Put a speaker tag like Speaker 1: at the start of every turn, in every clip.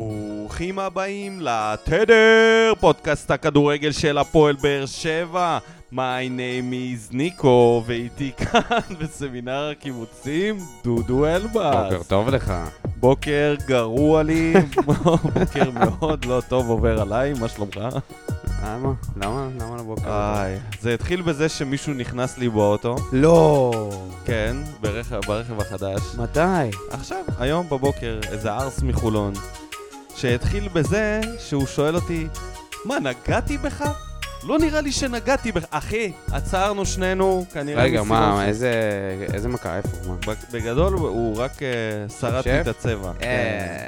Speaker 1: ברוכים הבאים לתדר, פודקאסט הכדורגל של הפועל באר שבע. My name is ניקו, ואיתי כאן בסמינר הקיבוצים, דודו אלבאס.
Speaker 2: בוקר טוב לך.
Speaker 1: בוקר גרוע לי, בוקר מאוד לא טוב עובר עליי, מה שלומך?
Speaker 2: למה? למה? למה לבוקר?
Speaker 1: איי, זה התחיל בזה שמישהו נכנס לי באוטו,
Speaker 2: אה, לא.
Speaker 1: כן, ברכב, ברכב החדש.
Speaker 2: מתי?
Speaker 1: עכשיו, היום בבוקר, איזה ערס מחולון, שהתחיל בזה שהוא שואל אותי, מה, נגעתי בך? לא נראה לי שנגעתי בך. אחי, עצרנו שנינו, כנראה...
Speaker 2: רגע,
Speaker 1: מסיבות
Speaker 2: מה,
Speaker 1: ש-
Speaker 2: איזה איזה מכה? איפה? מה?
Speaker 1: בג- בגדול, הוא רק אה, שרט לי
Speaker 2: שף?
Speaker 1: את הצבע. כן.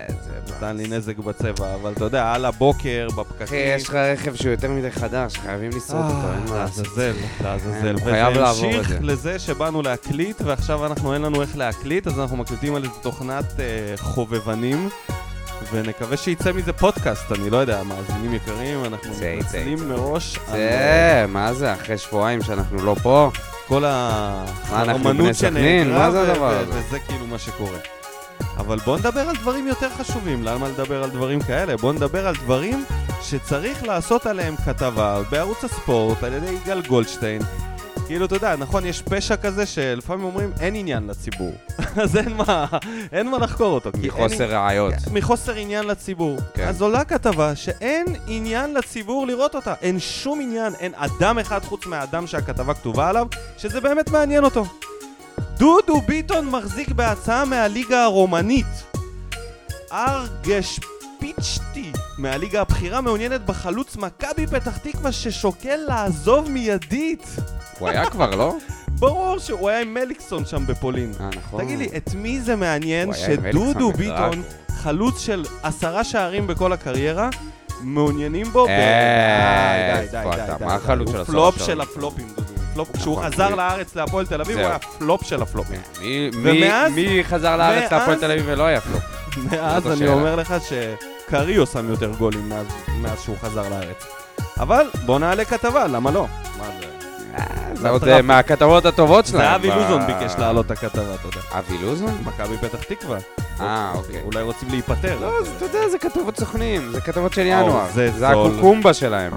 Speaker 2: אה, זה
Speaker 1: נתן לי
Speaker 2: באס.
Speaker 1: נזק בצבע, אבל אתה יודע, על הבוקר,
Speaker 2: אחי,
Speaker 1: בפקקים...
Speaker 2: יש לך רכב שהוא יותר מדי חדש, חייבים לשרוד אותו, אין
Speaker 1: אה,
Speaker 2: כן, מה לעשות.
Speaker 1: לעזאזל, לעזאזל.
Speaker 2: הוא חייב
Speaker 1: וזה
Speaker 2: לעבור את
Speaker 1: המשיך
Speaker 2: זה.
Speaker 1: לזה שבאנו להקליט, ועכשיו אנחנו אין לנו איך להקליט, אז אנחנו מקליטים על איזה תוכנת אה, חובבנים, ונקווה שיצא מזה פודקאסט, אני לא יודע, מאזינים יקרים, אנחנו
Speaker 2: יצא, יצא,
Speaker 1: מתנצלים
Speaker 2: יצא.
Speaker 1: מראש על אה,
Speaker 2: זה, מה זה, אחרי שבועיים שאנחנו לא פה?
Speaker 1: כל
Speaker 2: מה, אנחנו
Speaker 1: החרמנות
Speaker 2: בני סכנין?
Speaker 1: שנעקרה,
Speaker 2: מה זה
Speaker 1: ו-
Speaker 2: הדבר
Speaker 1: ו-
Speaker 2: הזה?
Speaker 1: וזה כאילו מה שקורה. אבל בוא נדבר על דברים יותר חשובים, למה לדבר על דברים כאלה? בוא נדבר על דברים שצריך לעשות עליהם כתבה בערוץ הספורט על ידי יגאל גולדשטיין. כאילו, אתה יודע, נכון, יש פשע כזה שלפעמים אומרים אין עניין לציבור. אז אין מה, אין מה לחקור אותו. כי כן. אין
Speaker 2: מחוסר ראיות.
Speaker 1: מחוסר עניין לציבור. כן.
Speaker 2: כן.
Speaker 1: אז עולה כתבה שאין עניין לציבור לראות אותה. אין שום עניין, אין אדם אחד חוץ מהאדם שהכתבה כתובה עליו, שזה באמת מעניין אותו. דודו ביטון מחזיק בהצעה מהליגה הרומנית. ארגש פיצ'טי מהליגה הבכירה מעוניינת בחלוץ מכבי פתח תקווה ששוקל לעזוב מיידית.
Speaker 2: הוא היה כבר, לא?
Speaker 1: ברור שהוא היה עם מליקסון שם בפולין.
Speaker 2: אה, נכון.
Speaker 1: תגיד לי, את מי זה מעניין
Speaker 2: הוא היה עם
Speaker 1: שדודו
Speaker 2: מליקסון
Speaker 1: ביטון, חלוץ של עשרה שערים בכל הקריירה, מעוניינים בו? ב-
Speaker 2: אה,
Speaker 1: די, די, די,
Speaker 2: איפה
Speaker 1: די,
Speaker 2: אתה?
Speaker 1: די,
Speaker 2: מה
Speaker 1: די.
Speaker 2: החלוץ של
Speaker 1: הוא
Speaker 2: עשרה
Speaker 1: פלופ
Speaker 2: שערים?
Speaker 1: של הפלופים, דודו. פלופ- כשהוא
Speaker 2: נכון,
Speaker 1: חזר
Speaker 2: מי-
Speaker 1: לארץ להפועל תל אביב, הוא
Speaker 2: זהו.
Speaker 1: היה פלופ של הפלופים.
Speaker 2: מי-
Speaker 1: ומאז-
Speaker 2: מי מי חזר לארץ
Speaker 1: מאז-
Speaker 2: להפועל תל אביב ולא היה פלופ?
Speaker 1: מאז
Speaker 2: אה, זאת
Speaker 1: אני
Speaker 2: השאלה.
Speaker 1: אומר לך שקריו שם יותר גולים מאז- מאז שהוא חזר לארץ. אבל בוא נעלה כתבה, למה לא? מה זה?
Speaker 2: זה עוד
Speaker 1: טראפיק.
Speaker 2: אה, מהכתבות הטובות שלהם. אה,
Speaker 1: זהבי
Speaker 2: ב-
Speaker 1: לוזון ביקש להעלות את הכתבה, אתה יודע.
Speaker 2: אבי לוזון?
Speaker 1: מכבי פתח תקווה.
Speaker 2: אה, אוקיי.
Speaker 1: אולי רוצים להיפטר.
Speaker 2: לא, זה- אתה יודע, זה כתבות סוכנים, זה כתבות של
Speaker 1: אור,
Speaker 2: ינואר.
Speaker 1: זה
Speaker 2: זה
Speaker 1: זול.
Speaker 2: הקוקומבה שלהם.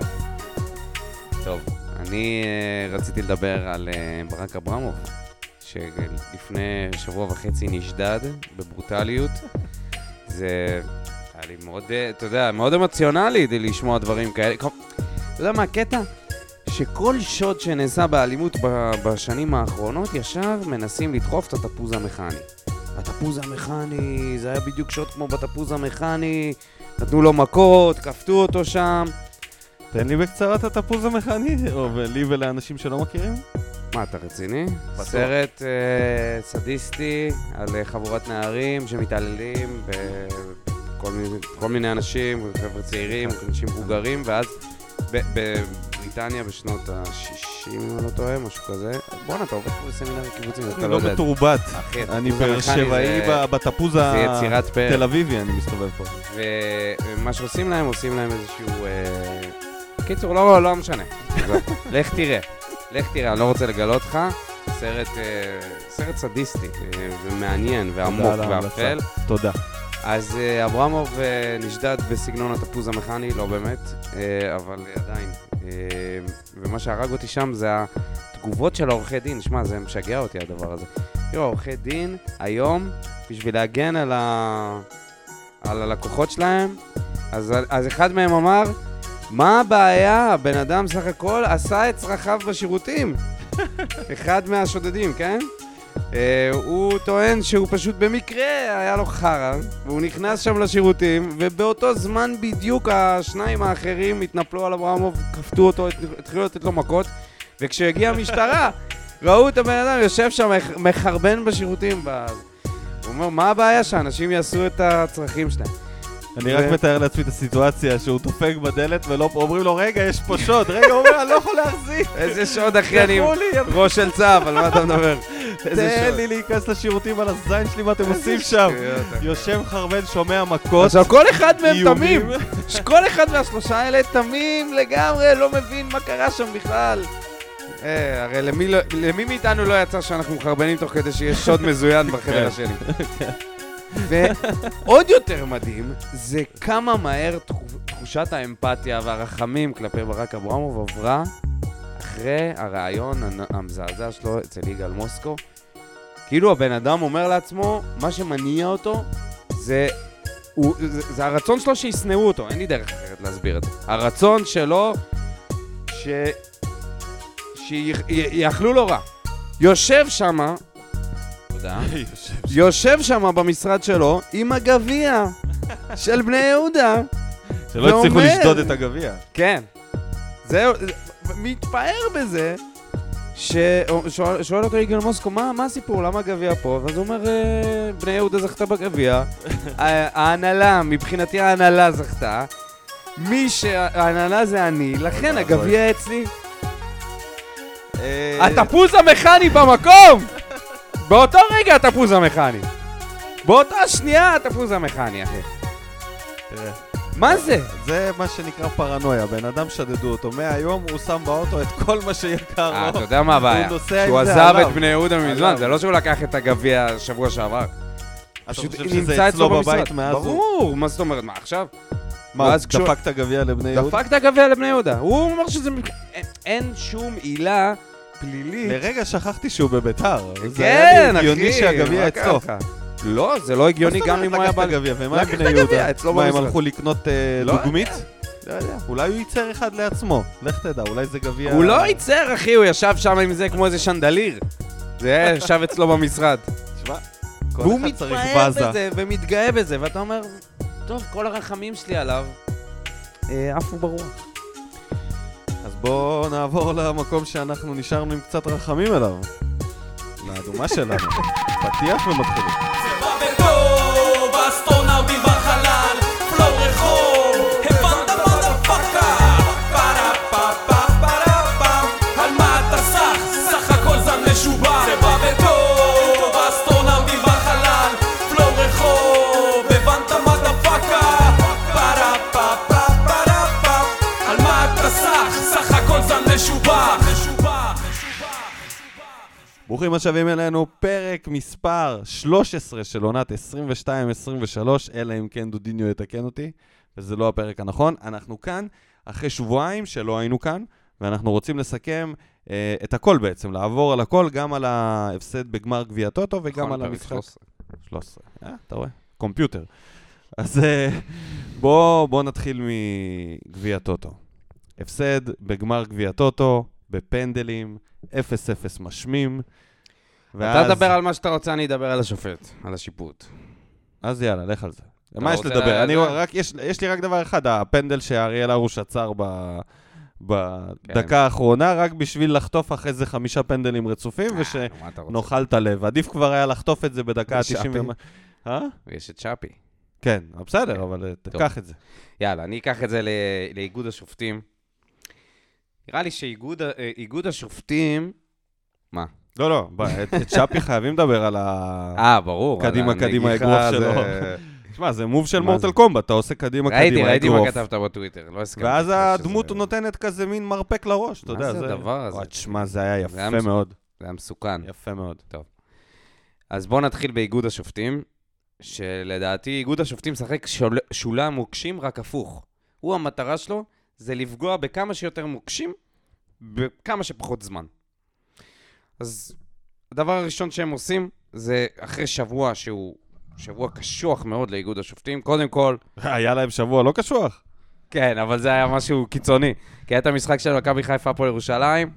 Speaker 2: טוב, אני אה, רציתי לדבר על אה, ברק אברמוב, שלפני שבוע וחצי נשדד בברוטליות. זה היה לי מאוד, אה, אתה יודע, מאוד אמוציונלי די- לשמוע דברים כאלה. כל- אתה יודע מה הקטע? שכל שוד שנעשה באלימות ב- בשנים האחרונות, ישר מנסים לדחוף את התפוז המכני. התפוז המכני, זה היה בדיוק שוט כמו בתפוז המכני, נתנו לו מכות, כפתו אותו שם.
Speaker 1: תן לי בקצרה את התפוז המכני, או לי ולאנשים שלא מכירים.
Speaker 2: מה, אתה רציני? סרט אה, סדיסטי על אה, חבורת נערים שמתעללים בכל מיני, כל מיני אנשים, חבר'ה צעירים, אנשים מבוגרים, ואז ב- בבריטניה בשנות ה-60, אם אני לא טועה, משהו כזה. בואנה, אתה עובד פה בסמינר הקיבוצים, אתה
Speaker 1: אני
Speaker 2: לא
Speaker 1: לא
Speaker 2: יודע.
Speaker 1: מתורבת.
Speaker 2: אחי, התפוז
Speaker 1: אני באר
Speaker 2: המכני
Speaker 1: שבעי
Speaker 2: זה-
Speaker 1: ב- בתפוז
Speaker 2: זה יצירת פרק.
Speaker 1: התל אביבי, אני מסתובב פה.
Speaker 2: ומה שעושים להם, עושים להם איזשהו... אה, קיצור, לא, לא משנה. זהו. לך תראה. לך תראה, אני לא רוצה לגלות לך. סרט, אה, סרט סדיסטי, אה, ומעניין, ועמוק,
Speaker 1: על ההמלצה.
Speaker 2: ואפל.
Speaker 1: תודה.
Speaker 2: אז אה, אברמוב אה, נשדד בסגנון התפוז המכני, לא באמת, אה, אבל עדיין. אה, ומה שהרג אותי שם זה התגובות של העורכי דין. שמע, זה משגע אותי הדבר הזה. תראו, העורכי דין היום, בשביל להגן על, ה... על הלקוחות שלהם, אז, אז אחד מהם אמר, מה הבעיה? הבן אדם סך הכל עשה את צרכיו בשירותים. אחד מהשודדים, כן? אה, הוא טוען שהוא פשוט במקרה היה לו חרא, והוא נכנס שם לשירותים, ובאותו זמן בדיוק השניים האחרים התנפלו על אברמוב, כפתו אותו, התחילו לתת לו מכות, וכשהגיעה המשטרה, ראו את הבן אדם יושב שם, מח- מחרבן בשירותים. ב- הוא אומר, מה הבעיה שאנשים יעשו את הצרכים שלהם?
Speaker 1: אני רק
Speaker 2: ו-
Speaker 1: מתאר לעצמי את הסיטואציה שהוא דופק בדלת ולא אומרים לו, רגע, יש פה שוד. רגע, הוא אומר, אני לא יכול להחזיק.
Speaker 2: איזה שוד, אחי, אני...
Speaker 1: תלכו לי,
Speaker 2: ראש של צב, על מה אתה מדבר? איזה
Speaker 1: תן
Speaker 2: שוד.
Speaker 1: לי להיכנס לשירותים על הזין שלי, מה אתם עושים שם?
Speaker 2: שטויות, אחי.
Speaker 1: יושב חרבן, שומע מכות.
Speaker 2: עכשיו, כל אחד מהם
Speaker 1: איומים.
Speaker 2: תמים. כל אחד מהשלושה האלה תמים לגמרי, לא מבין מה קרה שם בכלל. אה, הרי למי, לא, למי מאיתנו לא יצא שאנחנו מחרבנים תוך כדי שיש שוד מזוין בחדר
Speaker 1: כן.
Speaker 2: השני? ועוד יותר מדהים, זה כמה מהר תחו- תחושת האמפתיה והרחמים כלפי ברק אברמוב עברה אחרי הרעיון הנ- המזעזע שלו אצל יגאל מוסקו. כאילו הבן אדם אומר לעצמו, מה שמניע אותו זה... הוא, זה, זה הרצון שלו שישנאו אותו, אין לי דרך אחרת להסביר את זה. הרצון שלו ש... שיאכלו לו רע. יושב שמה, תודה,
Speaker 1: אה,
Speaker 2: יושב שמה במשרד שלו עם הגביע של בני יהודה. לא
Speaker 1: שלא הצליחו
Speaker 2: ואומר-
Speaker 1: לשדוד את הגביע.
Speaker 2: כן. זהו, זה- מתפאר בזה, ששואל שואל אותו יגאל מוסקו, מה, מה הסיפור, למה הגביע פה? ואז הוא אומר, "אה, בני יהודה זכתה בגביע, ה- ההנהלה, מבחינתי ההנהלה זכתה, מי שההנהלה זה אני, לכן
Speaker 1: אוי
Speaker 2: הגביע
Speaker 1: ואבוי.
Speaker 2: אצלי.
Speaker 1: אה,
Speaker 2: התפוז המכני במקום! באותו רגע התפוז המכני. באותה שנייה התפוז המכני, אחי.
Speaker 1: תראה,
Speaker 2: מה זה?
Speaker 1: זה מה שנקרא פרנויה, בן אדם שדדו אותו, מהיום הוא שם באוטו את כל מה
Speaker 2: אה,
Speaker 1: שיקר
Speaker 2: אתה
Speaker 1: לו.
Speaker 2: יודע מה הבעיה?
Speaker 1: הוא נוסע עם
Speaker 2: שהוא
Speaker 1: זה
Speaker 2: עזב
Speaker 1: עליו.
Speaker 2: את בני יהודה מזמן,
Speaker 1: עליו.
Speaker 2: זה לא שהוא לקח את הגביע שבוע שעבר.
Speaker 1: אתה
Speaker 2: פשוט
Speaker 1: חושב
Speaker 2: נמצא
Speaker 1: שזה אצלו בבית מאז הוא...
Speaker 2: ברור, מה זאת אומרת, מה עכשיו?
Speaker 1: מה, הוא
Speaker 2: ואז כשהוא-
Speaker 1: דפק את הגביע לבני יהודה?
Speaker 2: דפק את הגביע לבני יהודה. הוא אומר שזה... מ- אין- אין שום עילה פלילית.
Speaker 1: לרגע שכחתי שהוא בביתר. זה היה
Speaker 2: כן,
Speaker 1: לי
Speaker 2: אחי.
Speaker 1: הגיוני שהגביע
Speaker 2: מה
Speaker 1: אצלו.
Speaker 2: ככה? לא, זה לא הגיוני גם אם הוא היה
Speaker 1: לקח את
Speaker 2: בעל...
Speaker 1: הגביע, ומה עם
Speaker 2: לקח את
Speaker 1: בני
Speaker 2: הגביע,
Speaker 1: יהודה?
Speaker 2: אצלו
Speaker 1: מה, הם
Speaker 2: במשרד.
Speaker 1: הלכו לקנות אה,
Speaker 2: לא יודע.
Speaker 1: דוגמית?
Speaker 2: לא יודע.
Speaker 1: אולי הוא ייצר אחד לעצמו, לך תדע, אולי זה גביע...
Speaker 2: הוא לא ייצר, אחי, הוא ישב שם עם זה כמו איזה שנדליר. זה היה ישב אצלו במשרד.
Speaker 1: תשמע, כל
Speaker 2: והוא
Speaker 1: אחד צריך
Speaker 2: מתפאר
Speaker 1: באזה.
Speaker 2: בזה ומתגאה בזה, ואתה אומר, טוב, כל הרחמים שלי עליו אה, עפו ברוח.
Speaker 1: אז בואו נעבור למקום שאנחנו נשארנו עם קצת רחמים אליו. לאדומה שלנו. פתיח ומתחילים.
Speaker 3: זה בא בטוב, אסטרונאוטים בחלל, פלואו רחוב, הבנת מודפאקה. פרה פה פה פרה פה, על מה אתה סח? סך הכל זן משובח. זה בא בטוב, אסטרונאוטים בחלל, פלואו רחוב, הבנת מודפאקה. פרה פה פה פרה פה, על מה אתה סח? סך הכל זן משובח.
Speaker 1: ברוכים השבים אלינו, פרק מספר 13 של עונת 22-23, אלא אם כן דודיניו יתקן אותי, וזה לא הפרק הנכון. אנחנו כאן אחרי שבועיים שלא היינו כאן, ואנחנו רוצים לסכם אה, את הכל בעצם, לעבור על הכל, גם על ההפסד בגמר גביע טוטו
Speaker 2: נכון,
Speaker 1: וגם על המשחק. 13. אה, אתה רואה? קומפיוטר. אז אה, בוא, בוא נתחיל מגביע טוטו. הפסד בגמר גביע טוטו, בפנדלים, 0-0 משמים.
Speaker 2: אתה תדבר על מה שאתה רוצה, אני אדבר על השופט, על השיפוט.
Speaker 1: אז יאללה, לך על זה.
Speaker 2: אתה
Speaker 1: מה יש
Speaker 2: רוצה
Speaker 1: לדבר?
Speaker 2: לה-
Speaker 1: אני
Speaker 2: זה?
Speaker 1: רק, יש, יש לי רק דבר אחד, הפנדל שאריאל הרוש עצר ב... בדקה
Speaker 2: כן.
Speaker 1: האחרונה, רק בשביל לחטוף אחרי זה חמישה פנדלים רצופים,
Speaker 2: אה, נו, מה אתה רוצה?
Speaker 1: ושנאכל את הלב. עדיף כבר היה לחטוף את זה בדקה
Speaker 2: ושאפי.
Speaker 1: ה-90 ומה... אה?
Speaker 2: יש את שפי.
Speaker 1: כן, בסדר, אבל אה, תיקח את זה.
Speaker 2: יאללה, אני אקח את זה ל- לאיגוד השופטים. נראה לי שאיגוד ה- אה, איגוד השופטים... מה?
Speaker 1: לא, לא, ב- את את שפי חייבים לדבר על ה...
Speaker 2: אה, ברור. על
Speaker 1: קדימה, קדימה,
Speaker 2: הנגיחה,
Speaker 1: האגרוף
Speaker 2: זה-
Speaker 1: שלו. תשמע, זה מוב של
Speaker 2: מה
Speaker 1: מורטל
Speaker 2: זה?
Speaker 1: קומבה, אתה עושה קדימה, קדימה,
Speaker 2: ראיתי, ראיתי מה
Speaker 1: אגרוף.
Speaker 2: כתבת בטוויטר, לא הסכמתי.
Speaker 1: ואז
Speaker 2: שזה-
Speaker 1: הדמות נותנת כזה מין מרפק לראש, אתה
Speaker 2: מה
Speaker 1: יודע.
Speaker 2: זה הדבר הזה?
Speaker 1: וואי, תשמע, זה היה
Speaker 2: זה היה
Speaker 1: יפה
Speaker 2: מס-
Speaker 1: מאוד.
Speaker 2: זה היה מסוכן.
Speaker 1: יפה מאוד.
Speaker 2: אז בואו נתחיל באיגוד השופטים, שלדעתי איגוד השופטים משחק שול, שולה מוקשים רק הפוך. הוא, המטרה שלו זה לפגוע בכמה שיותר מוקשים בכמה שפחות זמן. אז הדבר הראשון שהם עושים זה אחרי שבוע שהוא שבוע קשוח מאוד לאיגוד השופטים, קודם כל...
Speaker 1: היה להם שבוע לא קשוח.
Speaker 2: כן, אבל זה היה משהו קיצוני. כי היה את המשחק של מכבי חיפה פה ירושלים,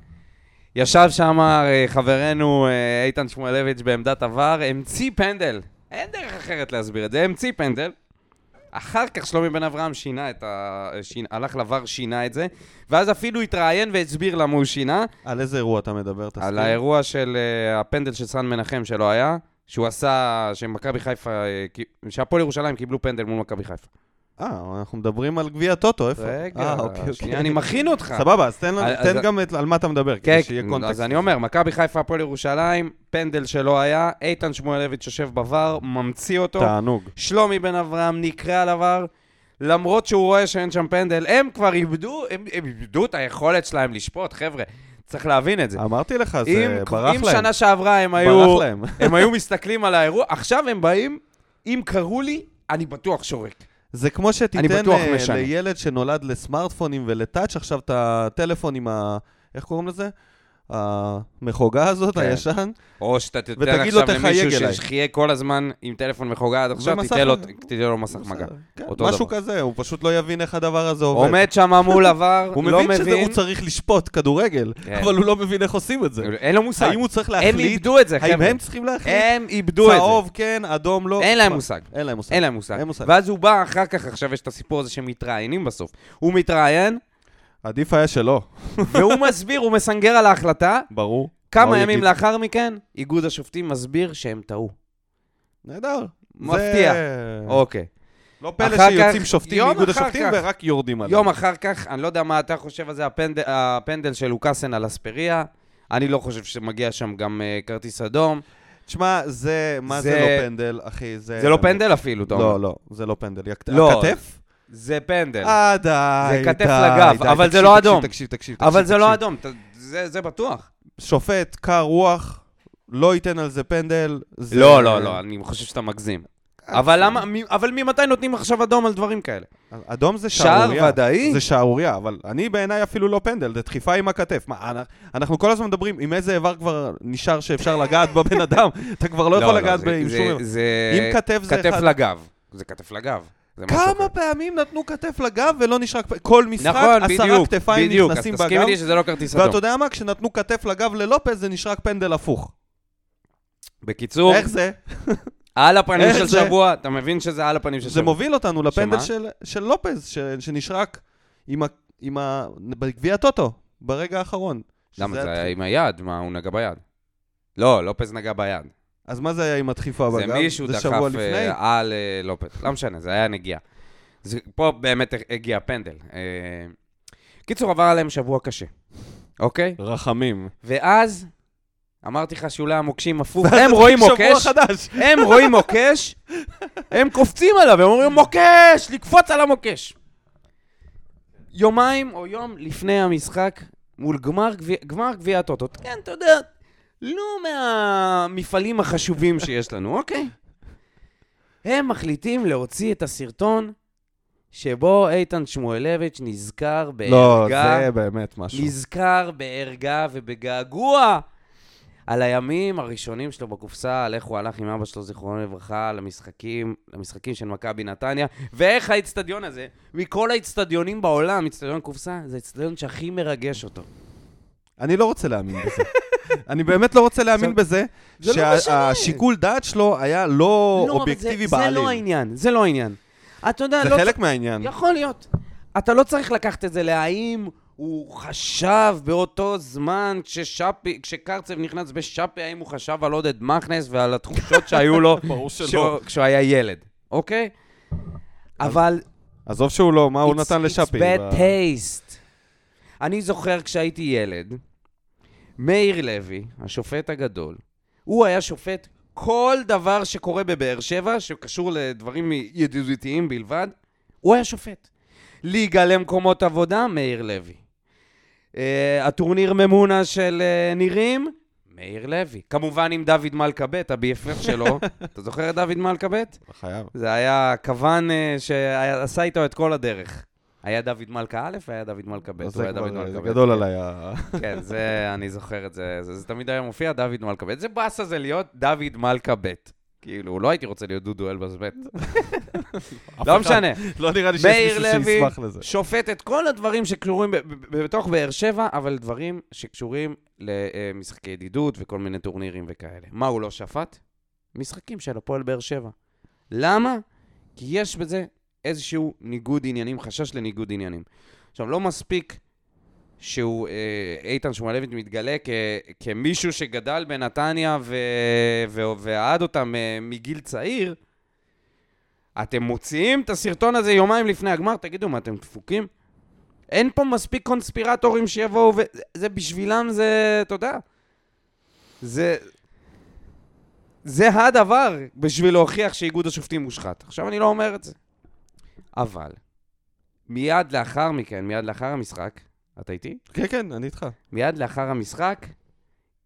Speaker 2: ישב שם אה, חברנו אה, איתן שמואלביץ' בעמדת עבר, המציא פנדל. אין דרך אחרת להסביר את זה, המציא פנדל. אחר כך שלומי בן אברהם שינה את ה... שינה, הלך לבר, שינה את זה, ואז אפילו התראיין והסביר למה הוא שינה,
Speaker 1: על איזה אירוע אתה מדבר? תזכיר.
Speaker 2: על האירוע של אה, הפנדל של סן מנחם שלא היה, שהוא עשה, שמכבי חיפה, אה, כי- שהפועל ירושלים קיבלו פנדל מול מכבי חיפה.
Speaker 1: אה, אנחנו מדברים על גביע טוטו, איפה?
Speaker 2: רגע,
Speaker 1: אה, אוקיי,
Speaker 2: שנייה,
Speaker 1: אוקיי.
Speaker 2: אני מכין אותך.
Speaker 1: סבבה, אז תן לנו-
Speaker 2: אז-
Speaker 1: תן
Speaker 2: אז-
Speaker 1: גם את- על מה אתה מדבר,
Speaker 2: כן,
Speaker 1: כדי שיהיה קונטקסט.
Speaker 2: אז אני אומר, מכבי חיפה, הפועל ירושלים, פנדל שלא היה, איתן שמואלביץ' יושב בVAR, ממציא אותו,
Speaker 1: תענוג.
Speaker 2: שלומי בן אברהם נקרע לVAR, למרות שהוא רואה שאין שם פנדל, הם כבר איבדו, הם הם איבדו את היכולת שלהם לשפוט, חבר'ה, צריך להבין את זה.
Speaker 1: אמרתי לך, זה
Speaker 2: אם
Speaker 1: ברח
Speaker 2: אם
Speaker 1: להם.
Speaker 2: שנה שעברה הם
Speaker 1: ברח
Speaker 2: היו
Speaker 1: להם.
Speaker 2: הם היו מסתכלים על האירוע, עכשיו הם באים אם קראו לי, אני בטוח שורק.
Speaker 1: זה כמו שתיתן
Speaker 2: בטוח
Speaker 1: אה,
Speaker 2: משנה.
Speaker 1: לילד שנולד לסמארטפונים ולטאץ' עכשיו את הטלפון עם ה... איך קוראים לזה? המחוגה הזאת,
Speaker 2: כן.
Speaker 1: הישן.
Speaker 2: או שאתה תיתן
Speaker 1: ותגיד לו,
Speaker 2: עכשיו
Speaker 1: "תחייג
Speaker 2: למישהו
Speaker 1: אליי".
Speaker 2: שחייג כל הזמן עם טלפון מחוגה עד עכשיו,
Speaker 1: ומסך
Speaker 2: תיתן לו-
Speaker 1: מגע.
Speaker 2: תיתן לו מסך מגע.
Speaker 1: בסדר, כן,
Speaker 2: אותו
Speaker 1: משהו
Speaker 2: דבר.
Speaker 1: כזה, הוא פשוט לא יבין איך הדבר הזה עובד.
Speaker 2: עומד שם מול עבר,
Speaker 1: הוא
Speaker 2: לא
Speaker 1: מבין שהוא
Speaker 2: מבין,
Speaker 1: צריך לשפוט כדורגל,
Speaker 2: כן.
Speaker 1: אבל הוא לא מבין איך עושים את זה.
Speaker 2: אין לו מושג.
Speaker 1: האם הוא צריך
Speaker 2: הם
Speaker 1: להחליט?
Speaker 2: איבדו את זה,
Speaker 1: האם
Speaker 2: חבר'ה.
Speaker 1: הם צריכים להחליט?
Speaker 2: הם איבדו את זה.
Speaker 1: צהוב כן, אדום לא.
Speaker 2: אין להם
Speaker 1: מה?
Speaker 2: מושג.
Speaker 1: אין להם מושג.
Speaker 2: אין להם מושג.
Speaker 1: אין מושג.
Speaker 2: ואז הוא בא אחר כך, עכשיו יש את הסיפור הזה שמתראיינים בסוף. הוא מתראיין,
Speaker 1: עדיף היה שלא.
Speaker 2: והוא מסביר, הוא מסנגר על ההחלטה.
Speaker 1: ברור. מה
Speaker 2: כמה
Speaker 1: הוא
Speaker 2: ימים
Speaker 1: יגיד? אה.
Speaker 2: לאחר מכן, איגוד השופטים מסביר שהם טעו.
Speaker 1: נהדר.
Speaker 2: מפתיע.
Speaker 1: זה-
Speaker 2: אוקיי.
Speaker 1: לא פלא
Speaker 2: אחר
Speaker 1: שיוצאים
Speaker 2: כך-
Speaker 1: שופטים
Speaker 2: יום
Speaker 1: מאיגוד
Speaker 2: אחר
Speaker 1: השופטים
Speaker 2: כך.
Speaker 1: ורק יורדים עליהם.
Speaker 2: יום אחר כך, אני לא יודע מה אתה חושב על זה, הפנדל, הפנדל של לוקאסן על אספריה. אני לא חושב שמגיע שם גם אה, כרטיס אדום.
Speaker 1: תשמע, זה... מה זה
Speaker 2: זה-
Speaker 1: לא פנדל, אחי? זה...
Speaker 2: זה לא פנדל אפילו, אתה אומר.
Speaker 1: אה, לא, לא, זה לא פנדל. יקט-
Speaker 2: לא.
Speaker 1: הכתף?
Speaker 2: זה פנדל.
Speaker 1: אה, די,
Speaker 2: זה כתף
Speaker 1: די,
Speaker 2: לגב,
Speaker 1: די,
Speaker 2: אבל
Speaker 1: תקשיב,
Speaker 2: זה לא
Speaker 1: תקשיב,
Speaker 2: אדום.
Speaker 1: תקשיב, תקשיב, תקשיב.
Speaker 2: אבל זה לא
Speaker 1: תקשיב.
Speaker 2: אדום, אתה- זה זה בטוח.
Speaker 1: שופט, קר רוח, לא ייתן על זה פנדל. זה-
Speaker 2: לא, לא, לא, אני חושב שאתה מגזים. אבל למה, מי- אבל ממתי נותנים עכשיו אדום על דברים כאלה?
Speaker 1: אדום זה
Speaker 2: שער
Speaker 1: שערוריה.
Speaker 2: ודאי?
Speaker 1: זה שערוריה, אבל אני בעיניי אפילו לא פנדל, זה דחיפה עם הכתף. מה, אנ- אנחנו כל הזמן מדברים עם איזה איבר כבר נשאר שאפשר לגעת בבן אדם, אתה כבר לא יכול לגעת
Speaker 2: זה-
Speaker 1: ב- עם
Speaker 2: זה-
Speaker 1: שום איבר.
Speaker 2: זה...
Speaker 1: אם כתף זה
Speaker 2: כתף
Speaker 1: אחד.
Speaker 2: לגב. זה כתף לגב. זה משהו
Speaker 1: כמה
Speaker 2: אחר.
Speaker 1: פעמים נתנו כתף לגב ולא נשרק... פ- כל משחק,
Speaker 2: נכון,
Speaker 1: עשרה
Speaker 2: בדיוק,
Speaker 1: כתפיים
Speaker 2: בדיוק. אז
Speaker 1: נכנסים
Speaker 2: תסכים
Speaker 1: בגב,
Speaker 2: איתי שזה לא כרטיס
Speaker 1: ואתה
Speaker 2: אדום.
Speaker 1: יודע מה? כשנתנו כתף לגב ללופס זה נשרק פנדל הפוך.
Speaker 2: בקיצור,
Speaker 1: איך זה?
Speaker 2: על הפנים
Speaker 1: איך
Speaker 2: של
Speaker 1: זה?
Speaker 2: שבוע, אתה מבין שזה על הפנים של
Speaker 1: זה
Speaker 2: שבוע.
Speaker 1: מוביל אותנו לפנדל
Speaker 2: שמה?
Speaker 1: של, של לופז, ש, שנשרק עם ה... עם ה... בגביע הטוטו, ברגע האחרון.
Speaker 2: למה
Speaker 1: שזה
Speaker 2: זה היה
Speaker 1: הדחיפ-
Speaker 2: עם היד? מה, הוא נגע ביד. לא, לופז נגע ביד.
Speaker 1: אז מה זה היה עם הדחיפה
Speaker 2: זה
Speaker 1: בגב?
Speaker 2: מישהו
Speaker 1: זה
Speaker 2: דחף
Speaker 1: שבוע
Speaker 2: אה,
Speaker 1: לפני?
Speaker 2: על אה, לופז. לא משנה, זה היה נגיעה. זה- פה באמת הגיע פנדל. אה, קיצור, עבר עליהם שבוע קשה, אוקיי?
Speaker 1: רחמים.
Speaker 2: ואז אמרתי לך שאולי המוקשים הפוך, הם רואים מוקש,
Speaker 1: שבוע חדש.
Speaker 2: הם רואים מוקש, הם קופצים עליו, הם אומרים מוקש, לקפוץ על המוקש. יומיים או יום לפני המשחק מול גמר גביע- גמר גביע הטוטו. כן, אתה יודע, לא מהמפעלים החשובים שיש לנו, אוקיי? הם מחליטים להוציא את הסרטון שבו איתן שמואלביץ' נזכר בערגה.
Speaker 1: לא, זה באמת משהו.
Speaker 2: נזכר בערגה ובגעגוע על הימים הראשונים שלו בקופסה, על איך הוא הלך עם אבא שלו, זיכרונו לברכה, למשחקים, למשחקים של מכבי נתניה, ואיך האיצטדיון הזה, מכל האיצטדיונים בעולם, איצטדיון קופסה, זה האיצטדיון שהכי מרגש אותו.
Speaker 1: אני לא רוצה להאמין בזה. אני באמת לא רוצה להאמין
Speaker 2: עכשיו,
Speaker 1: בזה,
Speaker 2: זה לא משנה.
Speaker 1: שהשיקול דעת שלו היה לא
Speaker 2: לא, אבל
Speaker 1: אובייקטיבי
Speaker 2: זה,
Speaker 1: בעליל.
Speaker 2: זה לא העניין, זה לא העניין. אתה יודע,
Speaker 1: זה
Speaker 2: לא
Speaker 1: חלק מהעניין.
Speaker 2: יכול להיות. אתה לא צריך לקחת את זה להאם הוא חשב באותו זמן כששאפי, כשקרצב נכנס בשאפי, האם הוא חשב על עודד מכנס ועל התחושות שהיו לו
Speaker 1: ברור שלא.
Speaker 2: כשהוא- כשהוא היה ילד, אוקיי? אבל
Speaker 1: עזוב שהוא לא, מה הוא
Speaker 2: It's-
Speaker 1: נתן לשאפי?
Speaker 2: It's bad
Speaker 1: ב-
Speaker 2: taste. אני זוכר כשהייתי ילד, מאיר לוי, השופט הגדול, הוא היה שופט כל דבר שקורה בבאר שבע, שקשור לדברים ידידותיים בלבד, הוא היה שופט. ליגה למקומות עבודה, מאיר לוי. Uh, הטורניר ממונה של uh, נירים, מאיר לוי. כמובן עם דוד מלכה ה-BFF שלו. אתה זוכר את דוד מלכה
Speaker 1: חייב.
Speaker 2: זה היה כוון אה, שעשה איתו את כל הדרך. היה דוד מלכה א' והיה דוד מלכה ב'.
Speaker 1: אז זה
Speaker 2: הוא היה דוד
Speaker 1: כבר- אה, זה
Speaker 2: מלכה ב'.
Speaker 1: גדול עליי. אה. ה-
Speaker 2: כן, זה, אני זוכר את זה. זה, זה תמיד היה מופיע, דוד מלכה ב'. זה באסה זה להיות דוד מלכה ב'. כאילו, לא הייתי רוצה להיות דודו אלבזבט. לא
Speaker 1: אף אחד-
Speaker 2: משנה.
Speaker 1: לא נראה לי שיש
Speaker 2: מאיר
Speaker 1: מישהו
Speaker 2: לוי
Speaker 1: שישמח לזה.
Speaker 2: שופט את כל הדברים שקשורים ב- ב- ב- בתוך באר שבע, אבל דברים שקשורים למשחקי ידידות וכל מיני טורנירים וכאלה. מה הוא לא שפט? משחקים של הפועל באר שבע. למה? כי יש בזה איזשהו ניגוד עניינים, חשש לניגוד עניינים. עכשיו, לא מספיק שהוא, אה, איתן שמואלביץ' מתגלה כ, כמישהו שגדל בנתניה ו, ו, ואהד אותם אה, מגיל צעיר, אתם מוציאים את הסרטון הזה יומיים לפני הגמר, תגידו, מה, אתם דפוקים? אין פה מספיק קונספירטורים שיבואו ו... זה בשבילם, זה... אתה יודע. זה... זה הדבר בשביל להוכיח שאיגוד השופטים מושחת. עכשיו, אני לא אומר את זה. אבל, מיד לאחר מכן, מיד לאחר המשחק, אתה איתי?
Speaker 1: כן, כן, אני איתך.
Speaker 2: מיד לאחר המשחק,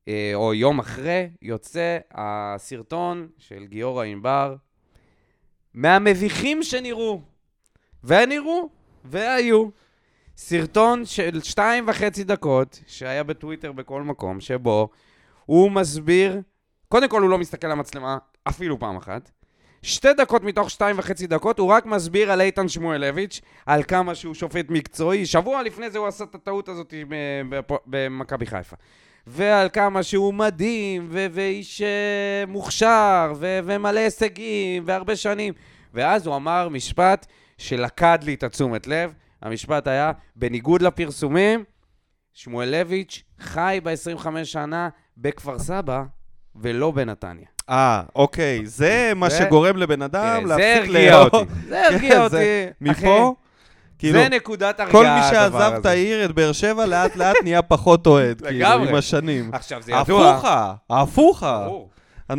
Speaker 2: אה, או יום אחרי, יוצא הסרטון של גיורא ענבר מהמביכים שנראו, ונראו, והיו. סרטון של שתיים וחצי דקות, שהיה בטוויטר בכל מקום, שבו הוא מסביר, קודם כל הוא לא מסתכל על המצלמה אפילו פעם אחת. שתי דקות מתוך שתיים וחצי דקות, הוא רק מסביר על איתן שמואלביץ', על כמה שהוא שופט מקצועי. שבוע לפני זה הוא עשה את הטעות הזאת ב- בפו- במכבי חיפה. ועל כמה שהוא מדהים, ו- ואיש אה, מוכשר, ו- ומלא הישגים, והרבה שנים. ואז הוא אמר משפט שלכד לי את התשומת לב. המשפט היה, בניגוד לפרסומים, שמואלביץ' חי ב-25 שנה בכפר סבא, ולא בנתניה.
Speaker 1: אה, אוקיי, זה מה
Speaker 2: זה-
Speaker 1: שגורם לבן אדם
Speaker 2: תראה, זה
Speaker 1: להפסיק
Speaker 2: הרגיע
Speaker 1: לאהוב.
Speaker 2: אותי. זה הרגיע
Speaker 1: כן,
Speaker 2: אותי.
Speaker 1: זה-
Speaker 2: אחי.
Speaker 1: מפה, כאילו,
Speaker 2: זה נקודת הרגעה,
Speaker 1: כל מי
Speaker 2: הדבר
Speaker 1: שעזב את
Speaker 2: הזה.
Speaker 1: העיר, את באר שבע, לאט לאט נהיה פחות אוהד, כאילו,
Speaker 2: לגמרי.
Speaker 1: עם השנים.
Speaker 2: עכשיו, זה ידוע.
Speaker 1: הפוכה, הפוכה.
Speaker 2: ברור.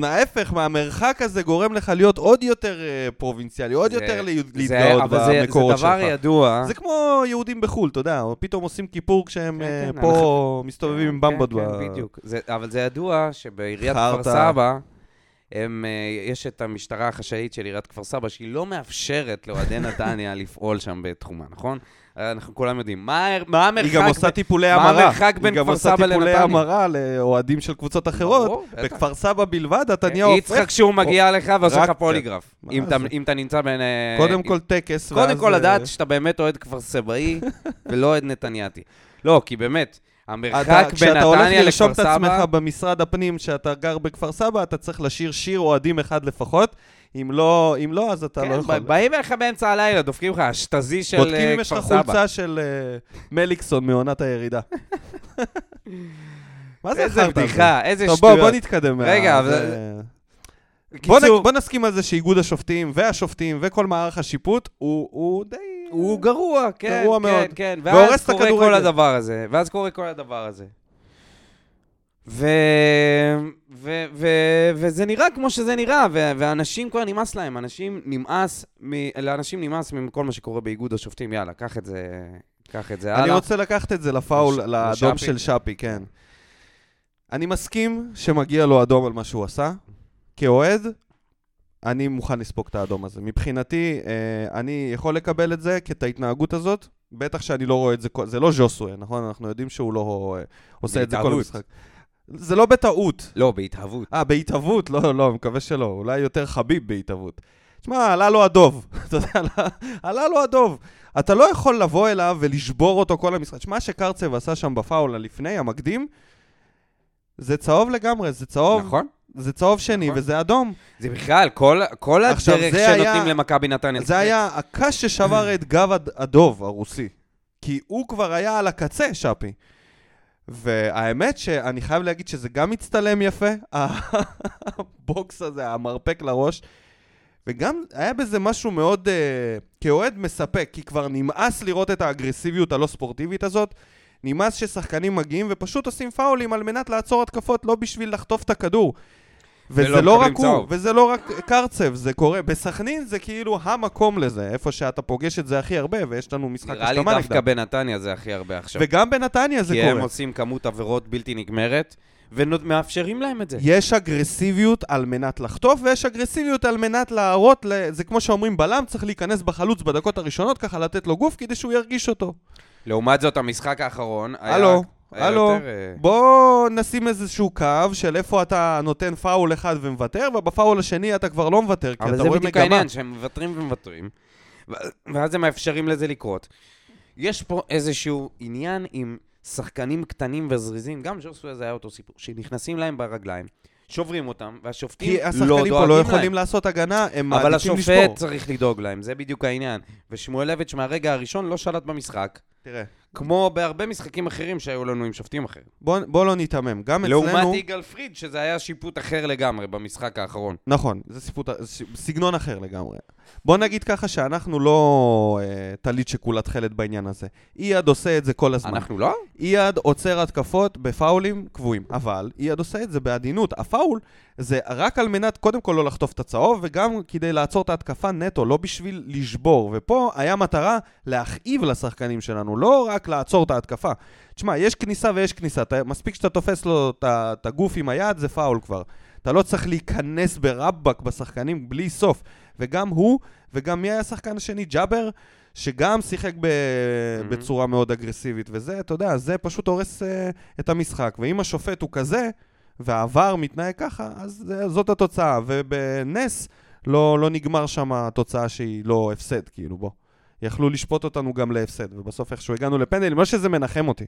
Speaker 1: ההפך, מהמרחק הזה גורם לך להיות עוד יותר אה, פרובינציאלי, עוד
Speaker 2: זה-
Speaker 1: יותר לי-
Speaker 2: זה-
Speaker 1: להתגאות
Speaker 2: אבל זה-
Speaker 1: במקורות
Speaker 2: זה דבר
Speaker 1: שלך.
Speaker 2: ידוע.
Speaker 1: זה כמו יהודים בחו"ל, אתה יודע, או פתאום עושים כיפור כשהם
Speaker 2: כן,
Speaker 1: אה,
Speaker 2: כן,
Speaker 1: פה מסתובבים עם
Speaker 2: כן,
Speaker 1: במבות.
Speaker 2: כן,
Speaker 1: ב-
Speaker 2: כן, בדיוק. זה- אבל זה ידוע שבעיריית
Speaker 1: חרטא.
Speaker 2: כפר סבא, הם, אה, יש את המשטרה החשאית של עיריית כפר סבא, שהיא לא מאפשרת לאוהדי נתניה לפעול שם בתחומה, נכון? אנחנו כולם יודעים. מה ה- מה המרחק...
Speaker 1: היא גם עושה
Speaker 2: ב-
Speaker 1: טיפולי
Speaker 2: מה
Speaker 1: המרה.
Speaker 2: המרחק
Speaker 1: היא
Speaker 2: בין כפר סבא
Speaker 1: גם עושה
Speaker 2: לנתניה?
Speaker 1: טיפולי המרה לאוהדים של קבוצות אחרות.
Speaker 2: ברור, בטח. כן,
Speaker 1: בכפר סבא בלבד אתה נהיה הופך.
Speaker 2: יצחק שהוא מגיע לך ועושה
Speaker 1: אה, רק
Speaker 2: לך
Speaker 1: קצת.
Speaker 2: פוליגרף.
Speaker 1: מה
Speaker 2: אם אתה-
Speaker 1: זה?
Speaker 2: אם אתה נמצא בין... אה,
Speaker 1: קודם כל טקס,
Speaker 2: קודם
Speaker 1: ואז,
Speaker 2: כל
Speaker 1: אה,
Speaker 2: לדעת שאתה באמת אוהד כפר סבאי ולא אוהד נתניאתי. לא, כי באמת,
Speaker 1: אתה-
Speaker 2: המרחק בין
Speaker 1: כשאתה הולך
Speaker 2: נתניה
Speaker 1: לרשום
Speaker 2: לכפר
Speaker 1: את עצמך
Speaker 2: סבא...
Speaker 1: במשרד הפנים שאתה גר בכפר סבא, אתה צריך לשיר שיר אוהדים אחד לפחות. אם לא, אם לא, אז אתה
Speaker 2: כן,
Speaker 1: לא יכול.
Speaker 2: ב- באים אליך באמצע הלילה, דופקים לך אשתזי של אה, כפר סבא.
Speaker 1: בודקים אם יש לך חולצה של אה, מליקסון מעונת הירידה. מה זה
Speaker 2: איזה
Speaker 1: החרטא הזה?
Speaker 2: בדיחה, איזה
Speaker 1: טוב,
Speaker 2: שטויות.
Speaker 1: בוא, בוא נתקדם. מה-
Speaker 2: רגע,
Speaker 1: זה-
Speaker 2: אבל-
Speaker 1: בוא, נ...
Speaker 2: קיצור,
Speaker 1: בוא נסכים על זה שאיגוד השופטים והשופטים וכל מערך השיפוט הוא, הוא די...
Speaker 2: הוא גרוע, כן,
Speaker 1: גרוע
Speaker 2: כן,
Speaker 1: מאוד.
Speaker 2: כן.
Speaker 1: והורס
Speaker 2: ואז
Speaker 1: את
Speaker 2: קורה
Speaker 1: הכדורגל.
Speaker 2: כל הדבר הזה, ואז קורה כל הדבר הזה. ו... ו... ו... וזה נראה כמו שזה נראה, ו... ואנשים כבר נמאס להם, אנשים נמאס, מ... לאנשים נמאס מכל מה שקורה באיגוד השופטים, יאללה, קח את זה, קח את זה
Speaker 1: אני
Speaker 2: הלאה.
Speaker 1: רוצה לקחת את זה לפאול,
Speaker 2: לש-
Speaker 1: לאדום
Speaker 2: לשאפי.
Speaker 1: של שפי, כן. אני מסכים שמגיע לו אדום על מה שהוא עשה. כאוהד, אני מוכן לספוג את האדום הזה. מבחינתי, אה, אני יכול לקבל את זה, כי את ההתנהגות הזאת, בטח שאני לא רואה את זה, כל- זה לא ז'וסווה, נכון? אנחנו יודעים שהוא לא אה, עושה את זה כל
Speaker 2: בהתאהבות.
Speaker 1: המשחק. זה לא בטעות.
Speaker 2: לא, בהתהוות.
Speaker 1: אה, בהתהוות? לא, לא, אני מקווה שלא. אולי יותר חביב בהתהוות. תשמע, עלה לו הדוב. אתה יודע, עלה- עלה לו הדוב. אתה לא יכול לבוא אליו ולשבור אותו כל המשחק. תשמע, שקרצב עשה שם בפאול הלפני, המקדים, זה צהוב לגמרי, זה צהוב,
Speaker 2: נכון?
Speaker 1: זה צהוב שני
Speaker 2: נכון.
Speaker 1: וזה אדום.
Speaker 2: זה בכלל, כל, כל
Speaker 1: עכשיו,
Speaker 2: הדרך
Speaker 1: זה
Speaker 2: שנותנים
Speaker 1: היה-
Speaker 2: למכבי נתניה.
Speaker 1: זה היה הקש ששבר את גב הד- הדוב הרוסי. כי הוא כבר היה על הקצה, שפי. והאמת שאני חייב להגיד שזה גם מצטלם יפה, הבוקס הזה, המרפק לראש. וגם היה בזה משהו מאוד, אה, כאוהד מספק, כי כבר נמאס לראות את האגרסיביות הלא ספורטיבית הזאת. נמאס ששחקנים מגיעים ופשוט עושים פאולים על מנת לעצור התקפות, לא בשביל לחטוף את הכדור. וזה
Speaker 2: ולא
Speaker 1: לא רק
Speaker 2: מקבלים
Speaker 1: הוא,
Speaker 2: צהוב.
Speaker 1: וזה לא רק קרצב, זה קורה. בסכנין זה כאילו המקום לזה, איפה שאתה פוגש את זה הכי הרבה, ויש לנו משחק
Speaker 2: נראה לי
Speaker 1: השלמה
Speaker 2: דווקא
Speaker 1: נגדם.
Speaker 2: בנתניה זה הכי הרבה עכשיו.
Speaker 1: וגם בנתניה זה
Speaker 2: כי הם
Speaker 1: קורה.
Speaker 2: עושים כמות עבירות בלתי נגמרת, ומאפשרים להם את זה.
Speaker 1: יש אגרסיביות על מנת לחטוף, ויש אגרסיביות על מנת להראות, ל- זה כמו שאומרים בלם, צריך להיכנס בחלוץ בדקות הראשונות, ככה לתת לו גוף כדי שהוא ירגיש אותו.
Speaker 2: לעומת זאת, המשחק האחרון היה...
Speaker 1: הלו,
Speaker 2: היה
Speaker 1: הלו,
Speaker 2: יותר, אה,
Speaker 1: בוא נשים איזשהו קו של איפה אתה נותן פאול אחד ומוותר, ובפאול השני אתה כבר לא מוותר, כי
Speaker 2: אבל
Speaker 1: אתה
Speaker 2: זה
Speaker 1: רואה
Speaker 2: בדיוק
Speaker 1: מגמה.
Speaker 2: העניין, שהם מוותרים ומוותרים, ו- ואז הם מאפשרים לזה לקרות. יש פה איזשהו עניין עם שחקנים קטנים וזריזים, גם ז'וסווה זה היה אותו סיפור, שנכנסים להם ברגליים, שוברים אותם, והשופטים לא
Speaker 1: כי
Speaker 2: דואגים להם.
Speaker 1: השחקנים פה לא יכולים לעשות הגנה, הם
Speaker 2: אבל
Speaker 1: מעדיפים לשבור.
Speaker 2: השופט צריך לדאוג להם, זה בדיוק העניין. ושמואלביץ' מהרגע הראשון לא שלט במשחק,
Speaker 1: תראה,
Speaker 2: כמו בהרבה משחקים אחרים שהיו לנו עם שופטים אחרים.
Speaker 1: בוא, בוא לא ניתמם, גם
Speaker 2: לעומת
Speaker 1: אצלנו...
Speaker 2: יגאל פריד, שזה היה שיפוט אחר לגמרי במשחק האחרון.
Speaker 1: נכון, זה סיפור, ס- סגנון אחר לגמרי. בוא נגיד ככה שאנחנו לא אה, טלית שכולה תכלת בעניין הזה. אייד עושה את זה כל הזמן.
Speaker 2: אנחנו לא?
Speaker 1: אייד עוצר התקפות בפאולים קבועים, אבל אייד עושה את זה בעדינות. הפאול זה רק על מנת קודם כל לא לחטוף את הצהוב, וגם כדי לעצור את ההתקפה נטו, לא בשביל לשבור. ופה היה מטרה להכאיב לשחקנים שלנו, לא רק לעצור את ההתקפה. תשמע, יש כניסה ויש כניסה, אתה, מספיק שאתה תופס לו את ה- את הגוף עם היד, זה פאול כבר. אתה לא צריך להיכנס ברבק בשחקנים בלי סוף. וגם הוא, וגם מי היה השחקן השני? ג'אבר, שגם שיחק ב... mm-hmm. בצורה מאוד אגרסיבית. וזה, אתה יודע, זה פשוט הורס אה, את המשחק. ואם השופט הוא כזה, והעבר מתנהג ככה, אז אה, זאת התוצאה. ובנס לא, לא נגמר שם התוצאה שהיא לא הפסד, כאילו, בוא. יכלו לשפוט אותנו גם להפסד, ובסוף איכשהו הגענו לפנדלים, לא שזה מנחם אותי.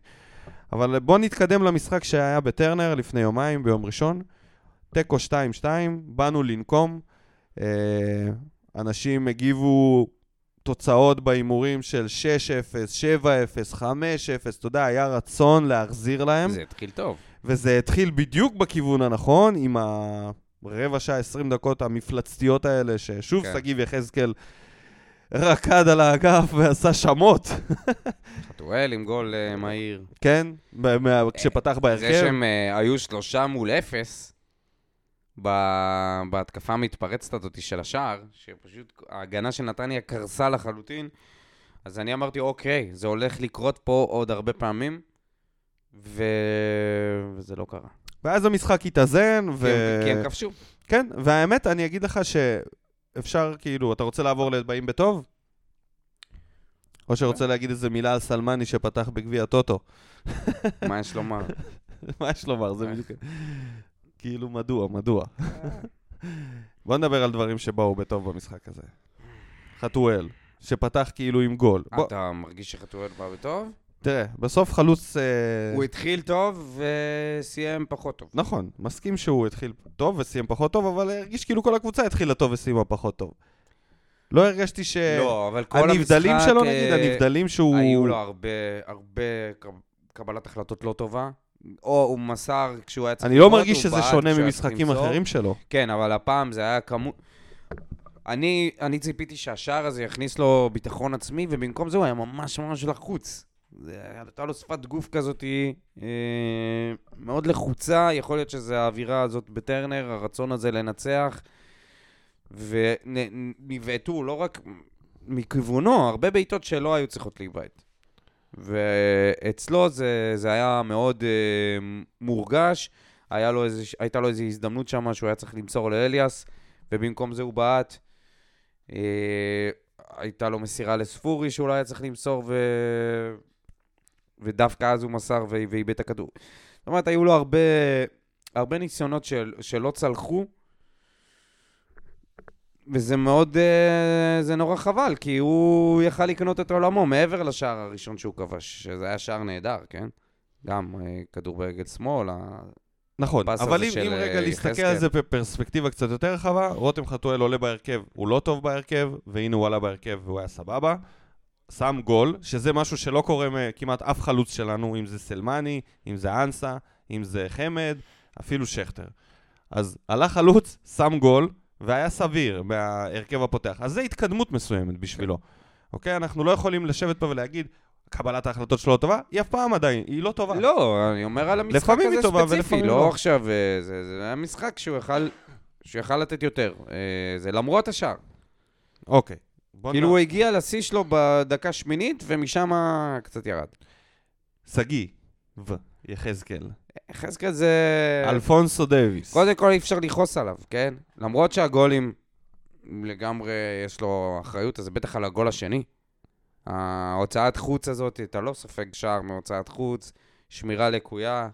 Speaker 1: אבל בואו נתקדם למשחק שהיה בטרנר לפני יומיים, ביום ראשון. תיקו 2-2, באנו לנקום. אה, אנשים הגיבו תוצאות בהימורים של 6-0, 7-0, 5-0, אתה יודע, היה רצון להחזיר להם.
Speaker 2: זה התחיל טוב.
Speaker 1: וזה התחיל בדיוק בכיוון הנכון, עם הרבע שעה, 20 דקות המפלצתיות האלה, ששוב
Speaker 2: כן.
Speaker 1: שגיב יחזקאל רקד על האגף ועשה שמות,
Speaker 2: חתואל עם גול אה, מהיר.
Speaker 1: כן? מה- מה- כשפתח
Speaker 2: זה
Speaker 1: בהרכב.
Speaker 2: שהם אה, היו שלושה מול אפס ב- בהתקפה המתפרצת הזאת של השער, שפשוט ההגנה של נתניה קרסה לחלוטין, אז אני אמרתי, אוקיי, זה הולך לקרות פה עוד הרבה פעמים, ו... וזה לא קרה.
Speaker 1: ואז המשחק התאזן,
Speaker 2: ו...
Speaker 1: ו...
Speaker 2: כי, הם, כי הם כבשו.
Speaker 1: כן, והאמת, אני אגיד לך שאפשר, כאילו, אתה רוצה לעבור לבאים בטוב? או שרוצה להגיד איזה מילה על סלמני שפתח בגביע הטוטו.
Speaker 2: מה יש לומר?
Speaker 1: מה יש לומר?
Speaker 2: אה.
Speaker 1: זה בדיוק... כאילו, מדוע? מדוע?
Speaker 2: אה.
Speaker 1: בוא נדבר על דברים שבאו בטוב במשחק הזה. חתואל, שפתח כאילו עם גול. בוא,
Speaker 2: אה, אתה מרגיש שחתואל בא בטוב?
Speaker 1: תראה, בסוף חלוץ... אה,
Speaker 2: הוא התחיל טוב וסיים פחות טוב.
Speaker 1: נכון, מסכים שהוא התחיל טוב וסיים פחות טוב, אבל הרגיש כאילו כל הקבוצה התחילה טוב וסיימה פחות טוב. לא הרגשתי ש...
Speaker 2: לא, אבל כל המשחק...
Speaker 1: הנבדלים שלו נגיד,
Speaker 2: אה,
Speaker 1: הנבדלים שהוא...
Speaker 2: היו לו הרבה, הרבה קב- קבלת החלטות לא טובה. או הוא מסר כשהוא היה צריך...
Speaker 1: אני לא
Speaker 2: למסור,
Speaker 1: מרגיש
Speaker 2: הוא
Speaker 1: שזה
Speaker 2: בעט
Speaker 1: שונה
Speaker 2: כשהוא היה צריך
Speaker 1: ממשחקים
Speaker 2: למסור.
Speaker 1: אחרים שלו.
Speaker 2: כן, אבל הפעם זה היה כמות... אני, אני ציפיתי שהשער הזה יכניס לו ביטחון עצמי, ובמקום זה הוא היה ממש ממש לחוץ. זה היה- הייתה לו שפת גוף כזאת אה, מאוד לחוצה, יכול להיות שזה האווירה הזאת בטרנר, הרצון הזה לנצח, ונבעטו לא רק מכיוונו, הרבה בעיטות שלא היו צריכות להיבעט. ואצלו זה, זה היה מאוד אה, מורגש, היה לו איזה, הייתה לו איזו הזדמנות שם שהוא היה צריך למסור לאליאס, ובמקום זה הוא בעט. אה, הייתה לו מסירה לספורי שאולי היה צריך למסור, ו... ודווקא אז הוא מסר ו- ואיבד את הכדור. זאת אומרת, היו לו הרבה, הרבה ניסיונות של, שלא צלחו, וזה מאוד, אה, זה נורא חבל, כי הוא יכל לקנות את עולמו מעבר לשער הראשון שהוא כבש, שזה היה שער נהדר, כן? גם אה, כדור ברגל שמאל, ה-
Speaker 1: נכון,
Speaker 2: הפס
Speaker 1: אבל
Speaker 2: הזה
Speaker 1: אם
Speaker 2: של,
Speaker 1: אם רגע
Speaker 2: אה,
Speaker 1: להסתכל
Speaker 2: יחזקאל.
Speaker 1: על זה בפרספקטיבה קצת יותר רחבה, רותם חתואל עולה בהרכב, הוא לא טוב בהרכב, והנה הוא עלה בהרכב והוא היה סבבה. שם גול, שזה משהו שלא קורה מכמעט אף חלוץ שלנו, אם זה סלמני, אם זה אנסה, אם זה חמד, אפילו שכטר. אז עלה חלוץ, שם גול, והיה סביר מההרכב הפותח. אז זו התקדמות מסוימת בשבילו. אוקיי? אנחנו לא יכולים לשבת פה ולהגיד, קבלת ההחלטות שלו לא טובה, היא אף פעם עדיין, היא לא טובה.
Speaker 2: לא, אני אומר על המשחק
Speaker 1: לפעמים היא
Speaker 2: הזה
Speaker 1: טובה
Speaker 2: ספציפי,
Speaker 1: ולפעמים
Speaker 2: לא
Speaker 1: לא.
Speaker 2: עכשיו, אה, זה זה היה משחק שהוא יכל... שהוא יכל לתת יותר, אה, זה למרות השאר.
Speaker 1: אוקיי. בוא
Speaker 2: כאילו
Speaker 1: נ-
Speaker 2: הוא הגיע לשיא שלו בדקה שמינית, ומשם קצת ירד.
Speaker 1: שגיא ו. יחזקאל.
Speaker 2: יחזקאל זה...
Speaker 1: אלפונסו דייוויס.
Speaker 2: אה, קודם כל אי אפשר לכעוס עליו, כן? למרות שהגולים לגמרי יש לו אחריות, אז זה בטח על הגול השני. ההוצאת חוץ הזאת, אתה לא סופג שער מהוצאת חוץ, שמירה לקויה.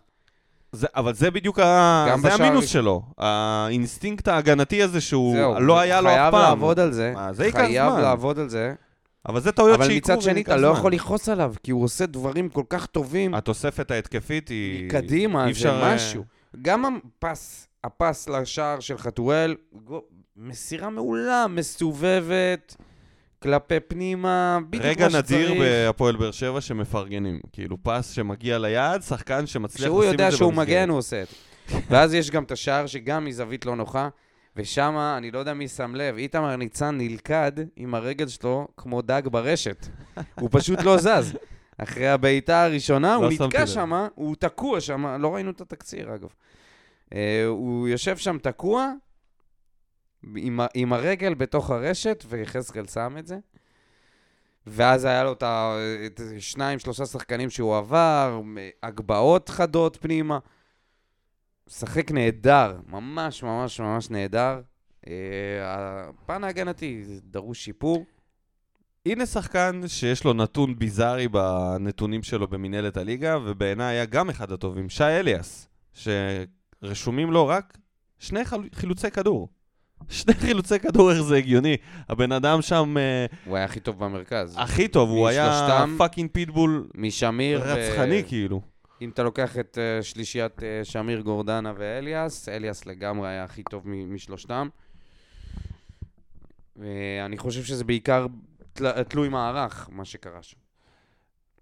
Speaker 1: זה- אבל זה בדיוק ה...
Speaker 2: גם
Speaker 1: זה
Speaker 2: בשער
Speaker 1: המינוס
Speaker 2: הראשון.
Speaker 1: שלו. האינסטינקט ההגנתי הזה שהוא
Speaker 2: זהו,
Speaker 1: לא היה לו אף פעם.
Speaker 2: חייב לעבוד על זה.
Speaker 1: מה, זה ייקח
Speaker 2: חייב
Speaker 1: זמן.
Speaker 2: לעבוד על זה.
Speaker 1: אבל זה טעויות
Speaker 2: אבל
Speaker 1: שיקרו.
Speaker 2: מצד
Speaker 1: וזה
Speaker 2: שני,
Speaker 1: ייקח
Speaker 2: אתה לא
Speaker 1: זמן.
Speaker 2: יכול לכעוס עליו, כי הוא עושה דברים כל כך טובים
Speaker 1: התוספת ההתקפית היא... אי
Speaker 2: מקדימה, זה
Speaker 1: אפשר, אה,
Speaker 2: משהו. גם הפס, הפס לשער של חתואל, גו- מסירה מעולה, מסובבת, כלפי פנימה, בדיוק
Speaker 1: רגע
Speaker 2: מה שצריך.
Speaker 1: נדיר בהפועל באר שבע שמפרגנים. כאילו, פס שמגיע ליעד, שחקן שמצליח לשים את
Speaker 2: כשהוא
Speaker 1: זה במסגרת.
Speaker 2: יודע שהוא מגן, הוא עושה את זה. ואז יש גם את השער שגם מזווית לא נוחה, ושם, אני לא יודע מי שם לב, איתמר ניצן נלכד עם הרגל שלו כמו דג ברשת. הוא פשוט לא זז. אחרי הבעיטה הראשונה, הוא
Speaker 1: לא שמתי
Speaker 2: נתקע
Speaker 1: לב.
Speaker 2: שם, הוא תקוע שם, לא ראינו את התקציר אגב. אה, הוא יושב שם תקוע, עם, ה- עם הרגל בתוך הרשת, ויחזקאל שם את זה. ואז היה לו את, ה, את שניים, שלושה שחקנים שהוא עבר, מ- הגבהות חדות פנימה. משחק נהדר, ממש ממש ממש נהדר. אה, הפן ההגנתי דרוש שיפור.
Speaker 1: הנה שחקן שיש לו נתון ביזארי בנתונים שלו במינהלת הליגה, ובעיניי היה גם אחד הטובים, שי אליאס, שרשומים לו רק שני חל... חילוצי כדור. שני חילוצי כדור, איך זה הגיוני? הבן אדם שם אה,
Speaker 2: הוא היה הכי טוב במרכז.
Speaker 1: הכי טוב, הוא היה
Speaker 2: משלושתם. אה,
Speaker 1: פאקינג פיטבול
Speaker 2: משמיר... ו-
Speaker 1: רצחני כאילו.
Speaker 2: אם אתה לוקח את אה, שלישיית אה, שמיר, גורדנה ואליאס, אליאס לגמרי היה הכי טוב מ- משלושתם. ואני חושב שזה בעיקר תל- תלוי מערך, מה שקרה שם.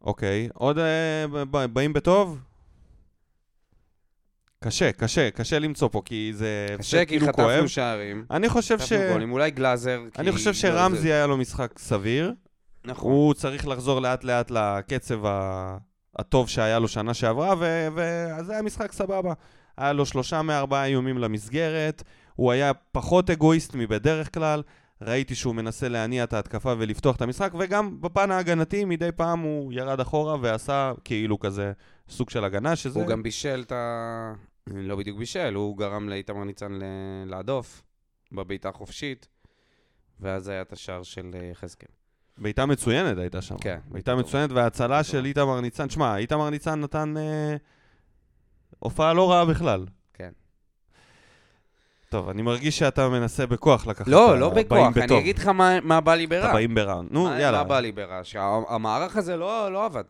Speaker 1: אוקיי, עוד אה, ב- ב- באים בטוב? קשה, קשה, קשה למצוא פה, כי זה
Speaker 2: קשה,
Speaker 1: הפסד
Speaker 2: כי
Speaker 1: כאילו
Speaker 2: חטפנו
Speaker 1: כואב.
Speaker 2: שערים,
Speaker 1: אני חושב ש...
Speaker 2: חטפנו גולים, אולי גלאזר.
Speaker 1: אני
Speaker 2: כי לא
Speaker 1: חושב
Speaker 2: גלאזר-
Speaker 1: שרמזי היה לו משחק סביר.
Speaker 2: נכון.
Speaker 1: הוא צריך לחזור לאט לאט לקצב ה- הטוב שהיה לו שנה שעברה, ו- ואז זה היה משחק סבבה. היה לו שלושה מארבעה איומים למסגרת, הוא היה פחות אגואיסט מבדרך כלל, ראיתי שהוא מנסה להניע את ההתקפה ולפתוח את המשחק, וגם בפן ההגנתי מדי פעם הוא ירד אחורה ועשה כאילו כזה סוג של הגנה, שזה...
Speaker 2: הוא גם בישל את ה... לא בדיוק בישל, הוא גרם לאיתמר ניצן ל- להדוף בבעיטה חופשית, ואז היה את השער של אה, יחזקאל.
Speaker 1: בעיטה מצוינת הייתה שם.
Speaker 2: כן,
Speaker 1: בעיטה
Speaker 2: טוב.
Speaker 1: מצוינת, וההצלה
Speaker 2: טוב.
Speaker 1: של איתמר ניצן, שמע, איתמר ניצן נתן אה, הופעה לא רעה בכלל.
Speaker 2: כן.
Speaker 1: טוב, אני מרגיש שאתה מנסה בכוח לקחת את
Speaker 2: לא,
Speaker 1: ה-
Speaker 2: לא
Speaker 1: הבאים
Speaker 2: בכוח,
Speaker 1: בטוב.
Speaker 2: אני אגיד לך מה- מה בא לי ברע.
Speaker 1: הבאים ברע. נו,
Speaker 2: מה-
Speaker 1: יאללה.
Speaker 2: מה בא לי ברע? שהמערך הזה לא לא עבד.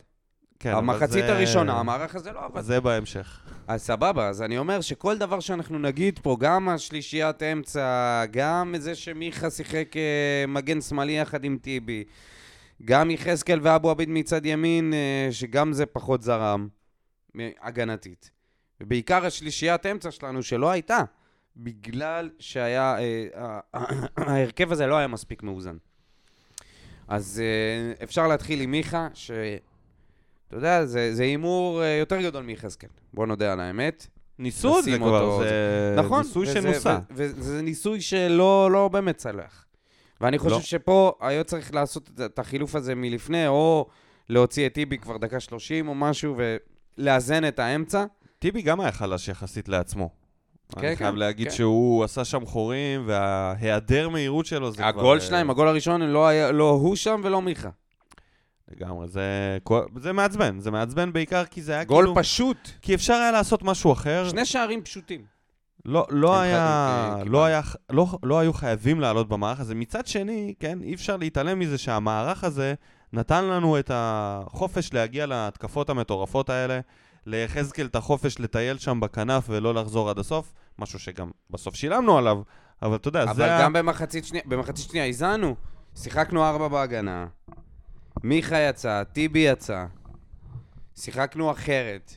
Speaker 1: כן, אבל
Speaker 2: המחצית
Speaker 1: זה-
Speaker 2: הראשונה, המערך הזה לא עבד.
Speaker 1: זה בהמשך.
Speaker 2: אז סבבה, אז אני אומר שכל דבר שאנחנו נגיד פה, גם השלישיית אמצע, גם זה שמיכה שיחק אה, מגן שמאלי יחד עם טיבי, גם יחזקאל ואבו עביד מצד ימין, אה, שגם זה פחות זרם, אה, הגנתית. ובעיקר השלישיית אמצע שלנו, שלא הייתה, בגלל שהיה... אה, ה- ההרכב הזה לא היה מספיק מאוזן. אז אה, אפשר להתחיל עם מיכה, ש... אתה יודע, זה זה הימור אה, יותר גדול מיחזקאל. בוא נודה על האמת.
Speaker 1: ניסו את זה
Speaker 2: נשים
Speaker 1: כבר,
Speaker 2: אותו-
Speaker 1: זה
Speaker 2: נכון.
Speaker 1: ניסוי
Speaker 2: וזה-
Speaker 1: שנוסע.
Speaker 2: ו- וזה ניסוי שלא לא באמת צלח. ואני חושב
Speaker 1: לא.
Speaker 2: שפה היה צריך לעשות את- את החילוף הזה מלפני, או להוציא את טיבי כבר דקה שלושים או משהו, ולאזן את האמצע.
Speaker 1: טיבי גם היה חלש יחסית לעצמו.
Speaker 2: כן,
Speaker 1: אני חייב
Speaker 2: כן,
Speaker 1: להגיד
Speaker 2: כן.
Speaker 1: שהוא עשה שם חורים, וההיעדר מהירות שלו זה כבר...
Speaker 2: הגול
Speaker 1: אה,
Speaker 2: שלהם, הגול הראשון, לא היה- לא הוא שם ולא מיכה.
Speaker 1: לגמרי, זה כואב- זה מעצבן. זה מעצבן בעיקר כי זה היה כאילו...
Speaker 2: גול פשוט.
Speaker 1: כי אפשר היה לעשות משהו אחר.
Speaker 2: שני שערים פשוטים.
Speaker 1: לא, לא,
Speaker 2: הם
Speaker 1: היה,
Speaker 2: חייבים, אה,
Speaker 1: לא, היה, לא, לא היו חייבים לעלות במערך הזה. מצד שני, כן, אי אפשר להתעלם מזה שהמערך הזה נתן לנו את החופש להגיע להתקפות המטורפות האלה, ליחזקאל את החופש לטייל שם בכנף ולא לחזור עד הסוף, משהו שגם בסוף שילמנו עליו, אבל אתה יודע, זה
Speaker 2: אבל גם במחצית שנייה, במחצית שנייה הזענו. שיחקנו ארבע בהגנה, מיכה יצא, טיבי יצא, שיחקנו אחרת.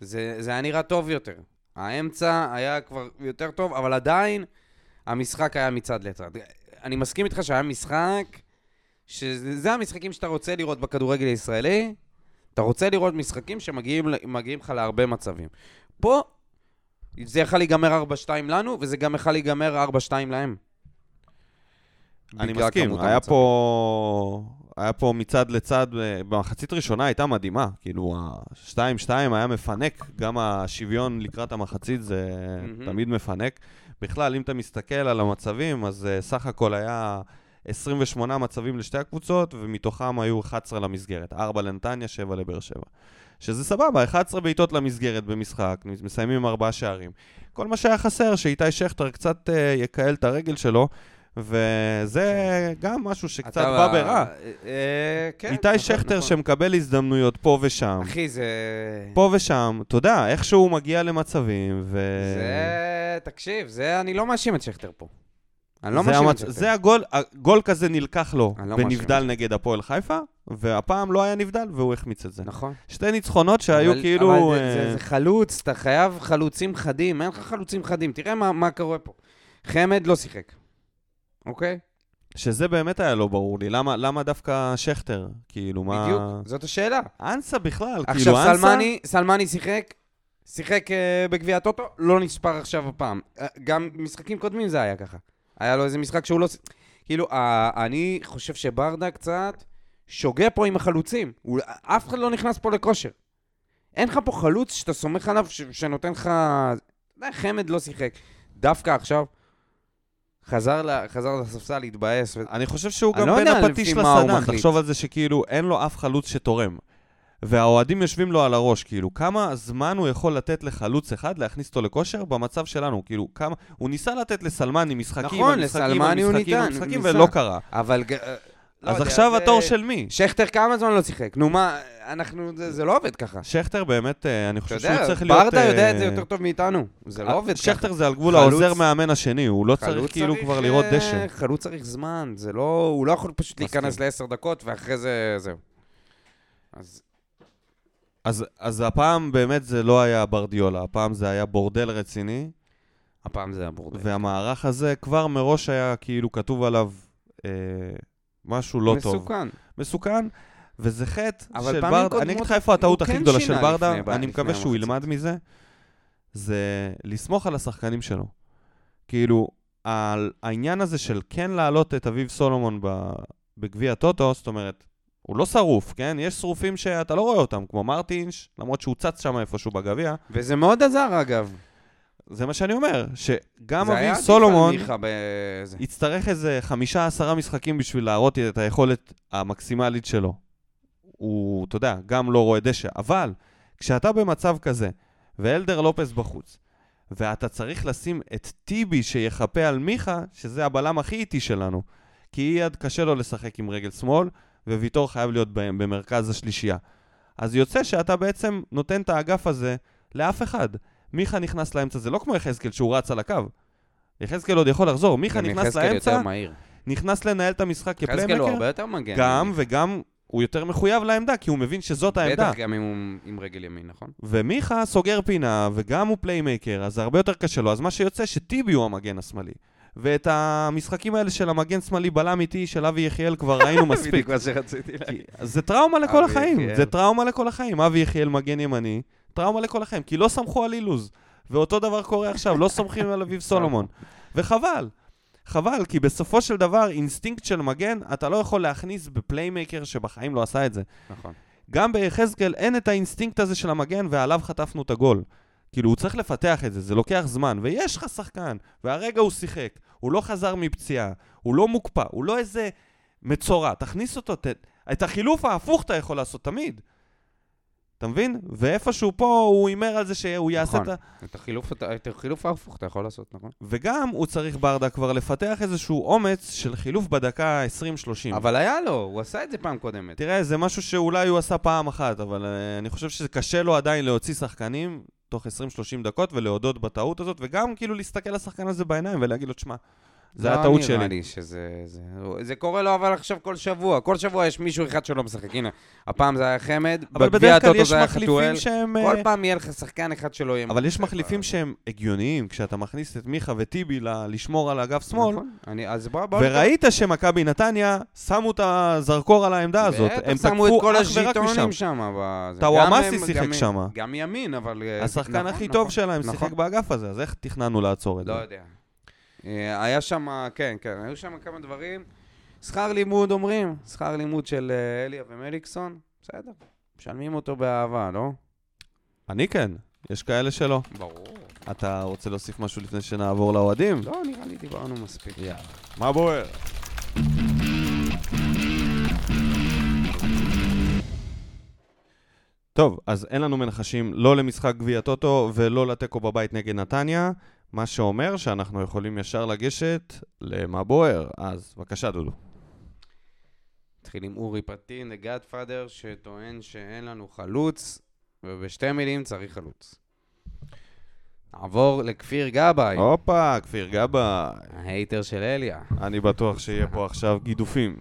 Speaker 2: זה, זה היה נראה טוב יותר. האמצע היה כבר יותר טוב, אבל עדיין המשחק היה מצד לצד. אני מסכים איתך שהיה משחק, שזה זה המשחקים שאתה רוצה לראות בכדורגל הישראלי. אתה רוצה לראות משחקים שמגיעים ל- מגיעים לך להרבה מצבים. פה זה יכל להיגמר 4-2 לנו, וזה גם יכל להיגמר 4-2 להם.
Speaker 1: אני
Speaker 2: בגלל
Speaker 1: מסכים,
Speaker 2: כמות
Speaker 1: היה
Speaker 2: המצבים.
Speaker 1: פה, היה פה מצד לצד, אה, במחצית הראשונה הייתה מדהימה, כאילו ה-2-2 היה מפנק, גם השוויון לקראת המחצית זה
Speaker 2: מהמם.
Speaker 1: תמיד מפנק. בכלל, אם אתה מסתכל על המצבים, אז אה, סך הכל היה 28 מצבים לשתי הקבוצות, ומתוכם היו 11 למסגרת, 4 לנתניה, 7 לבאר שבע. שזה סבבה, 11 בעיטות למסגרת במשחק, מסיימים עם 4 שערים. כל מה שהיה חסר, שאיתי שכטר קצת אה, יקהל את הרגל שלו, וזה גם משהו שקצת
Speaker 2: אתה-
Speaker 1: בא ברע.
Speaker 2: אה, אה, כן,
Speaker 1: איתי
Speaker 2: נכון,
Speaker 1: שכטר
Speaker 2: נכון.
Speaker 1: שמקבל הזדמנויות פה ושם,
Speaker 2: אחי, זה...
Speaker 1: פה ושם, אתה יודע, איכשהו הוא מגיע למצבים, ו...
Speaker 2: זה... תקשיב, זה... אני לא מאשים את שכטר פה. אני לא
Speaker 1: זה
Speaker 2: מאשים את
Speaker 1: המצ-
Speaker 2: שכטר.
Speaker 1: זה הגול, גול כזה נלקח לו
Speaker 2: אני לא מאשים
Speaker 1: בנבדל נגד הפועל חיפה, והפעם לא היה נבדל והוא החמיץ את זה.
Speaker 2: נכון.
Speaker 1: שתי ניצחונות שהיו
Speaker 2: אבל-
Speaker 1: כאילו...
Speaker 2: אבל זה-
Speaker 1: אה,
Speaker 2: זה- זה חלוץ, אתה חייב חלוצים חדים, אין לך חלוצים חדים. תראה מה מה קורה פה. חמד לא שיחק, אוקיי?
Speaker 1: שזה באמת היה לא ברור לי, למה, למה דווקא שכטר? כאילו, מה...
Speaker 2: בדיוק, זאת השאלה.
Speaker 1: אנסה בכלל,
Speaker 2: עכשיו
Speaker 1: כאילו אנסה...
Speaker 2: סלמני, סלמני שיחק, שיחק אה, בגביע הטוטו, לא נספר עכשיו הפעם. אה, גם משחקים קודמים זה היה ככה. היה לו איזה משחק שהוא לא... ש- כאילו, אה, אני חושב שברדה קצת שוגה פה עם החלוצים. הוא- אף אחד לא נכנס פה לכושר. אין לך פה חלוץ שאתה סומך עליו, ש- שנותן לך... אתה יודע, חמד לא שיחק. דווקא עכשיו, חזר ל- חזר לספסל, התבאס. ו-
Speaker 1: אני חושב שהוא
Speaker 2: אני
Speaker 1: גם
Speaker 2: לא
Speaker 1: בין
Speaker 2: יודע לפי
Speaker 1: הפטיש
Speaker 2: מה הוא
Speaker 1: לסדן,
Speaker 2: מחליט.
Speaker 1: תחשוב על זה שכאילו אין לו אף חלוץ שתורם. והאוהדים יושבים לו על הראש, כאילו, כמה זמן הוא יכול לתת לחלוץ אחד להכניס אותו לכושר במצב שלנו, כאילו, כמה... הוא ניסה לתת לסלמני משחקים,
Speaker 2: נכון,
Speaker 1: המשחקים,
Speaker 2: לסלמני הוא
Speaker 1: המשחקים,
Speaker 2: ניתן,
Speaker 1: המשחקים,
Speaker 2: ניסה.
Speaker 1: ולא קרה.
Speaker 2: אבל... ג- אה, לא
Speaker 1: אז
Speaker 2: יודע,
Speaker 1: עכשיו
Speaker 2: זה-
Speaker 1: התור של מי?
Speaker 2: שכטר כמה זמן לא שיחק? נו מה, אנחנו... זה זה לא עובד ככה.
Speaker 1: שכטר באמת, אה, אני
Speaker 2: אתה
Speaker 1: חושב שהוא
Speaker 2: יודע,
Speaker 1: צריך להיות...
Speaker 2: ברדה יודע את זה
Speaker 1: אה,
Speaker 2: יותר טוב מאיתנו. זה לא עובד ככה.
Speaker 1: שכטר זה על גבול
Speaker 2: חלוץ-
Speaker 1: העוזר מאמן השני, הוא לא
Speaker 2: חלוץ
Speaker 1: צריך כאילו כבר
Speaker 2: אה,
Speaker 1: לראות דשא.
Speaker 2: חלוץ צריך זמן, זה לא... הוא לא יכול פשוט
Speaker 1: מסכים.
Speaker 2: להיכנס לעשר דקות ואחרי זה... זהו. אז
Speaker 1: אז- אז הפעם באמת זה לא היה ברדיולה, הפעם זה היה בורדל רציני,
Speaker 2: הפעם זה הבורדל.
Speaker 1: והמערך הזה כבר מראש היה כאילו כתוב עליו אה, משהו לא טוב.
Speaker 2: מסוכן.
Speaker 1: מסוכן, וזה חטא
Speaker 2: אבל
Speaker 1: של
Speaker 2: פעמים
Speaker 1: ברדה. אני אגיד
Speaker 2: קודמות
Speaker 1: לך איפה הטעות
Speaker 2: הוא
Speaker 1: הכי
Speaker 2: כן
Speaker 1: גדולה
Speaker 2: שינה
Speaker 1: של ברדה,
Speaker 2: לפני- ב-
Speaker 1: אני
Speaker 2: לפני
Speaker 1: מקווה שהוא
Speaker 2: המחצית.
Speaker 1: ילמד מזה, זה לסמוך על השחקנים שלו. כאילו, על העניין הזה של כן להעלות את אביב סולומון ב- בגביע הטוטו, זאת אומרת, הוא לא שרוף, כן? יש שרופים שאתה לא רואה אותם, כמו מרטינש, למרות שהוא צץ שם איפשהו בגביע.
Speaker 2: וזה מאוד עזר, אגב.
Speaker 1: זה מה שאני אומר, שגם
Speaker 2: זה היה
Speaker 1: אביב
Speaker 2: עדיף על
Speaker 1: סולומון...
Speaker 2: מיכה בזה.
Speaker 1: יצטרך איזה חמישה עשרה משחקים בשביל להראות את היכולת המקסימלית שלו. הוא, אתה יודע, גם לא רואה דשא, אבל כשאתה במצב כזה, ואלדר לופס בחוץ, ואתה צריך לשים את טיבי שיחפה על מיכה, שזה הבלם הכי איטי שלנו, כי אייד קשה לו לשחק עם רגל שמאל, וויטור חייב להיות ב- במרכז השלישייה. אז יוצא שאתה בעצם נותן את האגף הזה לאף אחד. מיכה נכנס לאמצע, זה לא כמו יחזקאל שהוא רץ על הקו. יחזקאל עוד יכול לחזור, מיכה
Speaker 2: גם
Speaker 1: נכנס
Speaker 2: יחזקאל יותר
Speaker 1: לאמצע,
Speaker 2: מהיר.
Speaker 1: נכנס לנהל את המשחק
Speaker 2: יחזקאל הוא
Speaker 1: כפליימקר,
Speaker 2: הרבה יותר מגן.
Speaker 1: גם וגם הוא יותר מחויב לעמדה, כי הוא מבין שזאת העמדה.
Speaker 2: בטח גם אם הוא עם רגל ימין, נכון?
Speaker 1: ומיכה סוגר פינה, וגם הוא פליימקר, אז זה הרבה יותר קשה לו. אז מה שיוצא שטיבי הוא המגן השמאלי. ואת המשחקים האלה של המגן שמאלי בלם איטי של אבי יחיאל כבר ראינו מספיק.
Speaker 2: בדיוק מה שרציתי להגיד.
Speaker 1: כי זה טראומה לכל
Speaker 2: אבי
Speaker 1: החיים,
Speaker 2: יחיאל.
Speaker 1: זה טראומה לכל החיים. אבי יחיאל מגן ימני, טראומה לכל החיים, כי לא סמכו על אילוז. ואותו דבר קורה עכשיו, לא סומכים על אביב סולומון. וחבל, חבל, כי בסופו של דבר, אינסטינקט של מגן, אתה לא יכול להכניס בפליימייקר שבחיים לא עשה את זה.
Speaker 2: נכון.
Speaker 1: גם ביחזקאל אין את האינסטינקט הזה של המגן, ועליו חטפנו את הגול. כאילו, הוא צריך לפתח את זה, זה לוקח זמן, ויש לך שחקן, והרגע הוא שיחק, הוא לא חזר מפציעה, הוא לא מוקפא, הוא לא איזה מצורע, תכניס אותו, ת... את החילוף ההפוך אתה יכול לעשות תמיד. אתה מבין? ואיפשהו פה הוא הימר על זה שהוא יעשה
Speaker 2: נכון.
Speaker 1: את ה...
Speaker 2: את החילוף- את החילוף ההפוך אתה יכול לעשות, נכון?
Speaker 1: וגם הוא צריך ברדה כבר לפתח איזשהו אומץ של חילוף בדקה ה-20-30.
Speaker 2: אבל היה לו, הוא עשה את זה פעם קודמת.
Speaker 1: תראה, זה משהו שאולי הוא עשה פעם אחת, אבל אה, אני חושב שזה קשה לו עדיין להוציא שחקנים תוך 20-30 דקות ולהודות בטעות הזאת, וגם כאילו להסתכל לשחקן הזה בעיניים ולהגיד לו, תשמע, זה היה טעות
Speaker 2: לא נראה
Speaker 1: שלי.
Speaker 2: לי שזה... זה, זה קורה לו אבל עכשיו כל שבוע. כל שבוע יש מישהו אחד שלא משחק. הנה, הפעם זה היה חמד,
Speaker 1: אבל
Speaker 2: בגביע
Speaker 1: בדרך כלל
Speaker 2: הטוטו
Speaker 1: יש
Speaker 2: זה היה
Speaker 1: מחליפים
Speaker 2: חתואל.
Speaker 1: שהם...
Speaker 2: כל
Speaker 1: אה,
Speaker 2: פעם יהיה לך שחקן אחד שלא יהיה...
Speaker 1: אבל יש
Speaker 2: משחק.
Speaker 1: מחליפים שהם הגיוניים, כשאתה מכניס את מיכה וטיבי ל- לשמור על אגף שמאל,
Speaker 2: נכון. אני, אז בוא... בוא
Speaker 1: וראית שמכבי נתניה שמו את הזרקור על העמדה הזאת,
Speaker 2: בטח,
Speaker 1: הם
Speaker 2: שמו את
Speaker 1: תקפו
Speaker 2: כל
Speaker 1: אך ורק משם.
Speaker 2: הז'יטונים שם. ב- זה.
Speaker 1: טאוואמסי
Speaker 2: גם הם-
Speaker 1: שיחק
Speaker 2: גם-
Speaker 1: שמה.
Speaker 2: גם ימין, אבל... אה,
Speaker 1: השחקן
Speaker 2: נכון,
Speaker 1: הכי
Speaker 2: נכון.
Speaker 1: טוב שלהם שיחק
Speaker 2: נכון.
Speaker 1: באגף הזה, אז איך תכננו לעצור את זה?
Speaker 2: לא יודע. אה, היה שם, כן, כן, היו שם כמה דברים. שכר לימוד אומרים, שכר לימוד של אה, אליה ומליקסון, בסדר. משלמים אותו באהבה, לא?
Speaker 1: אני כן, יש כאלה שלא.
Speaker 2: ברור.
Speaker 1: אתה רוצה להוסיף משהו לפני שנעבור לאוהדים?
Speaker 2: לא, נראה לי דיברנו מספיק.
Speaker 1: יאללה. מה בוער? טוב, אז אין לנו מנחשים לא למשחק גביע טוטו ולא לתיקו בבית נגד נתניה, מה שאומר שאנחנו יכולים ישר לגשת למה בוער. אז בבקשה, דודו.
Speaker 2: נתחיל עם אורי פטין, The Godfather, שטוען שאין לנו חלוץ, ובשתי מילים צריך חלוץ. נעבור לכפיר גבאי,
Speaker 1: הופה, כפיר גבאי.
Speaker 2: ההייטר של אליה.
Speaker 1: אני בטוח שיהיה פה עכשיו גידופים.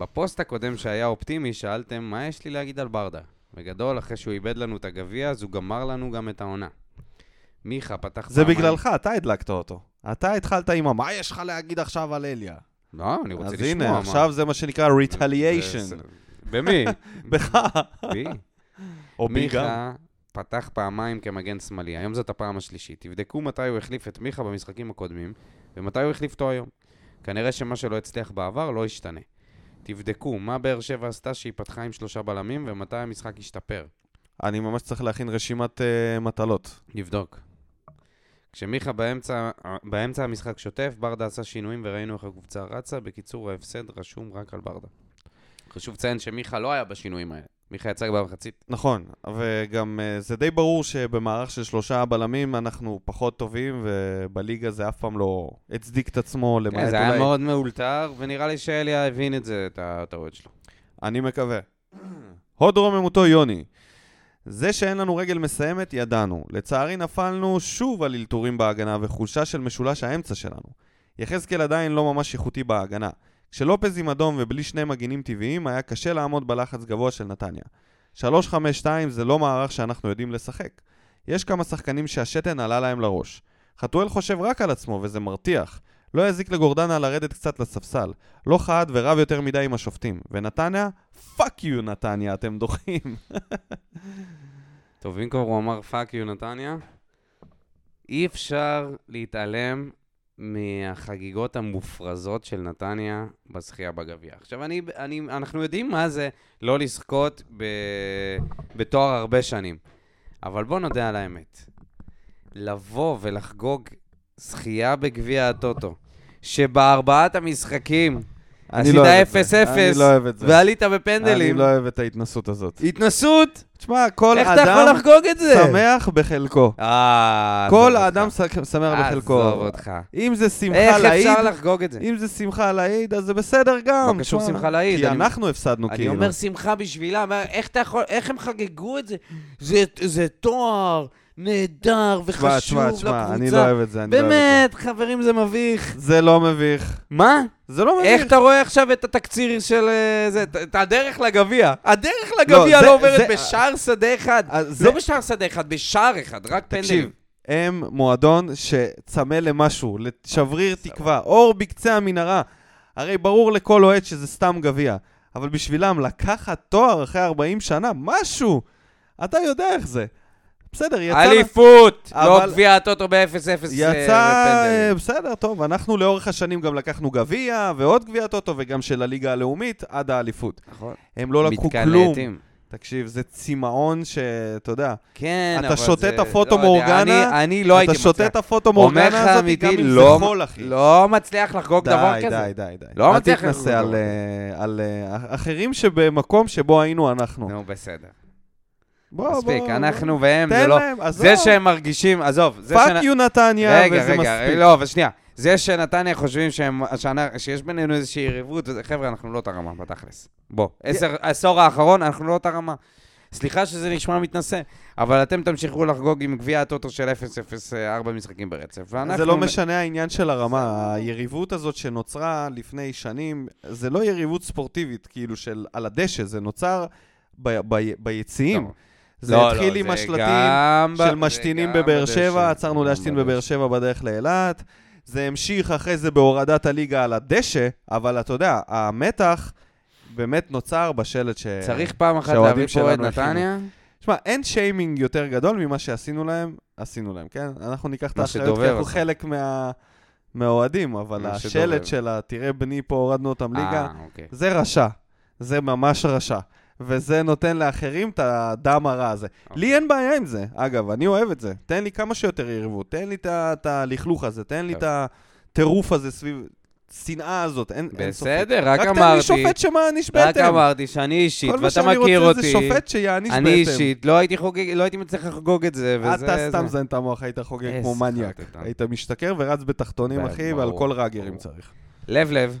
Speaker 2: בפוסט הקודם שהיה אופטימי, שאלתם מה יש לי להגיד על ברדה. בגדול, אחרי שהוא איבד לנו את הגביע, אז הוא גמר לנו גם את העונה. מיכה פתח
Speaker 1: זה
Speaker 2: פעמיים-
Speaker 1: בגללך, אתה הדלקת אותו. אתה התחלת עם ה"מה יש לך להגיד עכשיו על אליה?"
Speaker 2: לא, אני רוצה
Speaker 1: אז
Speaker 2: לשמוע.
Speaker 1: הנה,
Speaker 2: מה-
Speaker 1: עכשיו זה מה שנקרא
Speaker 2: זה-
Speaker 1: retaliation.
Speaker 2: במי?
Speaker 1: בך.
Speaker 2: בי.
Speaker 1: או בי גם.
Speaker 2: מיכה פתח פעמיים כמגן שמאלי, היום זאת הפעם השלישית. תבדקו מתי הוא החליף את מיכה במשחקים הקודמים, ומתי הוא החליף אותו היום. כנראה שמה שלא הצליח בעבר לא ישתנה. תבדקו מה באר שבע עשתה שהיא פתחה עם שלושה בלמים, ומתי המשחק השתפר.
Speaker 1: אני ממש צריך להכין רשימת אה, מטלות.
Speaker 2: נבדוק. כשמיכה באמצע, באמצע המשחק שוטף, ברדה עשה שינויים וראינו איך הקבוצה רצה. בקיצור, ההפסד רשום רק על ברדה. חשוב לציין שמיכה לא היה בשינויים האלה. מיכה יצא במחצית.
Speaker 1: נכון, וגם אה, זה די ברור שבמערך של שלושה בלמים אנחנו פחות טובים, ובליגה זה אף פעם לא הצדיק את עצמו, למעט
Speaker 2: כן,
Speaker 1: אולי...
Speaker 2: זה היה מאוד מאולתר, ונראה לי שאליה הבין את זה, את הטעויות שלו.
Speaker 1: אני מקווה. הוד רוממותו יוני. זה שאין לנו רגל מסיימת, ידענו. לצערי נפלנו שוב על אלתורים בהגנה וחולשה של משולש האמצע שלנו. יחזקאל עדיין לא ממש איכותי בהגנה. כשלופז עם אדום ובלי שני מגינים טבעיים, היה קשה לעמוד בלחץ גבוה של נתניה. 3-5-2 זה לא מערך שאנחנו יודעים לשחק. יש כמה שחקנים שהשתן עלה להם לראש. חתואל חושב רק על עצמו, וזה מרתיח. לא יזיק לגורדנה לרדת קצת לספסל. לא חד ורב יותר מדי עם השופטים. ונתניה, פאק יו נתניה, אתם דוחים.
Speaker 2: טוב, במקום הוא אמר פאק יו נתניה, אי אפשר להתעלם מהחגיגות המופרזות של נתניה בזכייה בגביע. עכשיו, אני, אני, אנחנו יודעים מה זה לא לזכות ב, בתואר הרבה שנים, אבל בוא נודה על האמת. לבוא ולחגוג זכייה בגביע הטוטו, שבארבעת המשחקים
Speaker 1: לא
Speaker 2: עשית 0-0,
Speaker 1: אני לא אוהב את זה.
Speaker 2: ועלית
Speaker 1: אני
Speaker 2: בפנדלים,
Speaker 1: לא אוהב את ההתנסות הזאת.
Speaker 2: התנסות,
Speaker 1: תשמע, כל
Speaker 2: איך אתה יכול
Speaker 1: אדם
Speaker 2: לחגוג את זה?
Speaker 1: שמח בחלקו.
Speaker 2: אה,
Speaker 1: כל
Speaker 2: עזוב
Speaker 1: האדם
Speaker 2: אותך.
Speaker 1: ש- שמח בחלקו.
Speaker 2: עזוב אותך.
Speaker 1: אם זה שמחה
Speaker 2: איך
Speaker 1: להעיד, כאילו,
Speaker 2: אפשר לחגוג את זה?
Speaker 1: אם זה שמחה להעיד, אז זה בסדר גם.
Speaker 2: לא קשור
Speaker 1: תשמע.
Speaker 2: שמחה להעיד,
Speaker 1: כי
Speaker 2: אני-
Speaker 1: אנחנו הפסדנו,
Speaker 2: אני
Speaker 1: כאילו.
Speaker 2: אומר שמחה בשבילם, מה- איך אתה יכול, איך הם חגגו את זה? זה- זה תואר נהדר
Speaker 1: תשמע,
Speaker 2: וחשוב
Speaker 1: תשמע, תשמע, אני לא
Speaker 2: לקבוצה.
Speaker 1: אוהב את זה, אני לא אוהב את זה.
Speaker 2: באמת, חברים, זה מביך.
Speaker 1: זה לא מביך.
Speaker 2: מה?
Speaker 1: זה לא מביך.
Speaker 2: איך אתה רואה עכשיו את התקציר של אה, זה, את- את הדרך לגביע? הדרך
Speaker 1: לא,
Speaker 2: לגביע
Speaker 1: זה-
Speaker 2: לא עוברת
Speaker 1: זה-
Speaker 2: בשער שדה אחד.
Speaker 1: אז זה-
Speaker 2: לא בשער שדה אחד, בשער אחד, רק
Speaker 1: תקשיב,
Speaker 2: פנדלים.
Speaker 1: הם מועדון שצמא למשהו, לשבריר תקווה, אור בקצה המנהרה. הרי ברור לכל אוהד שזה סתם גביע, אבל בשבילם לקחת תואר אחרי 40 שנה, משהו! אתה יודע איך זה. בסדר, יצא...
Speaker 2: אליפות! לא
Speaker 1: אבל-
Speaker 2: גביע הטוטו ב-0-0.
Speaker 1: יצא, אה, בסדר, טוב, אנחנו לאורך השנים גם לקחנו גביע, ועוד גביע טוטו, וגם של הליגה הלאומית, עד האליפות.
Speaker 2: נכון.
Speaker 1: הם לא לקחו כלום.
Speaker 2: מתקלטים.
Speaker 1: תקשיב, זה צמאון שאתה יודע,
Speaker 2: כן,
Speaker 1: אתה
Speaker 2: אבל
Speaker 1: שותה
Speaker 2: זה-
Speaker 1: את הפוטו
Speaker 2: לא יודע,
Speaker 1: מורגנה,
Speaker 2: אני- אני לא הייתי
Speaker 1: אתה
Speaker 2: מצליח.
Speaker 1: שותה את הפוטו מורגנה
Speaker 2: אומר לך
Speaker 1: הזאת,
Speaker 2: אמיתי,
Speaker 1: גם אם
Speaker 2: לא-
Speaker 1: זה חול, אחי.
Speaker 2: לא מצליח לחגוג דבר כזה.
Speaker 1: די, די, די.
Speaker 2: לא
Speaker 1: אל
Speaker 2: מצליח
Speaker 1: תתנסה
Speaker 2: לחזור.
Speaker 1: על, אה, על אה, אח- אחרים שבמקום שבו היינו אנחנו.
Speaker 2: נו, בסדר.
Speaker 1: בוא, בוא,
Speaker 2: מספיק,
Speaker 1: בוא.
Speaker 2: אנחנו והם, זה
Speaker 1: תן
Speaker 2: לא...
Speaker 1: להם, עזוב.
Speaker 2: זה שהם מרגישים, עזוב. זה שנ-
Speaker 1: פאק יו נתניה,
Speaker 2: רגע,
Speaker 1: וזה
Speaker 2: רגע,
Speaker 1: מספיק.
Speaker 2: לא, אבל שנייה. זה שנתניה חושבים שהם, שאנ- שיש בינינו איזושהי יריבות, וזה- חבר'ה, אנחנו לא אותה רמה, בתכלס. בוא, עשר- העשור האחרון, אנחנו לא אותה רמה. סליחה שזה נשמע מתנשא, אבל אתם תמשיכו לחגוג עם גביע הטוטו של 0-0, אה, ארבע משחקים ברצף.
Speaker 1: זה
Speaker 2: ואנחנו-
Speaker 1: לא משנה העניין של הרמה, היריבות הזאת שנוצרה לפני שנים, זה לא יריבות ספורטיבית, כאילו של על הדשא, זה נוצר ב- ב- ביציעים.
Speaker 2: לא.
Speaker 1: זה
Speaker 2: לא,
Speaker 1: התחיל
Speaker 2: לא,
Speaker 1: עם
Speaker 2: זה
Speaker 1: השלטים,
Speaker 2: גם ב-
Speaker 1: של
Speaker 2: זה
Speaker 1: משתינים
Speaker 2: גם
Speaker 1: בבאר
Speaker 2: בדשא,
Speaker 1: שבע,
Speaker 2: גם
Speaker 1: עצרנו להשתין
Speaker 2: בדשא.
Speaker 1: בבאר שבע בדרך לאילת. זה המשיך אחרי זה בהורדת הליגה על הדשא, אבל אתה יודע, המתח באמת נוצר בשלט ש...
Speaker 2: צריך פעם אחת
Speaker 1: שהאוהדים
Speaker 2: להביא פה אוהד
Speaker 1: שלנו הכינו.
Speaker 2: נתניה,
Speaker 1: תשמע, אין שיימינג יותר גדול ממה שעשינו להם, עשינו להם, כן? אנחנו ניקח את
Speaker 2: מה
Speaker 1: האחריות,
Speaker 2: שדובב
Speaker 1: כי אנחנו
Speaker 2: עשה.
Speaker 1: חלק מה... מהאוהדים, אבל
Speaker 2: מה
Speaker 1: השלט
Speaker 2: שדובב.
Speaker 1: של ה- "תראה בני, פה הורדנו אותם ליגה",
Speaker 2: אה, אוקיי.
Speaker 1: זה רשע. זה ממש רשע. וזה נותן לאחרים את הדם הרע הזה.
Speaker 2: אוקיי.
Speaker 1: לי אין בעיה עם זה, אגב, אני אוהב את זה. תן לי כמה שיותר יריבות, תן לי את ה- את הלכלוך הזה, תן לי את
Speaker 2: טוב.
Speaker 1: הטירוף הזה סביב... שנאה הזאת, אין אין סופי.
Speaker 2: בסדר, רק
Speaker 1: רק תן לי
Speaker 2: אמרתי,
Speaker 1: שופט שמעניש
Speaker 2: רק
Speaker 1: בהתאם.
Speaker 2: אמרתי שאני אישית,
Speaker 1: כל מה
Speaker 2: ואתה
Speaker 1: שאני
Speaker 2: מכיר
Speaker 1: רוצה זה
Speaker 2: אותי,
Speaker 1: שופט שיעניש בהתאם.
Speaker 2: אני אישית, לא הייתי חוגג, לא הייתי מצליח לחגוג את זה, וזה...
Speaker 1: אתה סתם
Speaker 2: זה. אה,
Speaker 1: זן את המוח, היית חוגג
Speaker 2: איזה
Speaker 1: כמו מניאק.
Speaker 2: חרטטן.
Speaker 1: היית משתכר ורץ בתחתונים,
Speaker 2: ב-
Speaker 1: אחי,
Speaker 2: ברור,
Speaker 1: ועל כל ראגר אם
Speaker 2: ברור.
Speaker 1: צריך.
Speaker 2: לב לב.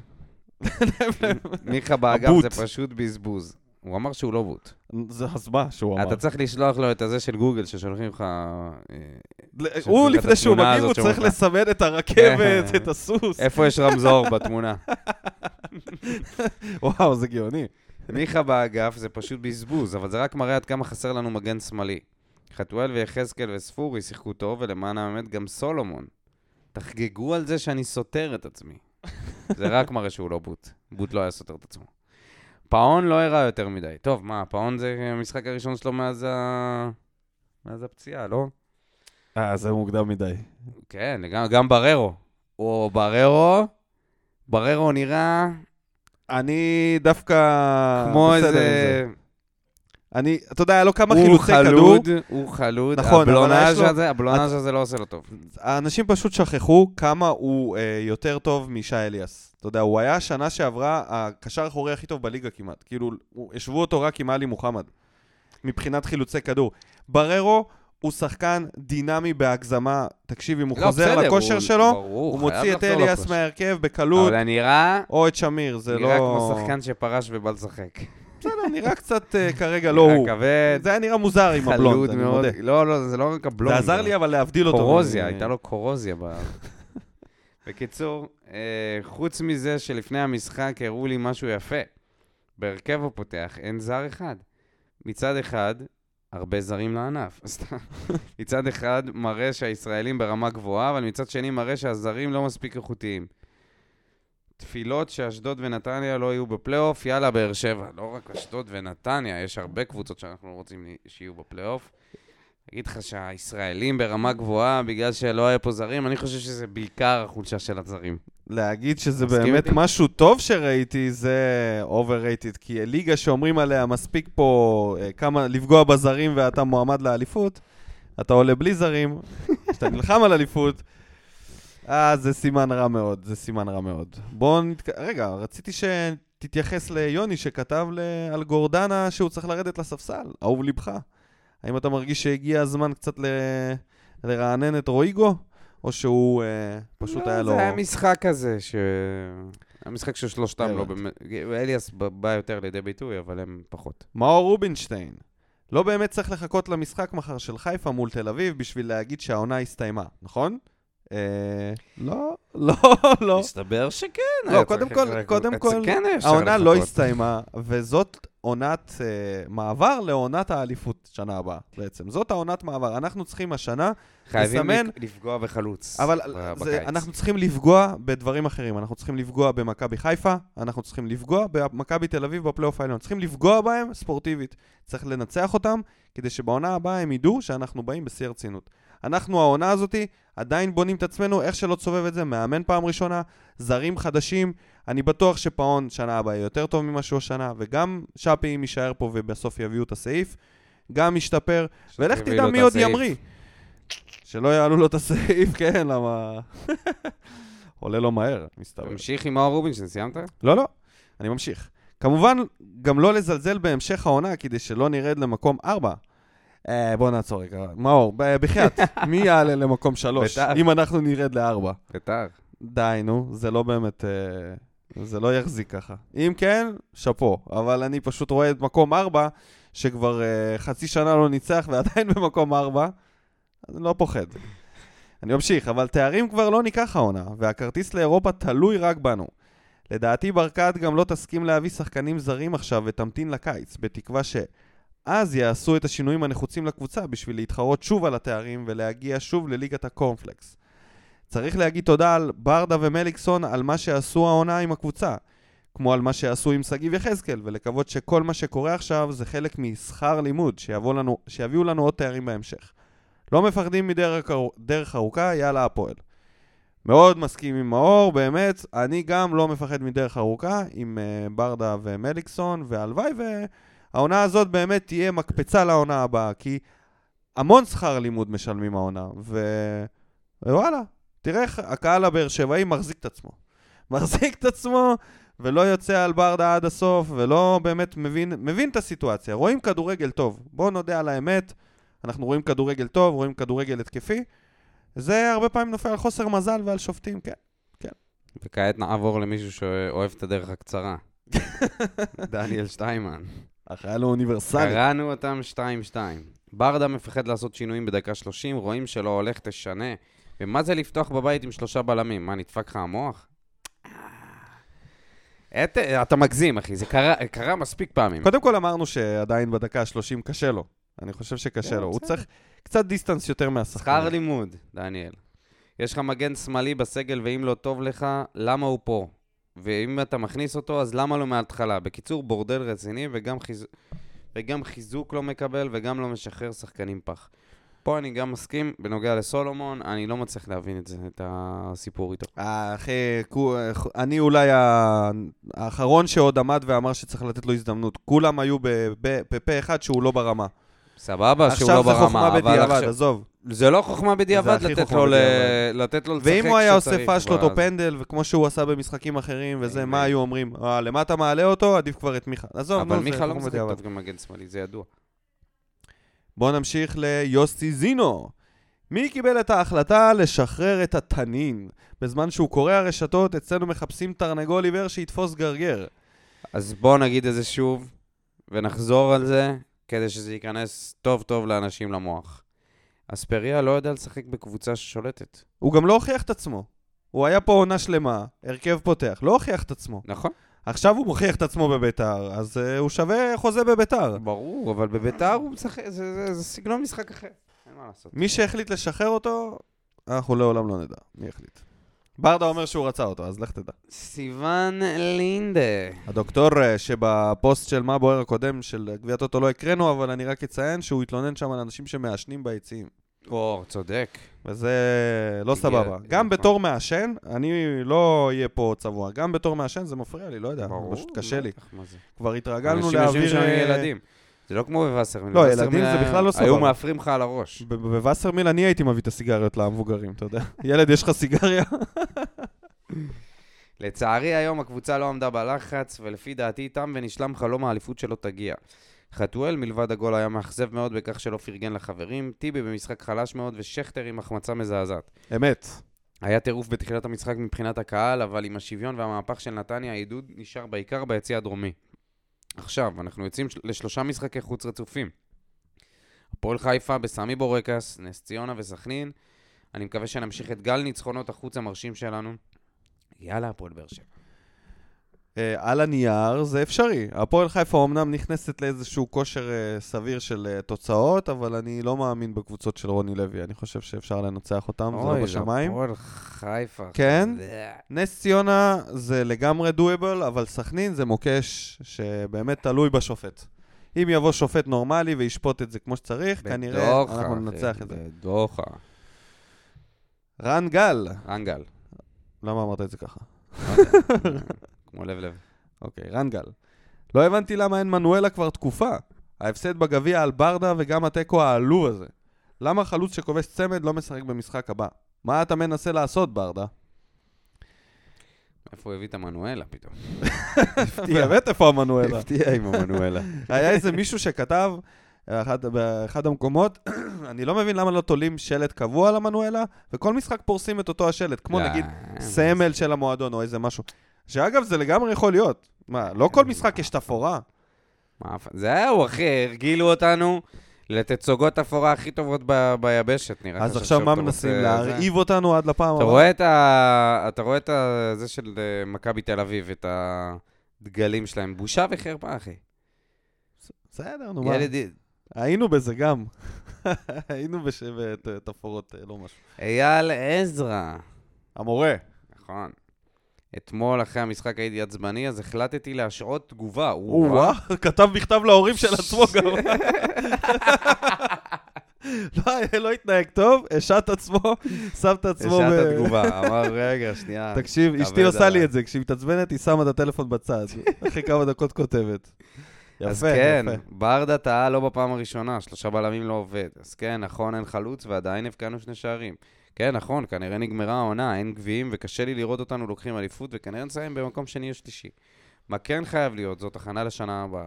Speaker 2: מיכה באגף
Speaker 1: הבוט.
Speaker 2: זה פשוט בזבוז. הוא אמר שהוא לא בוט.
Speaker 1: זה אז מה שהוא אמר.
Speaker 2: אתה צריך לשלוח לו את הזה של גוגל ששולחים לך... אה,
Speaker 1: ל-
Speaker 2: צריך
Speaker 1: הוא,
Speaker 2: לתת את
Speaker 1: לפני שהוא
Speaker 2: התמונה
Speaker 1: מגיב, הוא
Speaker 2: הזאת
Speaker 1: צריך
Speaker 2: שאומרת
Speaker 1: לסמן את הרכבת,
Speaker 2: אה.
Speaker 1: את הסוס.
Speaker 2: איפה יש רמזור בתמונה?
Speaker 1: וואו, זה גאוני.
Speaker 2: מיכה באגף זה פשוט בזבוז, אבל זה רק מראה עד כמה חסר לנו מגן שמאלי. חתואל ויחזקאל וספורי שיחקו טוב, ולמען האמת גם סולומון. תחגגו על זה שאני סותר את עצמי. זה רק מראה שהוא לא בוט. בוט לא היה סותר את עצמו. פאון לא הראה יותר מדי. טוב, מה, פאון זה המשחק הראשון שלו מאז ה... מאז הפציעה, לא?
Speaker 1: אה, זה מוקדם מדי.
Speaker 2: כן, גם, גם בררו. או בררו, בררו נראה
Speaker 1: אני דווקא...
Speaker 2: כמו
Speaker 1: אה, בסדר עם
Speaker 2: איזה...
Speaker 1: זה. אני, אתה יודע, היה לו כמה
Speaker 2: הוא
Speaker 1: חילוצי כדור.
Speaker 2: חלוד, הוא חלוד,
Speaker 1: נכון, אבל
Speaker 2: הבלונאז'
Speaker 1: יש לו-
Speaker 2: הזה, הבלונאז' הזה לא עושה לו טוב.
Speaker 1: האנשים פשוט שכחו כמה הוא אה, יותר טוב משי אליאס. אתה יודע, הוא היה שנה שעברה הקשר האחורי הכי טוב בליגה כמעט. כאילו, הוא- השוו אותו רק עם עלי מוחמד, מבחינת חילוצי כדור. בררו הוא שחקן דינמי בהגזמה. תקשיב, אם הוא
Speaker 2: לא,
Speaker 1: חוזר
Speaker 2: בסדר,
Speaker 1: לכושר
Speaker 2: הוא-
Speaker 1: שלו,
Speaker 2: ברור,
Speaker 1: הוא
Speaker 2: חייב
Speaker 1: מוציא את
Speaker 2: לחזור
Speaker 1: אליאס
Speaker 2: לכושר.
Speaker 1: מההרכב בקלות,
Speaker 2: אבל נראה,
Speaker 1: או את שמיר, זה לא...
Speaker 2: נראה כמו שחקן שפרש ובא לשחק.
Speaker 1: בסדר, נראה קצת אה, כרגע לא הוא.
Speaker 2: נראה כבד,
Speaker 1: זה היה נראה מוזר עם הבלונד,
Speaker 2: חלוד
Speaker 1: אני
Speaker 2: מאוד.
Speaker 1: מודה.
Speaker 2: לא, לא, זה לא רק הבלונד.
Speaker 1: זה עזר לי אבל להבדיל אותו.
Speaker 2: קורוזיה,
Speaker 1: מ-
Speaker 2: הייתה לו קורוזיה ב... בקיצור, אה, חוץ מזה שלפני המשחק הראו לי משהו יפה. בהרכב הפותח אין זר אחד. מצד אחד, הרבה זרים לענף, סתם. מצד אחד מראה שהישראלים ברמה גבוהה, אבל מצד שני מראה שהזרים לא מספיק איכותיים. תפילות שאשדוד ונתניה לא יהיו בפלייאוף, יאללה, באר שבע. לא רק אשדוד ונתניה, יש הרבה קבוצות שאנחנו רוצים שיהיו בפלייאוף. אגיד לך שהישראלים ברמה גבוהה, בגלל שלא היה פה זרים, אני חושב שזה בעיקר החולשה של הזרים.
Speaker 1: להגיד שזה
Speaker 2: מסכים
Speaker 1: באמת
Speaker 2: איתי?
Speaker 1: משהו טוב שראיתי, זה overrated, כי הליגה שאומרים עליה מספיק פה אה, כמה לפגוע בזרים ואתה מועמד לאליפות, אתה עולה בלי זרים, כשאתה נלחם על אליפות, אה, זה סימן רע מאוד, זה סימן רע מאוד. בואו נתק... רגע, רציתי שתתייחס ליוני שכתב ל- על גורדנה שהוא צריך לרדת לספסל, אהוב ליבך. האם אתה מרגיש שהגיע הזמן קצת ל... לרענן את רואיגו, או שהוא אה, פשוט היה לו...
Speaker 2: לא, זה היה משחק כזה, ש... המשחק של שלושתם לא
Speaker 1: הבנתי.
Speaker 2: באמת... אליאס ב- בא יותר לידי ביטוי, אבל הם פחות.
Speaker 1: מאור רובינשטיין, לא באמת צריך לחכות למשחק מחר של חיפה מול תל אביב בשביל להגיד שהעונה הסתיימה, נכון? אה... לא, לא, לא.
Speaker 2: מסתבר שכן.
Speaker 1: לא,
Speaker 2: היה
Speaker 1: קודם
Speaker 2: צריך
Speaker 1: כל-
Speaker 2: לחכות.
Speaker 1: קודם כל,
Speaker 2: כן היה אפשר
Speaker 1: העונה לא
Speaker 2: לחכות.
Speaker 1: הסתיימה, וזאת עונת אה, מעבר לעונת האליפות שנה הבאה בעצם. זאת העונת מעבר. אנחנו צריכים השנה,
Speaker 2: חייבים
Speaker 1: לסמן-
Speaker 2: לק- לפגוע בחלוץ.
Speaker 1: אבל
Speaker 2: ב-
Speaker 1: זה,
Speaker 2: בקיץ.
Speaker 1: אנחנו צריכים לפגוע בדברים אחרים. אנחנו צריכים לפגוע במכבי חיפה, אנחנו צריכים לפגוע במכבי תל אביב בפלייאוף העליון. צריכים לפגוע בהם ספורטיבית. צריך לנצח אותם, כדי שבעונה הבאה הם ידעו שאנחנו באים בשיא הרצינות. אנחנו, העונה הזאתי, עדיין בונים את עצמנו, איך שלא תסובב את זה, מאמן פעם ראשונה, זרים חדשים. אני בטוח שפאון שנה הבאה יהיה יותר טוב ממה שהוא השנה, וגם שפי, אם יישאר פה ובסוף יביאו את הסעיף, גם ישתפר, ולך
Speaker 2: יביאו
Speaker 1: תדע
Speaker 2: לו את
Speaker 1: מי עוד
Speaker 2: הסעיף.
Speaker 1: ימריא. שלא יעלו לו את הסעיף, כן, למה... עולה לו מהר, מסתבר.
Speaker 2: תמשיך עם מאור רובינשטיין, סיימת?
Speaker 1: לא, לא, אני ממשיך. כמובן, גם לא לזלזל בהמשך העונה כדי שלא נרד למקום 4. אה, בוא נעצור רגע. מאור, ב- בחייאת, מי יעלה למקום 3
Speaker 2: בית"ר.
Speaker 1: אם אנחנו נרד ל-4?
Speaker 2: ביתר.
Speaker 1: די, נו, זה לא באמת... אה, זה לא יחזיק ככה. אם כן, שאפו. אבל אני פשוט רואה את מקום 4, שכבר אה, חצי שנה לא ניצח ועדיין במקום 4, אז אני לא פוחד. אני ממשיך, אבל תארים כבר לא ניקח העונה, והכרטיס לאירופה תלוי רק בנו. לדעתי ברקת גם לא תסכים להביא שחקנים זרים עכשיו ותמתין לקיץ, בתקווה שאז יעשו את השינויים הנחוצים לקבוצה בשביל להתחרות שוב על התארים ולהגיע שוב לליגת הקורנפלקס. צריך להגיד תודה על ברדה ומליקסון על מה שעשו העונה עם הקבוצה, כמו על מה שעשו עם שגיב יחזקאל, ולקוות שכל מה שקורה עכשיו זה חלק משכר לימוד שיבוא לנו, שיביאו לנו עוד תארים בהמשך. לא מפחדים מדרך ארו- דרך ארוכה, יאללה הפועל. מאוד מסכים עם מאור, באמת, אני גם לא מפחד מדרך ארוכה עם אה, ברדה ומליקסון, והלוואי והעונה הזאת באמת תהיה מקפצה לעונה הבאה, כי המון שכר לימוד משלמים העונה, ו... ווואלה, תראה איך הקהל הבאר שבעי מחזיק את עצמו. מחזיק את עצמו ולא יוצא על ברדה עד הסוף, ולא באמת מבין, מבין את הסיטואציה. רואים כדורגל טוב, בואו נודה על האמת, אנחנו רואים כדורגל טוב, רואים כדורגל התקפי. זה הרבה פעמים נופל על חוסר מזל ועל שופטים, כן.
Speaker 2: וכעת נעבור למישהו שאוהב את הדרך הקצרה. דניאל שטיימן.
Speaker 1: החייל האוניברסלי.
Speaker 2: קראנו אותם 2-2. ברדה מפחד לעשות שינויים בדקה 30, רואים שלא הולך, תשנה. ומה זה לפתוח בבית עם שלושה בלמים? מה, נדפק לך המוח? אה. את, אתה מגזים, אחי, זה קרה, קרה מספיק פעמים.
Speaker 1: קודם כל אמרנו שעדיין בדקה ה-30 קשה לו. אני חושב שקשה
Speaker 2: כן,
Speaker 1: לו. הוא
Speaker 2: בסדר.
Speaker 1: צריך קצת דיסטנס יותר מהשחקן.
Speaker 2: שכר לימוד, דניאל. יש לך מגן שמאלי בסגל, ואם לא טוב לך, למה הוא פה? ואם אתה מכניס אותו, אז למה לא מההתחלה? בקיצור, בורדל רציני, וגם, חיז... וגם חיזוק לא מקבל, וגם לא משחרר שחקנים פח. פה אני גם מסכים, בנוגע לסולומון, אני לא מצליח להבין את זה, את הסיפור איתו.
Speaker 1: אה, אחי, כו- אני אולי ה- האחרון שעוד עמד ואמר שצריך לתת לו הזדמנות. כולם היו ב- ב- בפה אחד שהוא לא ברמה.
Speaker 2: סבבה, שהוא לא
Speaker 1: עכשיו זה
Speaker 2: ברמה,
Speaker 1: חוכמה
Speaker 2: אבל
Speaker 1: בדיעבד,
Speaker 2: עכשיו...
Speaker 1: עזוב.
Speaker 2: זה לא חוכמה בדיעבד
Speaker 1: הכי
Speaker 2: לתת
Speaker 1: חוכמה
Speaker 2: לו ל-
Speaker 1: בדיעבד.
Speaker 2: לתת לו לשחק
Speaker 1: ואם הוא היה עושה
Speaker 2: כשצריך,
Speaker 1: פאשלות
Speaker 2: אבל-
Speaker 1: או פנדל, וכמו שהוא עשה במשחקים אחרים וזה,
Speaker 2: אמן.
Speaker 1: מה היו אומרים? אה, למה אתה מעלה אותו? עדיף כבר את מיכה. עזוב, נו,
Speaker 2: אבל
Speaker 1: זה
Speaker 2: מיכה לא
Speaker 1: חוכמה
Speaker 2: משחק
Speaker 1: בדיעבד.
Speaker 2: טוב גם מגן שמאלי, זה ידוע.
Speaker 1: בואו נמשיך ליוסי זינו. מי קיבל את ההחלטה לשחרר את התנין? בזמן שהוא קורא הרשתות, אצלנו מחפשים תרנגול עיוור שיתפוס גרגר.
Speaker 2: אז בואו נגיד את זה שוב, ונחזור על זה, כדי שזה ייכנס טוב טוב לאנשים למוח. אספריה לא יודע לשחק בקבוצה ששולטת.
Speaker 1: הוא גם לא הוכיח את עצמו. הוא היה פה עונה שלמה, הרכב פותח, לא הוכיח את עצמו.
Speaker 2: נכון.
Speaker 1: עכשיו הוא מוכיח את עצמו בביתר, אז uh, הוא שווה חוזה בביתר.
Speaker 2: ברור, אבל בביתר הוא משחק, זה, זה, זה סגנון משחק אחר. אין מה לעשות.
Speaker 1: מי שהחליט לשחרר אותו, אנחנו לעולם לא נדע מי החליט. ברדה אומר שהוא רצה אותו, אז לך תדע.
Speaker 2: סיוון לינדה.
Speaker 1: הדוקטור אה, שבפוסט של מה בוער הקודם של גביע טוטו לא הקראנו, אבל אני רק אציין שהוא התלונן שם על אנשים שמעשנים ביציעים.
Speaker 2: או, צודק.
Speaker 1: וזה לא
Speaker 2: הגיע- אה, נכון.
Speaker 1: סבבה.
Speaker 2: הגיע
Speaker 1: גם
Speaker 2: הזמן.
Speaker 1: בתור מעשן, אני לא אהיה פה צבוע. גם בתור מעשן זה מפריע לי, לא יודע,
Speaker 2: ברור. אה,
Speaker 1: פשוט קשה לי.
Speaker 2: בטח, מה זה?
Speaker 1: כבר התרגלנו
Speaker 2: אנשים יושבים
Speaker 1: להעביר...
Speaker 2: שם עם
Speaker 1: אה,
Speaker 2: ילדים. זה לא כמו בווסרמיל.
Speaker 1: לא,
Speaker 2: בווסרמיל
Speaker 1: ילדים זה
Speaker 2: היה-
Speaker 1: בכלל לא
Speaker 2: היו
Speaker 1: סבבה.
Speaker 2: מאפרים לך על הראש.
Speaker 1: ב- ב- בווסרמיל אני הייתי מביא את הסיגריות למבוגרים, אתה יודע. ילד, יש לך סיגריה?
Speaker 2: לצערי היום הקבוצה לא עמדה בלחץ, ולפי דעתי תם ונשלם חלום האליפות שלו תגיע. חתואל מלבד הגול היה מאכזב מאוד בכך שלא פרגן לחברים, טיבי במשחק חלש מאוד ושכטר עם החמצה מזעזעת.
Speaker 1: אמת.
Speaker 2: היה טירוף בתחילת המשחק מבחינת הקהל, אבל עם השוויון והמהפך של נתניה, העידוד נשאר בעיקר ביציע הדרומי. עכשיו, אנחנו יוצאים של- לשלושה משחקי חוץ רצופים. הפועל חיפה בסמי בורקס, נס ציונה וסכנין. אני מקווה שנמשיך את גל ניצחונות החוץ המרשים שלנו. יאללה, הפועל באר שבע.
Speaker 1: אה, על הנייר זה אפשרי. הפועל חיפה אומנם נכנסת לאיזשהו כושר אה, סביר של אה, תוצאות, אבל אני לא מאמין בקבוצות של רוני לוי. אני חושב שאפשר לנצח אותם, זה לא בשמיים.
Speaker 2: אוי, זה הפועל חיפה.
Speaker 1: כן?
Speaker 2: זה-
Speaker 1: נס ציונה זה לגמרי דואבל, אבל סכנין זה מוקש שבאמת תלוי בשופט. אם יבוא שופט נורמלי וישפוט את זה כמו שצריך, כנראה
Speaker 2: בדוחה,
Speaker 1: אנחנו
Speaker 2: אחי,
Speaker 1: ננצח את זה.
Speaker 2: בדוחה.
Speaker 1: רן גל,
Speaker 2: אנגל.
Speaker 1: למה אמרת את זה ככה?
Speaker 2: כמו לב לב.
Speaker 1: אוקיי, רן גל. לא הבנתי למה אין מנואלה כבר תקופה. ההפסד בגביע על ברדה וגם התיקו העלוב הזה. למה חלוץ שכובש צמד לא משחק במשחק הבא? מה אתה מנסה לעשות, ברדה?
Speaker 2: איפה הוא הביא את המנואלה פתאום?
Speaker 1: באמת איפה המנואלה?
Speaker 2: הפתיע עם המנואלה.
Speaker 1: היה איזה מישהו שכתב באחד, באחד המקומות, אני לא מבין למה לא תולים שלט קבוע על המנואלה, וכל משחק פורסים את אותו השלט, כמו
Speaker 2: אה,
Speaker 1: נגיד סמל של המועדון או איזה משהו. שאגב, זה לגמרי יכול להיות. מה, לא
Speaker 2: אה,
Speaker 1: כל משחק יש תפאורה?
Speaker 2: זהו, אחי, הרגילו אותנו לתצוגות הפורה הכי טובות ב- ביבשת, נראה לך
Speaker 1: אז עכשיו
Speaker 2: שעכשיו
Speaker 1: מה
Speaker 2: אתה
Speaker 1: מנסים?
Speaker 2: רוצה-
Speaker 1: להרעיב אותנו עד לפעם
Speaker 2: אתה
Speaker 1: הבאה?
Speaker 2: רואה את ה... אתה רואה את ה... זה של אה, מכבי תל אביב, את הדגלים שלהם. בושה וחרפה, אחי.
Speaker 1: בסדר, נו מה.
Speaker 2: ילד...
Speaker 1: היינו בזה גם. היינו בש- בתפאורות, אה, לא משהו.
Speaker 2: אייל עזרא.
Speaker 1: המורה.
Speaker 2: נכון. אתמול אחרי המשחק הייתי עצבני, אז החלטתי להשעות תגובה.
Speaker 1: הוא וואו, אה, כתב מכתב להורים של עצמו גם. לא, לא התנהג טוב, השעת עצמו, שם את עצמו
Speaker 2: השעה
Speaker 1: ב-
Speaker 2: את התגובה, אמר, רגע, שנייה.
Speaker 1: תקשיב,
Speaker 2: כבד
Speaker 1: אשתי עושה לי
Speaker 2: עליי."
Speaker 1: את זה, כשהיא מתעצבנת היא שמה את הטלפון בצד, אחרי כמה דקות כותבת. יפה,
Speaker 2: אז כן,
Speaker 1: יפה.
Speaker 2: ברדה טעה לא בפעם הראשונה, שלושה בלמים לא עובד. אז כן, נכון, אין חלוץ, ועדיין הבקענו שני שערים. כן, נכון, כנראה נגמרה העונה, אין גביעים, וקשה לי לראות אותנו לוקחים אליפות, וכנראה נסיים במקום שני או שלישי. מה כן חייב להיות, זאת הכנה לשנה הבאה.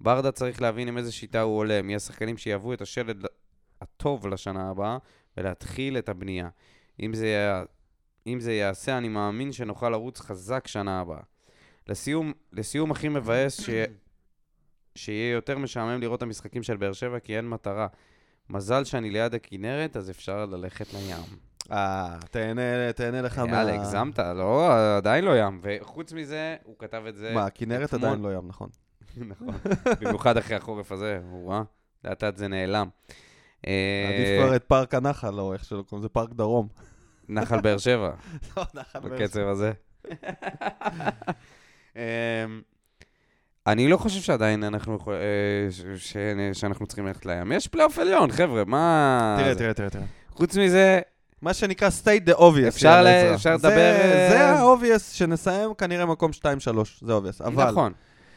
Speaker 2: ברדה צריך להבין עם איזה שיטה הוא עולה, מי השחקנים שיהוו את השלד הטוב לשנה הבאה, ולהתחיל את הבנייה. אם זה, יע- אם זה יעשה, אני מאמין שנוכל לרוץ חזק שנה הבאה. לסיום, לסיום הכי מבאס, ש... שיהיה יותר משעמם לראות את המשחקים של באר שבע, כי אין מטרה. מזל שאני ליד הכנרת, אז אפשר ללכת לים.
Speaker 1: אה, תהנה- תהנה לך מה...
Speaker 2: יאללה, הגזמת, לא, עדיין לא ים. וחוץ מזה, הוא כתב את זה...
Speaker 1: מה, הכנרת
Speaker 2: אתמול.
Speaker 1: עדיין לא ים, נכון.
Speaker 2: נכון. במיוחד אחרי החורף הזה, הוא רואה, לאט לאט זה נעלם. אה,
Speaker 1: עדיף כבר את פארק הנחל, או איך שלא קוראים לזה, פארק דרום.
Speaker 2: נחל באר שבע.
Speaker 1: לא, נחל באר שבע.
Speaker 2: בקצב הזה. אמ, אני לא חושב שעדיין אנחנו, יכול- אה, ש- ש- שאנחנו צריכים ללכת לים. יש פלייאוף עליון, חבר'ה, מה...
Speaker 1: תראה,
Speaker 2: זה?
Speaker 1: תראה, תראה, תראה.
Speaker 2: חוץ מזה,
Speaker 1: אה, מה שנקרא state the obvious.
Speaker 2: אפשר
Speaker 1: יאללה,
Speaker 2: ל-
Speaker 1: עזרא.
Speaker 2: אפשר
Speaker 1: זה-
Speaker 2: לדבר, אה,
Speaker 1: זה ה-obvious שנסיים כנראה מקום 2-3, זה obvious. אבל...
Speaker 2: נכון.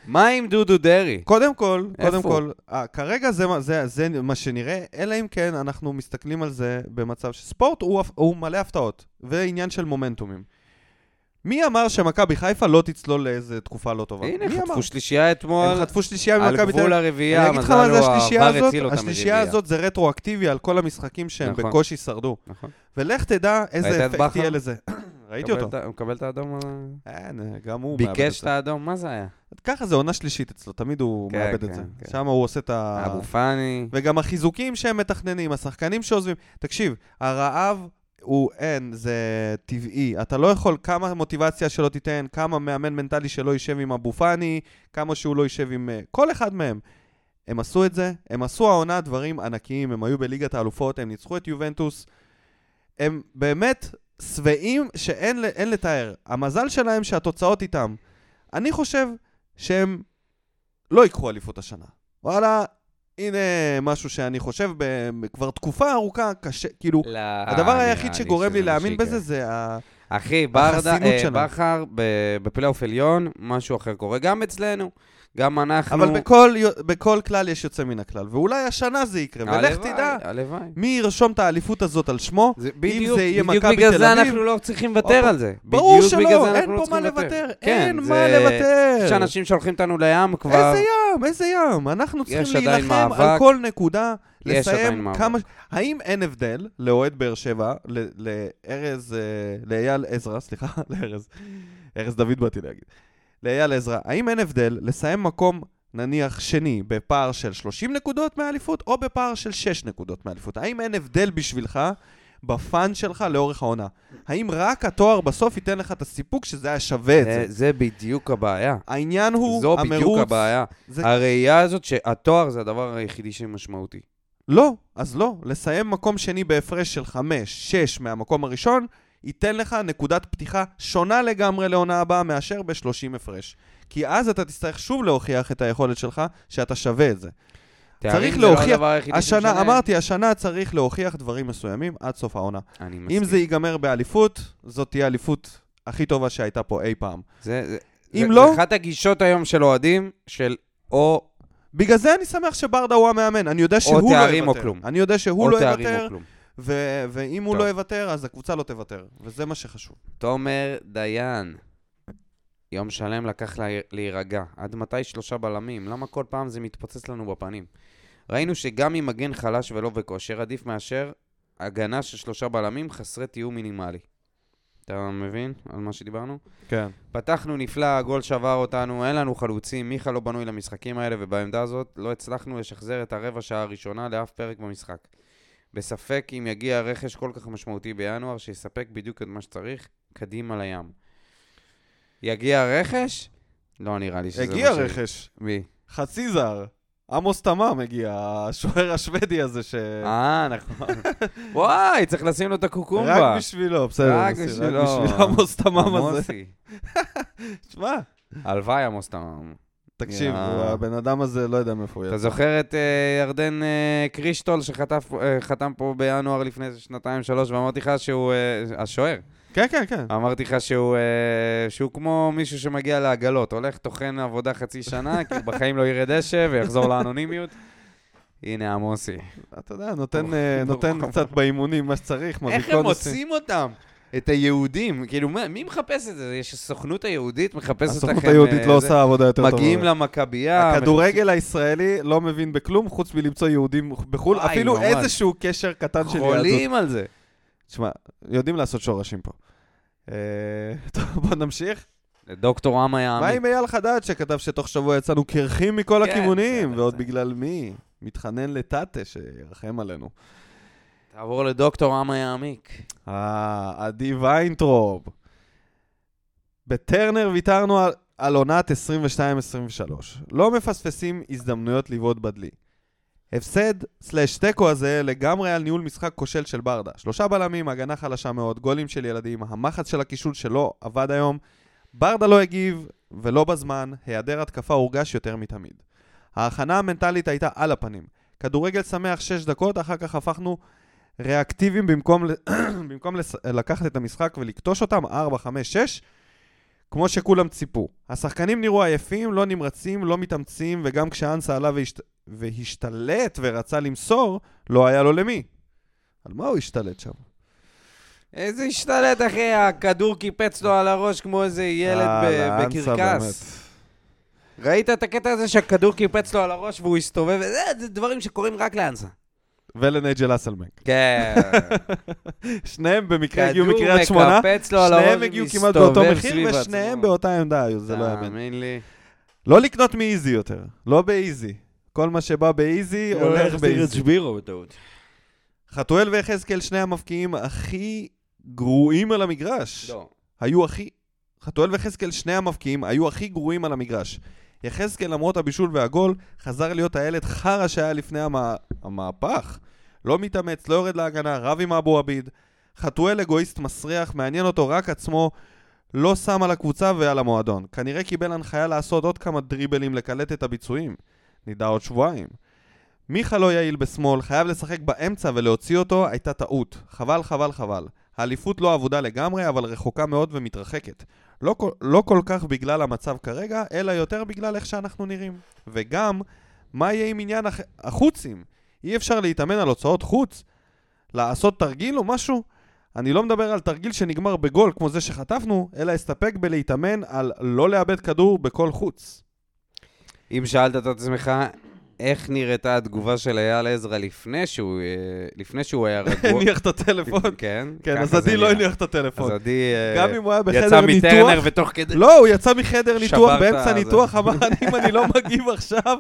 Speaker 2: מה עם דודו דרעי?
Speaker 1: קודם כל,
Speaker 2: איפה
Speaker 1: קודם
Speaker 2: הוא?
Speaker 1: כל, אה, כרגע זה, מה- זה, זה מה שנראה, אלא אם כן אנחנו מסתכלים על זה במצב שספורט הוא, הפ- הוא מלא הפתעות, ועניין של מומנטומים. מי אמר שמכבי חיפה לא תצלול לאיזו תקופה לא טובה?
Speaker 2: הנה,
Speaker 1: מי אמר?
Speaker 2: חטפו שלישייה אתמול,
Speaker 1: הם חטפו שלישייה
Speaker 2: על
Speaker 1: ממכבי תל אביב.
Speaker 2: גבול
Speaker 1: אני
Speaker 2: הרביעייה,
Speaker 1: אגיד לך מה
Speaker 2: מזל
Speaker 1: זה השלישייה
Speaker 2: הוא הציל
Speaker 1: הזאת,
Speaker 2: אותם
Speaker 1: השלישייה
Speaker 2: מרביעייה.
Speaker 1: הזאת זה רטרואקטיבי על כל המשחקים שהם
Speaker 2: נכון.
Speaker 1: בקושי שרדו.
Speaker 2: נכון.
Speaker 1: ולך תדע איזה
Speaker 2: ראית את
Speaker 1: אפקט
Speaker 2: בכר?
Speaker 1: יהיה לזה. ראיתי
Speaker 2: מקבל
Speaker 1: אותו.
Speaker 2: את ה- הוא מקבל את האדום? על ה-
Speaker 1: אין, גם הוא מאבד את
Speaker 2: ביקש את
Speaker 1: זה.
Speaker 2: האדום, מה זה היה?
Speaker 1: ככה זה עונה שלישית אצלו, תמיד הוא
Speaker 2: כן,
Speaker 1: מאבד את
Speaker 2: כן,
Speaker 1: זה.
Speaker 2: כן.
Speaker 1: שם הוא עושה את ה...
Speaker 2: אבו פאני.
Speaker 1: וגם החיזוקים שהם מתכננים, השחקנים שעוזבים. תקשיב, הרעב הוא אין, זה טבעי. אתה לא יכול, כמה מוטיבציה שלא תיתן, כמה מאמן מנטלי שלא יישב עם אבו פאני, כמה שהוא לא יישב עם... אה, כל אחד מהם. הם עשו את זה, הם עשו העונה דברים ענקיים, הם היו בליגת האלופות, הם ניצחו את יובנטוס. הם באמת שבעים שאין ל- אין לתאר. המזל שלהם שהתוצאות איתם. אני חושב שהם לא ייקחו אליפות השנה. וואלה, הנה משהו שאני חושב ב- כבר תקופה ארוכה, קשה, כאילו,
Speaker 2: לא,
Speaker 1: הדבר
Speaker 2: נראה
Speaker 1: היחיד
Speaker 2: לי
Speaker 1: שגורם
Speaker 2: שזה
Speaker 1: לי
Speaker 2: מה
Speaker 1: להאמין
Speaker 2: שיקרה.
Speaker 1: בזה זה ה...
Speaker 2: אחי, ברדה,
Speaker 1: החסינות
Speaker 2: אה,
Speaker 1: שלנו.
Speaker 2: בכר ב- בפלייאוף עליון, משהו אחר קורה. גם אצלנו, גם אנחנו...
Speaker 1: אבל בכל, יו- בכל כלל יש יוצא מן הכלל, ואולי השנה זה יקרה, ולך
Speaker 2: הלוואי,
Speaker 1: תדע
Speaker 2: הלוואי.
Speaker 1: מי ירשום את האליפות הזאת על שמו.
Speaker 2: זה
Speaker 1: אם
Speaker 2: בדיוק,
Speaker 1: זה יהיה
Speaker 2: בדיוק
Speaker 1: מכבי
Speaker 2: בגלל
Speaker 1: תל
Speaker 2: זה
Speaker 1: אביב-
Speaker 2: אנחנו לא צריכים לוותר
Speaker 1: הופה.
Speaker 2: על זה.
Speaker 1: ברור
Speaker 2: בדיוק בגלל
Speaker 1: שלא, אין
Speaker 2: זה אנחנו
Speaker 1: פה
Speaker 2: לא
Speaker 1: מה
Speaker 2: צריכים
Speaker 1: לוותר, אין
Speaker 2: כן,
Speaker 1: מה
Speaker 2: זה-
Speaker 1: לוותר.
Speaker 2: יש אנשים שולחים אותנו לים כבר.
Speaker 1: כן. איזה ים, איזה ים. אנחנו
Speaker 2: יש
Speaker 1: צריכים
Speaker 2: עדיין
Speaker 1: להילחם על
Speaker 2: מאבק.
Speaker 1: כל נקודה,
Speaker 2: יש עדיין
Speaker 1: לסיים
Speaker 2: מאבק.
Speaker 1: כמה... ש- האם אין הבדל לאוהד באר שבע, ל- לארז, אה, לאייל עזרא, סליחה, לארז, ארז דוד באתי להגיד, לאייל עזרא, האם אין הבדל לסיים מקום, נניח, שני בפער של 30 נקודות מהאליפות, או בפער של 6 נקודות מהאליפות? האם אין הבדל בשבילך? בפאן שלך לאורך העונה. האם רק התואר בסוף ייתן לך את הסיפוק שזה היה שווה את
Speaker 2: זה-
Speaker 1: זה?
Speaker 2: אה, זה בדיוק הבעיה.
Speaker 1: העניין הוא
Speaker 2: זו
Speaker 1: המרוץ.
Speaker 2: בדיוק הבעיה.
Speaker 1: זה-
Speaker 2: הראייה הזאת שהתואר זה הדבר היחידי שמשמעותי.
Speaker 1: לא, אז לא. לסיים מקום שני בהפרש של 5-6 מהמקום הראשון, ייתן לך נקודת פתיחה שונה לגמרי לעונה הבאה מאשר ב-30 הפרש. כי אז אתה תצטרך שוב להוכיח את היכולת שלך שאתה שווה את זה.
Speaker 2: תארים
Speaker 1: צריך
Speaker 2: זה לא
Speaker 1: להוכיח-
Speaker 2: הדבר היחידי
Speaker 1: השנה,
Speaker 2: שמשנה.
Speaker 1: אמרתי, השנה צריך להוכיח דברים מסוימים עד סוף העונה.
Speaker 2: אני
Speaker 1: אם
Speaker 2: מסכים.
Speaker 1: זה ייגמר באליפות, זאת תהיה האליפות הכי טובה שהייתה פה אי פעם.
Speaker 2: זה- זה-
Speaker 1: אם
Speaker 2: זה-
Speaker 1: לא-
Speaker 2: זה אחת הגישות היום של אוהדים, של או
Speaker 1: בגלל זה אני שמח שברדה הוא המאמן, אני יודע שהוא לא יוותר.
Speaker 2: תארים או כלום.
Speaker 1: אני יודע שהוא
Speaker 2: או
Speaker 1: לא
Speaker 2: תארים
Speaker 1: יוותר,
Speaker 2: או כלום.
Speaker 1: ו- ואם הוא
Speaker 2: טוב.
Speaker 1: לא יוותר, אז הקבוצה לא תוותר, וזה מה שחשוב.
Speaker 2: תומר דיין. יום שלם לקח לה... להירגע. עד מתי שלושה בלמים? למה כל פעם זה מתפוצץ לנו בפנים? ראינו שגם עם מגן חלש ולא בכושר, עדיף מאשר הגנה של שלושה בלמים חסרי תיאום מינימלי. אתה מבין על מה שדיברנו?
Speaker 1: כן.
Speaker 2: פתחנו נפלא, הגול שבר אותנו, אין לנו חלוצים, מיכה לא בנוי למשחקים האלה, ובעמדה הזאת לא הצלחנו לשחזר את הרבע שעה הראשונה לאף פרק במשחק. בספק אם יגיע רכש כל כך משמעותי בינואר, שיספק בדיוק את מה שצריך, קדימה לים. יגיע רכש? לא נראה לי שזה
Speaker 1: הגיע
Speaker 2: מה ש-
Speaker 1: רכש.
Speaker 2: מי?
Speaker 1: חצי זר. עמוס תמם הגיע, השוער השוודי הזה ש...
Speaker 2: אה, נכון. וואי, צריך לשים לו את הקוקומבה.
Speaker 1: רק בשבילו, בסדר.
Speaker 2: רק
Speaker 1: בסדר,
Speaker 2: בשבילו.
Speaker 1: רק בשביל עמוס תמם הזה.
Speaker 2: עמוסי.
Speaker 1: תשמע,
Speaker 2: הלוואי עמוס תמם.
Speaker 1: תקשיב,
Speaker 2: יא.
Speaker 1: הוא- הבן אדם הזה לא יודע מאיפה הוא
Speaker 2: אתה
Speaker 1: יצא.
Speaker 2: זוכר את אה, ירדן אה, קרישטול שחתם פה בינואר לפני איזה שנתיים, שלוש, ואמרתי לך שהוא... אה, השוער.
Speaker 1: כן, כן, כן.
Speaker 2: אמרתי לך שהוא אה, שהוא כמו מישהו שמגיע לעגלות, הולך, טוחן עבודה חצי שנה, כי בחיים לא יראה דשא ויחזור לאנונימיות. הנה עמוסי.
Speaker 1: אתה יודע, נותן,
Speaker 2: ברוך-
Speaker 1: אה, נותן
Speaker 2: ברוך
Speaker 1: קצת באימונים מה שצריך, מביא
Speaker 2: איך הם
Speaker 1: קונוסים.
Speaker 2: מוצאים אותם? את היהודים, כאילו, מה- מי מחפש את זה? יש הסוכנות היהודית מחפשת לכם...
Speaker 1: הסוכנות היהודית
Speaker 2: אה,
Speaker 1: לא
Speaker 2: זה.
Speaker 1: עושה עבודה יותר טובה.
Speaker 2: מגיעים אה, למכבייה.
Speaker 1: הכדורגל הישראלי לא מבין בכלום חוץ מלמצוא יהודים בחו"ל,
Speaker 2: וואי,
Speaker 1: אפילו
Speaker 2: ממש.
Speaker 1: איזשהו קשר קטן של יהדות.
Speaker 2: חולים על זה.
Speaker 1: תשמע, יודעים לעשות שורשים פה. אה, טוב, בוא נמשיך.
Speaker 2: דוקטור עמה
Speaker 1: מה
Speaker 2: יעמי.
Speaker 1: עם אייל חדד שכתב שתוך שבוע יצאנו קרחים מכל
Speaker 2: כן,
Speaker 1: הכיוונים,
Speaker 2: בסדר,
Speaker 1: ועוד
Speaker 2: בסדר.
Speaker 1: בגלל מי? מתחנן לטאטה שירחם עלינו.
Speaker 2: תעבור לדוקטור עמה יעמיק.
Speaker 1: אה, עדי ויינטרוב. בטרנר ויתרנו על, על עונת 22-23. לא מפספסים הזדמנויות לבעוט בדלי. הפסד סלאש תיקו הזה לגמרי על ניהול משחק כושל של ברדה. שלושה בלמים, הגנה חלשה מאוד, גולים של ילדים, המחץ של הקישול שלא עבד היום. ברדה לא הגיב, ולא בזמן, היעדר התקפה הורגש יותר מתמיד. ההכנה המנטלית הייתה על הפנים. כדורגל שמח 6 דקות, אחר כך הפכנו ריאקטיביים במקום, ל- במקום לס... לקחת את המשחק ולכתוש אותם 4, 5, 6, כמו שכולם ציפו. השחקנים נראו עייפים, לא נמרצים, לא מתאמצים, וגם כשאנסה עלה והשת... והשתלט ורצה למסור, לא היה לו למי. על מה הוא השתלט שם?
Speaker 2: איזה אה, השתלט, אחי, הכדור קיפץ לו על הראש כמו איזה ילד ב-
Speaker 1: אה, לאנסה,
Speaker 2: בקרקס. ראית את הקטע הזה שהכדור קיפץ לו על הראש והוא הסתובב? זה- זה דברים שקורים רק לאנסה.
Speaker 1: באמת. ולנייג'ל אסלמנק.
Speaker 2: כן.
Speaker 1: שניהם במקרה הגיעו
Speaker 2: כדור
Speaker 1: כן, מקריית שמונה,
Speaker 2: מקפץ לו על הראש
Speaker 1: שניהם הגיעו כמעט באותו
Speaker 2: ומסתובב
Speaker 1: מחיר,
Speaker 2: סביב עצמו. אה,
Speaker 1: ושניהם באותה עמדה היו, זה לא יאמן.
Speaker 2: תאמין לי.
Speaker 1: לא לקנות מאיזי יותר, לא באיזי. כל מה שבא
Speaker 2: לא,
Speaker 1: באיזי הולך באיזי.
Speaker 4: שבירו בטעות.
Speaker 1: חתואל ויחזקאל, שני המבקיעים הכי גרועים על המגרש.
Speaker 2: לא.
Speaker 1: היו הכי... חתואל ויחזקאל, שני המבקיעים, היו הכי גרועים על המגרש. יחזקאל, למרות הבישול והגול, חזר להיות הילד חרא שהיה לפני המה... המהפך. לא מתאמץ, לא יורד להגנה, רב עם אבו עביד. חתואל אגואיסט מסריח, מעניין אותו רק עצמו, לא שם על הקבוצה ועל המועדון. כנראה קיבל הנחיה לעשות עוד כמה דריבלים לקלט את הביצועים. נדע עוד שבועיים. מיכה לא יעיל בשמאל, חייב לשחק באמצע ולהוציא אותו, הייתה טעות. חבל, חבל, חבל. האליפות לא אבודה לגמרי, אבל רחוקה מאוד ומתרחקת. לא, כל- לא כל כך בגלל המצב כרגע, אלא יותר בגלל איך שאנחנו נראים. וגם, מה יהיה עם עניין הח... החוצים? אי אפשר להתאמן על הוצאות חוץ? לעשות תרגיל או משהו? אני לא מדבר על תרגיל שנגמר בגול כמו זה שחטפנו, אלא אסתפק בלהתאמן על לא לאבד כדור בכל חוץ.
Speaker 2: אם שאלת את עצמך, איך נראתה התגובה של אייל עזרא לפני שהוא, אה, לפני שהוא היה רגוע?
Speaker 1: הניח את הטלפון.
Speaker 2: כן,
Speaker 1: כן,
Speaker 2: ככה
Speaker 1: אז
Speaker 2: זה
Speaker 1: עדי לא
Speaker 2: נראה.
Speaker 1: הניח את
Speaker 2: אז
Speaker 1: הטלפון.
Speaker 2: עדי אה,
Speaker 1: גם אם הוא היה בחדר
Speaker 2: יצא
Speaker 1: ניתוח...
Speaker 2: מטרנר ותוך כדי...
Speaker 1: לא, הוא יצא מחדר
Speaker 2: שבר
Speaker 1: ניתוח,
Speaker 2: את
Speaker 1: באמצע
Speaker 2: הזה.
Speaker 1: ניתוח, אמר, אם אני לא מגיב עכשיו,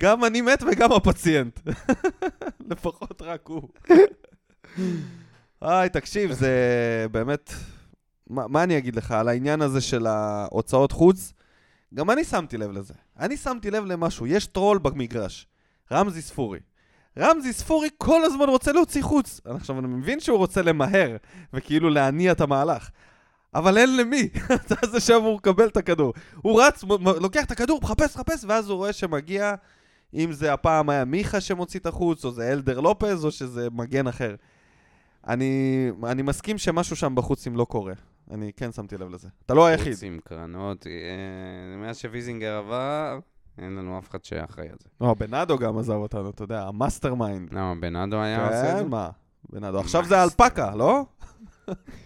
Speaker 1: גם אני מת וגם הפציינט. לפחות רק הוא. היי, תקשיב, זה באמת... מה, מה אני אגיד לך על העניין הזה של ההוצאות חוץ? גם אני שמתי לב לזה. אני שמתי לב למשהו, יש טרול במגרש. רמזי ספורי. רמזי ספורי כל הזמן רוצה להוציא חוץ. עכשיו, אני מבין שהוא רוצה למהר, וכאילו להניע את המהלך. אבל אין למי, אתה זה שאמור לקבל את הכדור. הוא רץ, מ- מ- לוקח את הכדור, מחפש, מחפש, ואז הוא רואה שמגיע, אם זה הפעם היה מיכה שמוציא את החוץ, או זה אלדר לופז, או שזה מגן אחר. אני, אני מסכים שמשהו שם בחוצים לא קורה. אני כן שמתי לב לזה. אתה לא היחיד.
Speaker 2: חוצים, קרנות, אה, מאז שוויזינגר עבר, אין לנו אף אחד שאחראי על זה.
Speaker 1: לא, בנאדו גם עזב אותנו, אתה יודע, המאסטר מיינד.
Speaker 2: למה, בנאדו היה עושה את זה?
Speaker 1: כן, מה? בנאדו. עכשיו זה אלפקה, לא?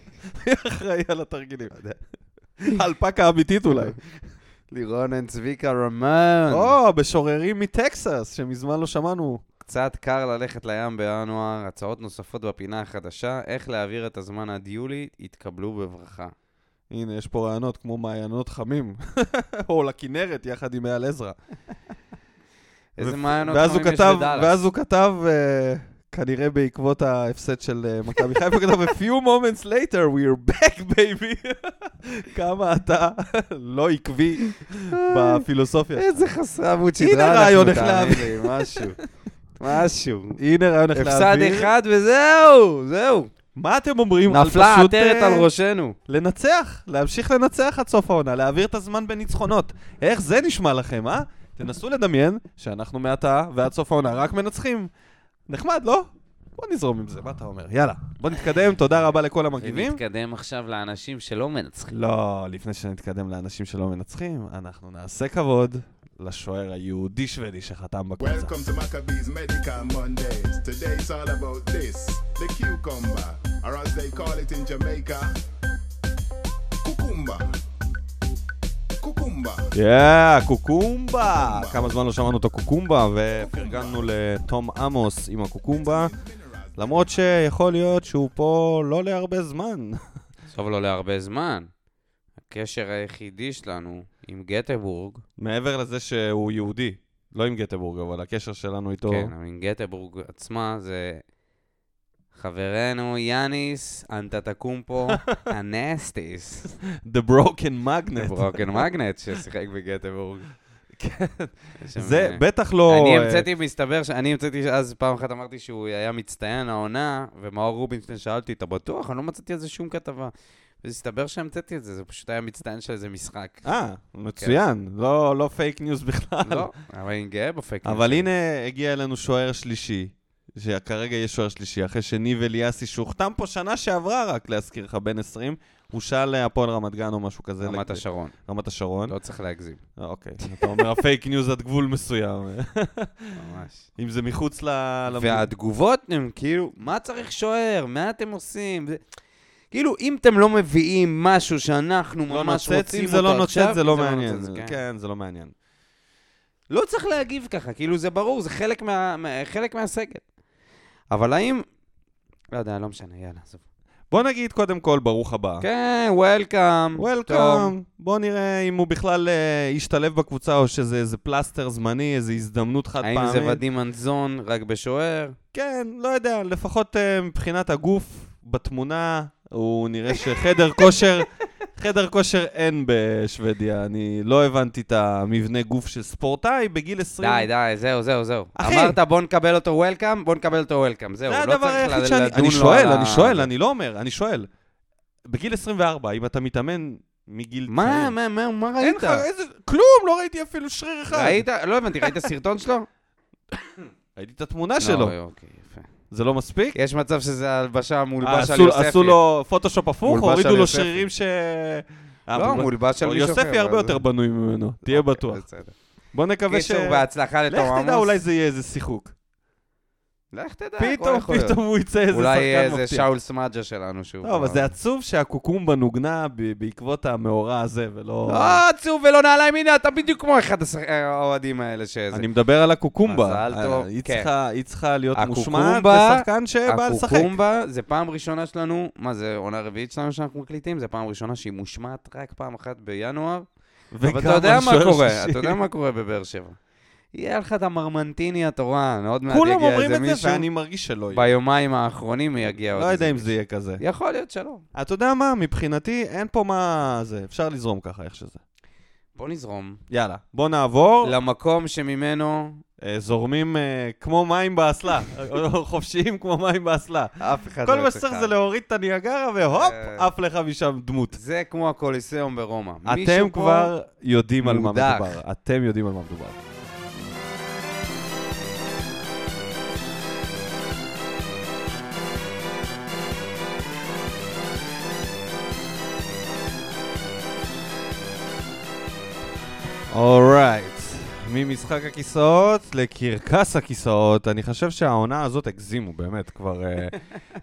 Speaker 1: מי אחראי על התרגילים?
Speaker 2: לא
Speaker 1: אלפקה אמיתית אולי.
Speaker 2: לירון אין צביקה רמון.
Speaker 1: או, בשוררים מטקסס, שמזמן לא שמענו.
Speaker 2: קצת קר ללכת לים בינואר, הצעות נוספות בפינה החדשה, איך להעביר את הזמן עד יולי, יתקבלו בברכה.
Speaker 1: הנה, יש פה רעיונות כמו מעיינות חמים, או לכנרת יחד עם אייל עזרא.
Speaker 2: איזה מעיינות
Speaker 1: ואז הוא
Speaker 2: חמים יש
Speaker 1: כתב,
Speaker 2: בדאלאס.
Speaker 1: ואז הוא כתב, אה, כנראה בעקבות ההפסד של אה, מכבי חיפה, הוא כתב, a few moments later, we are back, baby. כמה אתה לא עקבי בפילוסופיה.
Speaker 2: אה, איזה חסרי עמוד שדרה.
Speaker 1: הנה
Speaker 2: אנחנו,
Speaker 1: רעיון איך
Speaker 2: תאמין
Speaker 1: להעביר.
Speaker 2: לי, משהו. משהו.
Speaker 1: הנה רעיון איך
Speaker 2: הפסד
Speaker 1: להעביר.
Speaker 2: אחד וזהו, זהו.
Speaker 1: מה אתם אומרים? על
Speaker 2: נפלה
Speaker 1: פשוט,
Speaker 2: עטרת
Speaker 1: אה,
Speaker 2: על ראשנו.
Speaker 1: לנצח, להמשיך לנצח עד סוף העונה, להעביר את הזמן בניצחונות. איך זה נשמע לכם, אה? תנסו לדמיין שאנחנו מעתה ועד סוף העונה רק מנצחים. נחמד, לא? בוא נזרום עם זה, מה אתה אומר? יאללה, בוא נתקדם, תודה רבה לכל המגיבים.
Speaker 2: ונתקדם עכשיו לאנשים שלא מנצחים.
Speaker 1: לא, לפני שנתקדם לאנשים שלא מנצחים, אנחנו נעשה כבוד לשוער היהודי-שוודי שחתם בקבוצה.
Speaker 5: Welcome to Maccabees Medical Mondays. Today it's all about this the cucumber, or as they call it in Jamaica, cucumba. Cucumba.
Speaker 1: יאה, קוקומבה! כן, כמה זמן לא שמענו את הקוקומבה, ופרגנו לתום עמוס עם הקוקומבה, למרות שיכול להיות שהוא פה לא להרבה זמן.
Speaker 2: טוב לו להרבה זמן. הקשר היחידי שלנו עם גטבורג,
Speaker 1: מעבר לזה שהוא יהודי, לא עם גטבורג, אבל הקשר שלנו איתו...
Speaker 2: כן, אבל עם גטבורג עצמה, זה חברנו יאניס אנטטקומפו אנסטיס,
Speaker 1: The Broken Magnet.
Speaker 2: ברוקן מגנט ששיחק בגטבורג.
Speaker 1: כן.
Speaker 2: יש שם,
Speaker 1: זה
Speaker 2: אה,
Speaker 1: בטח לא...
Speaker 2: אני
Speaker 1: אה,
Speaker 2: המצאתי, מסתבר, ש- אני המצאתי אז פעם אחת אמרתי שהוא היה מצטיין העונה, ומאור רובינשטיין שאל אותי, אתה בטוח? אני לא מצאתי על זה שום כתבה. והסתבר שהמצאתי את זה, זה פשוט היה מצטיין של איזה משחק.
Speaker 1: אה, מצוין. לא לא פייק ניוז בכלל.
Speaker 2: לא, אבל אני גאה בפייק.
Speaker 1: אבל הנה הגיע אלינו שוער שלישי, שכרגע יש שוער שלישי, אחרי שניב אליאסי, שהוחתם פה שנה שעברה רק, להזכיר לך, בן 20, הושאל להפועל אה, רמת גן או משהו כזה.
Speaker 2: רמת
Speaker 1: לג-
Speaker 2: השרון,
Speaker 1: רמת השרון.
Speaker 2: לא צריך להגזים,
Speaker 1: אה, אוקיי, אתה אומר הפייק ניוז עד גבול מסוים.
Speaker 2: ממש.
Speaker 1: אם זה מחוץ ל... למ-
Speaker 2: והתגובות הן כאילו, מה צריך שוער? מה אתם עושים? זה- כאילו, אם אתם לא מביאים משהו שאנחנו
Speaker 1: לא
Speaker 2: ממש
Speaker 1: נוצץ,
Speaker 2: רוצים
Speaker 1: אם
Speaker 2: אותו
Speaker 1: זה לא
Speaker 2: עכשיו,
Speaker 1: נוצץ, זה לא
Speaker 2: נוצץ,
Speaker 1: מעניין.
Speaker 2: כן.
Speaker 1: כן, זה לא מעניין.
Speaker 2: לא צריך להגיב ככה, כאילו זה ברור, זה חלק, מה, מה- חלק מהסגל. אבל האם... לא יודע, לא משנה, יאללה, עזוב.
Speaker 1: בוא נגיד קודם כל, ברוך הבא.
Speaker 2: כן, וולקאם.
Speaker 1: וולקאם, בוא נראה אם הוא בכלל אה, ישתלב בקבוצה או שזה איזה פלסטר זמני, איזו הזדמנות חד פעמית.
Speaker 2: האם זה ודים אנזון רק בשוער?
Speaker 1: כן, לא יודע, לפחות אה, מבחינת הגוף, בתמונה, הוא נראה שחדר כושר, חדר כושר אין בשוודיה. אני לא הבנתי את המבנה גוף של ספורטאי בגיל 20.
Speaker 2: די, די, זהו, זהו, זהו.
Speaker 1: אחי!
Speaker 2: אמרת בוא נקבל אותו וולקאם, בוא נקבל אותו וולקאם. זהו,
Speaker 1: זה
Speaker 2: לא
Speaker 1: הדבר
Speaker 2: צריך
Speaker 1: היחיד
Speaker 2: ל-
Speaker 1: שאני...
Speaker 2: לדון
Speaker 1: אני
Speaker 2: לו
Speaker 1: שואל,
Speaker 2: על ה-
Speaker 1: אני שואל, אני לא אומר, אני שואל. בגיל 24, אם אתה מתאמן מגיל
Speaker 2: מה,
Speaker 1: צעיר-
Speaker 2: מה, מה, מה
Speaker 1: אין
Speaker 2: ראית?
Speaker 1: לך איזה... כלום, לא ראיתי אפילו שריר אחד.
Speaker 2: ראית? לא הבנתי, ראית סרטון שלו?
Speaker 1: ראיתי את התמונה
Speaker 2: לא,
Speaker 1: שלו.
Speaker 2: אוקיי, יפה.
Speaker 1: זה לא מספיק?
Speaker 2: יש מצב שזה ההלבשה מולבש
Speaker 1: אה,
Speaker 2: על
Speaker 1: עשו-
Speaker 2: יוספי.
Speaker 1: עשו לו פוטושופ הפוך,
Speaker 2: מולבש על
Speaker 1: הורידו לו
Speaker 2: יוספי.
Speaker 1: שרירים ש... אה,
Speaker 2: לא,
Speaker 1: מולבש-
Speaker 2: מולבש על
Speaker 1: או,
Speaker 2: מישהו אחר.
Speaker 1: יוספי הרבה
Speaker 2: אבל-
Speaker 1: יותר בנוי ממנו, תהיה
Speaker 2: אוקיי,
Speaker 1: בטוח.
Speaker 2: בסדר.
Speaker 1: בוא נקווה ש...
Speaker 2: קיצור, בהצלחה
Speaker 1: לך
Speaker 2: לתום עמוס.
Speaker 1: תדע, אולי זה יהיה איזה שיחוק.
Speaker 2: לך תדע, הכל
Speaker 1: פתאום,
Speaker 2: יכול להיות.
Speaker 1: פתאום הוא יצא איזה
Speaker 2: אולי יהיה
Speaker 1: שחקן
Speaker 2: איזה
Speaker 1: מפתיע.
Speaker 2: שאול סמדג'ה שלנו שוב. אה?
Speaker 1: לא, אבל זה עצוב שהקוקומבה נוגנה ב- בעקבות המאורע הזה, ולא...
Speaker 2: לא עצוב ולא נעליים, הנה, אתה בדיוק כמו אחד השח- האוהדים האלה שזה.
Speaker 1: אני מדבר על הקוקומבה.
Speaker 2: מזל טוב,
Speaker 1: אה, היא
Speaker 2: כן.
Speaker 1: צריכה- היא צריכה להיות מושמעת
Speaker 2: הקוקומבה-
Speaker 1: לשחקן שבא אה, לשחק.
Speaker 2: הקוקומבה, זה פעם ראשונה שלנו, מה זה עונה רביעית שלנו שאנחנו מקליטים? זה פעם ראשונה שהיא מושמעת רק פעם אחת בינואר. אבל אתה
Speaker 1: וגם
Speaker 2: יודע
Speaker 1: על
Speaker 2: מה
Speaker 1: שוער
Speaker 2: קורה,
Speaker 1: שלישי.
Speaker 2: אתה יודע מה קורה בבאר שבע. יהיה לך את המרמנטיני התורן, עוד מעט
Speaker 1: כולם
Speaker 2: יגיע
Speaker 1: אומרים
Speaker 2: איזה
Speaker 1: את זה,
Speaker 2: מישהו.
Speaker 1: ואני מרגיש שלא יהיה.
Speaker 2: ביומיים האחרונים יגיע עוד
Speaker 1: לא
Speaker 2: איזה
Speaker 1: יודע אם
Speaker 2: מישהו.
Speaker 1: זה יהיה כזה.
Speaker 2: יכול להיות שלא.
Speaker 1: אתה יודע מה, מבחינתי אין פה מה זה, אפשר לזרום ככה, איך שזה.
Speaker 2: בוא נזרום.
Speaker 1: יאללה, בוא נעבור.
Speaker 2: למקום שממנו
Speaker 1: אה, זורמים אה, כמו מים באסלה, או חופשיים כמו מים באסלה.
Speaker 2: אף אחד
Speaker 1: כל
Speaker 2: לא
Speaker 1: מה שצריך
Speaker 2: יצא.
Speaker 1: זה להוריד את הניאגרה, והופ,
Speaker 2: אה.
Speaker 1: עף לך משם דמות.
Speaker 2: זה כמו הקוליסאום ברומא. מישהו
Speaker 1: אתם
Speaker 2: פה-
Speaker 1: כבר יודעים על מה
Speaker 2: מודח.
Speaker 1: מדובר. אתם יודעים על מה מדובר. אורייט, ממשחק הכיסאות לקרקס הכיסאות. אני חושב שהעונה הזאת הגזימו, באמת, כבר... אה,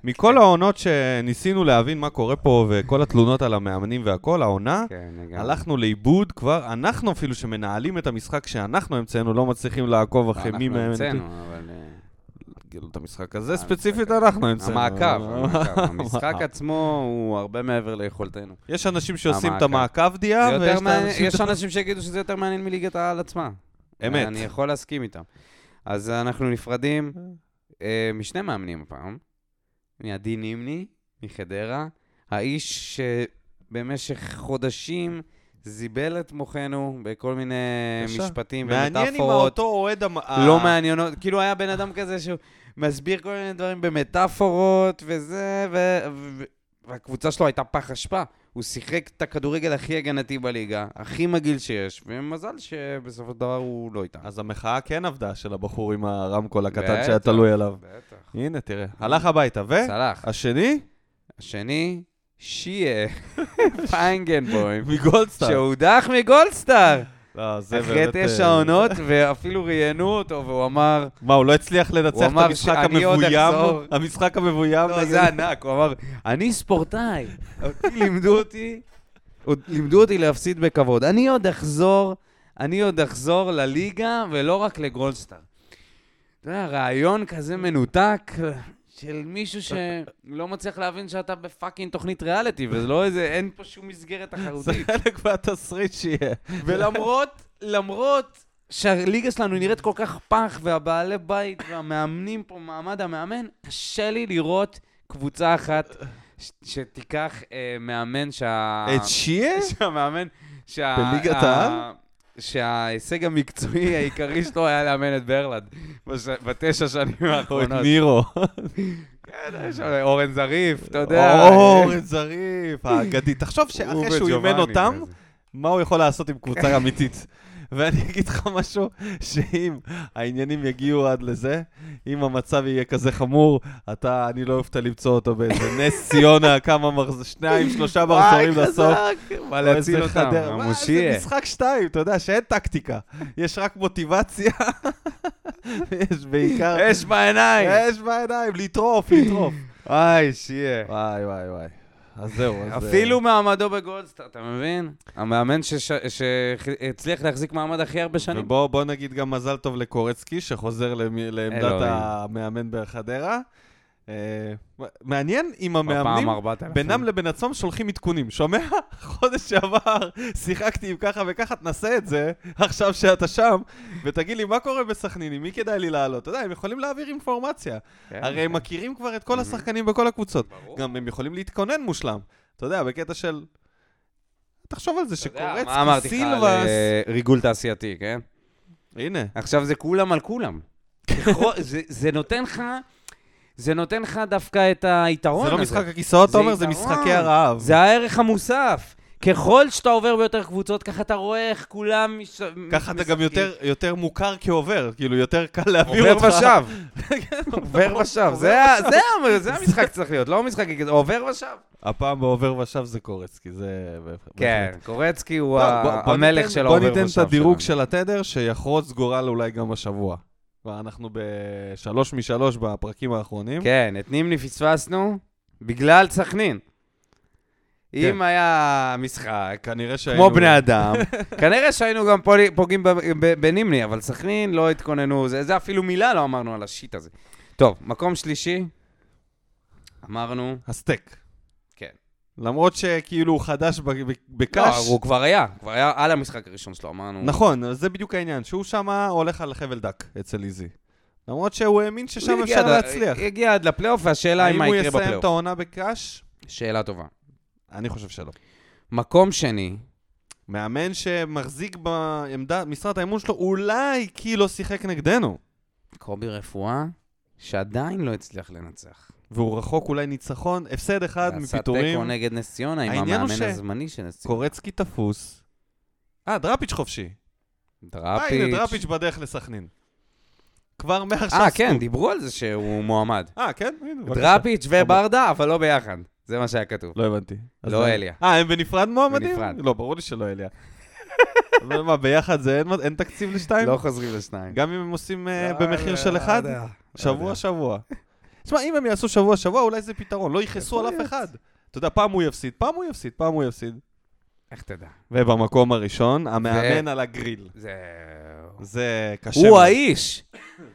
Speaker 1: מכל העונות שניסינו להבין מה קורה פה, וכל התלונות על המאמנים והכל, העונה,
Speaker 2: כן, לגמרי.
Speaker 1: הלכנו לאיבוד כבר, אנחנו אפילו שמנהלים את המשחק שאנחנו המצאנו, לא מצליחים לעקוב אחרי מי
Speaker 2: אנחנו
Speaker 1: מהם...
Speaker 2: המצאנו, אבל... אה,
Speaker 1: כאילו, את המשחק הזה
Speaker 2: המשחק
Speaker 1: ספציפית
Speaker 2: הזה.
Speaker 1: אנחנו המצאנו.
Speaker 2: המעקב,
Speaker 1: לא-
Speaker 2: המעקב. המשחק עצמו הוא הרבה מעבר ליכולתנו.
Speaker 1: יש אנשים שעושים את
Speaker 2: המעקב.
Speaker 1: המעקב דיה,
Speaker 2: זה יותר
Speaker 1: אה, ויש את
Speaker 2: מעניין-
Speaker 1: האנשים...
Speaker 2: יש אנשים שיגידו שזה יותר מעניין מליגת העל עצמה.
Speaker 1: אמת.
Speaker 2: אני יכול להסכים איתם. אז אנחנו נפרדים אה, משני מאמנים הפעם, מעדי נימני, מחדרה, האיש שבמשך חודשים זיבל את מוחנו בכל מיני
Speaker 1: בבקשה.
Speaker 2: משפטים
Speaker 1: מעניין אם
Speaker 2: ומטאפורות.
Speaker 1: אותו אוהד... המ-
Speaker 2: לא
Speaker 1: ה-
Speaker 2: מעניין, אותו. כאילו היה בן אדם כזה שהוא מסביר כל מיני דברים במטאפורות וזה, ו... ו... והקבוצה שלו הייתה פח אשפה. הוא שיחק את הכדורגל הכי הגנתי בליגה, הכי מגעיל שיש, ומזל שבסופו של דבר הוא לא איתנו.
Speaker 1: אז המחאה כן עבדה של הבחור עם הרמקול הקטן
Speaker 2: בטח,
Speaker 1: שהיה תלוי עליו.
Speaker 2: בטח.
Speaker 1: הנה, תראה. הלך הביתה, ו...
Speaker 2: צלח.
Speaker 1: השני?
Speaker 2: השני, שיה פיינגנבוים,
Speaker 1: מגולדסטאר.
Speaker 2: שהודח מגולדסטאר,
Speaker 1: לא, זה
Speaker 2: אחרי
Speaker 1: באמת, אה,
Speaker 2: תשע עונות, ואפילו ראיינו אותו, והוא אמר,
Speaker 1: מה, הוא לא הצליח
Speaker 2: הוא
Speaker 1: לנצח את
Speaker 2: אמר
Speaker 1: המשחק
Speaker 2: שאני עוד
Speaker 1: המבוים?
Speaker 2: אחזור.
Speaker 1: המשחק המבוים?
Speaker 2: לא,
Speaker 1: נגד-
Speaker 2: זה ענק, הוא אמר, אני ספורטאי. אותי לימדו אותי, עוד לימדו אותי להפסיד בכבוד. אני עוד אחזור, אני עוד אחזור לליגה ולא רק לגולדסטאר. אתה יודע, רעיון כזה מנותק של מישהו שלא מצליח להבין שאתה בפאקינג תוכנית ריאליטי, וזה לא איזה, אין פה שום מסגרת
Speaker 1: זה
Speaker 2: תחרותית.
Speaker 1: חלק מהתסריט שיהיה.
Speaker 2: ולמרות, למרות שהליגה שלנו נראית כל כך פח, והבעלי בית והמאמנים פה, מעמד המאמן, קשה לי לראות קבוצה אחת ש- שתיקח אה, מאמן שה...
Speaker 1: את שיה?
Speaker 2: שהמאמן... שה...
Speaker 1: בליגת
Speaker 2: ה-
Speaker 1: העל?
Speaker 2: שההישג המקצועי העיקרי שלו היה לאמן את ברלנד בש- בתשע שנים
Speaker 1: או את
Speaker 2: האחרונות.
Speaker 1: נירו.
Speaker 2: כן, יש שם אורן זריף, אתה יודע.
Speaker 1: אה,
Speaker 2: אה,
Speaker 1: אורן זריף, האגדי. תחשוב שאחרי
Speaker 2: הוא
Speaker 1: שהוא אימן
Speaker 2: וג'ובאני
Speaker 1: אותם,
Speaker 2: וזה.
Speaker 1: מה הוא יכול לעשות עם קבוצה אמיתית. ואני אגיד לך משהו, שאם העניינים יגיעו עד לזה, אם המצב יהיה כזה חמור, אתה, אני לא אופתע למצוא אותו באיזה נס ציונה, כמה מחז... שניים, שלושה מחזורים
Speaker 2: וואי,
Speaker 1: לסוף.
Speaker 2: חזק, בא להציל
Speaker 1: איזה
Speaker 2: אותם,
Speaker 1: חדרה. מה, זה
Speaker 2: המושיע.
Speaker 1: משחק שתיים, אתה יודע שאין טקטיקה, יש רק מוטיבציה, יש בעיקר...
Speaker 2: אש בעיניים.
Speaker 1: יש בעיניים, לטרוף, לטרוף.
Speaker 2: וואי, שיהיה.
Speaker 1: וואי, וואי, וואי. אז זהו, אז... אה,
Speaker 2: אפילו מעמדו בגולדסטאר, אתה מבין? המאמן שש- שהצליח להחזיק מעמד הכי הרבה שנים.
Speaker 1: ובוא בוא נגיד גם מזל טוב לקורצקי, שחוזר למי- לעמדת
Speaker 2: אלוהים.
Speaker 1: המאמן בחדרה. אה, מעניין אם המאמנים,
Speaker 2: בפעם 4,000.
Speaker 1: בינם לבין עצמם שולחים עדכונים. שומע? חודש שעבר שיחקתי עם ככה וככה, תנסה את זה, עכשיו שאתה שם, ותגיד לי, מה קורה בסכנין, עם מי כדאי לי לעלות? אתה יודע, הם יכולים להעביר אינפורמציה.
Speaker 2: כן.
Speaker 1: הרי הם מכירים כבר את כל השחקנים בכל הקבוצות. גם הם יכולים להתכונן מושלם. אתה יודע, בקטע של... תחשוב על זה
Speaker 2: אתה יודע,
Speaker 1: שקורצקי,
Speaker 2: מה אמרתי לך על
Speaker 1: סילבס...
Speaker 2: אה, ריגול תעשייתי, כן?
Speaker 1: הנה.
Speaker 2: עכשיו זה כולם על כולם. ככל- זה- זה נותן לך... זה נותן לך דווקא את היתרון
Speaker 1: זה
Speaker 2: הזה.
Speaker 1: לא משחק הכיסאות,
Speaker 2: זה
Speaker 1: תומר, זה
Speaker 2: יתרון.
Speaker 1: משחקי הרעב.
Speaker 2: זה הערך המוסף. ככל שאתה עובר ביותר קבוצות, ככה אתה רואה איך כולם... מש-
Speaker 1: ככה אתה גם
Speaker 2: משחקים.
Speaker 1: יותר- יותר מוכר כעובר, כאילו, יותר קל להעביר
Speaker 2: עובר
Speaker 1: אותך.
Speaker 2: ושב.
Speaker 1: כן,
Speaker 2: עובר ושב. זה ה- זה ה- זה המשחק צריך להיות, לא משחק, כזה, עובר ושב.
Speaker 1: הפעם בעובר ושב זה קורצקי, זה...
Speaker 2: כן, קורצקי הוא
Speaker 1: טוב,
Speaker 2: ה-
Speaker 1: בוא- בוא
Speaker 2: המלך
Speaker 1: ניתן-
Speaker 2: של העובר ושב
Speaker 1: בוא ניתן את הדירוג
Speaker 2: שלנו.
Speaker 1: של התדר, שיחרוץ גורל אולי גם השבוע. כבר אנחנו בשלוש משלוש בפרקים האחרונים.
Speaker 2: כן, את נימני פספסנו בגלל סכנין. אם היה משחק,
Speaker 1: כנראה כן. שהיינו...
Speaker 2: כמו בני אדם, כנראה שהיינו גם פולי- פוגעים ב- ב- בנימני, אבל סכנין לא התכוננו, זה זה אפילו מילה לא אמרנו על השיט הזה. טוב, מקום שלישי, אמרנו,
Speaker 1: הסטייק.
Speaker 2: כן.
Speaker 1: למרות שכאילו הוא חדש ב- ב-
Speaker 2: לא,
Speaker 1: בקאש.
Speaker 2: הוא כבר היה, כבר היה על המשחק הראשון שלו, אמרנו.
Speaker 1: נכון, אז זה בדיוק העניין, שהוא שם הולך על חבל דק אצל איזי. למרות שהוא האמין ששם
Speaker 2: הוא הגיע
Speaker 1: אפשר
Speaker 2: עד-
Speaker 1: להצליח.
Speaker 2: הגיע עד לפלייאוף, והשאלה היא
Speaker 1: האם
Speaker 2: מה
Speaker 1: הוא
Speaker 2: יקרה
Speaker 1: יסיים את
Speaker 2: בפלייאוף.
Speaker 1: העונה בקאש?
Speaker 2: שאלה טובה.
Speaker 1: אני חושב שלא.
Speaker 2: מקום שני,
Speaker 1: מאמן שמחזיק בעמדה, משרת האמון שלו, אולי כי לא שיחק נגדנו.
Speaker 2: קובי רפואה, שעדיין לא הצליח לנצח.
Speaker 1: והוא רחוק אולי ניצחון, הפסד אחד
Speaker 2: עשה תיקו
Speaker 1: מפיטורים,
Speaker 2: נגד נס ציונה עם
Speaker 1: העניין הוא
Speaker 2: המאמן
Speaker 1: ש-
Speaker 2: הזמני של נס ציונה.
Speaker 1: קורצקי תפוס. אה, דראפיץ' חופשי. אה, הנה, דראפיץ'
Speaker 2: דראפיץ'.
Speaker 1: בדרך לסכנין. כבר מעכשיו...
Speaker 2: אה, כן,
Speaker 1: סקופ.
Speaker 2: דיברו על זה שהוא מועמד.
Speaker 1: אה, כן? הנה, בבקשה. אוקיי.
Speaker 2: דראפיץ' וברדה, אבל לא ביחד. זה מה שהיה כתוב.
Speaker 1: לא הבנתי. אז
Speaker 2: לא
Speaker 1: זה-
Speaker 2: אליה.
Speaker 1: אה, הם בנפרד מועמדים?
Speaker 2: בנפרד.
Speaker 1: לא, ברור לי שלא אליה. אבל מה, ביחד זה אין- אין תקציב לשתיים?
Speaker 2: לא חוזרים לשניים.
Speaker 1: גם אם הם עושים אה,
Speaker 2: לא,
Speaker 1: במחיר
Speaker 2: לא,
Speaker 1: של
Speaker 2: לא
Speaker 1: אחד?
Speaker 2: יודע, לא
Speaker 1: שבוע,
Speaker 2: יודע.
Speaker 1: שבוע. תשמע, אם הם יעשו שבוע, שבוע, אולי זה פתרון. לא יכעסו על אף אחד. אתה יודע, פעם הוא יפסיד, פעם הוא יפסיד, פעם הוא יפסיד.
Speaker 2: איך תדע?
Speaker 1: ובמקום הראשון, המאמן על הגריל.
Speaker 2: זהו.
Speaker 1: זה קשה.
Speaker 2: הוא
Speaker 1: מאוד.
Speaker 2: האיש.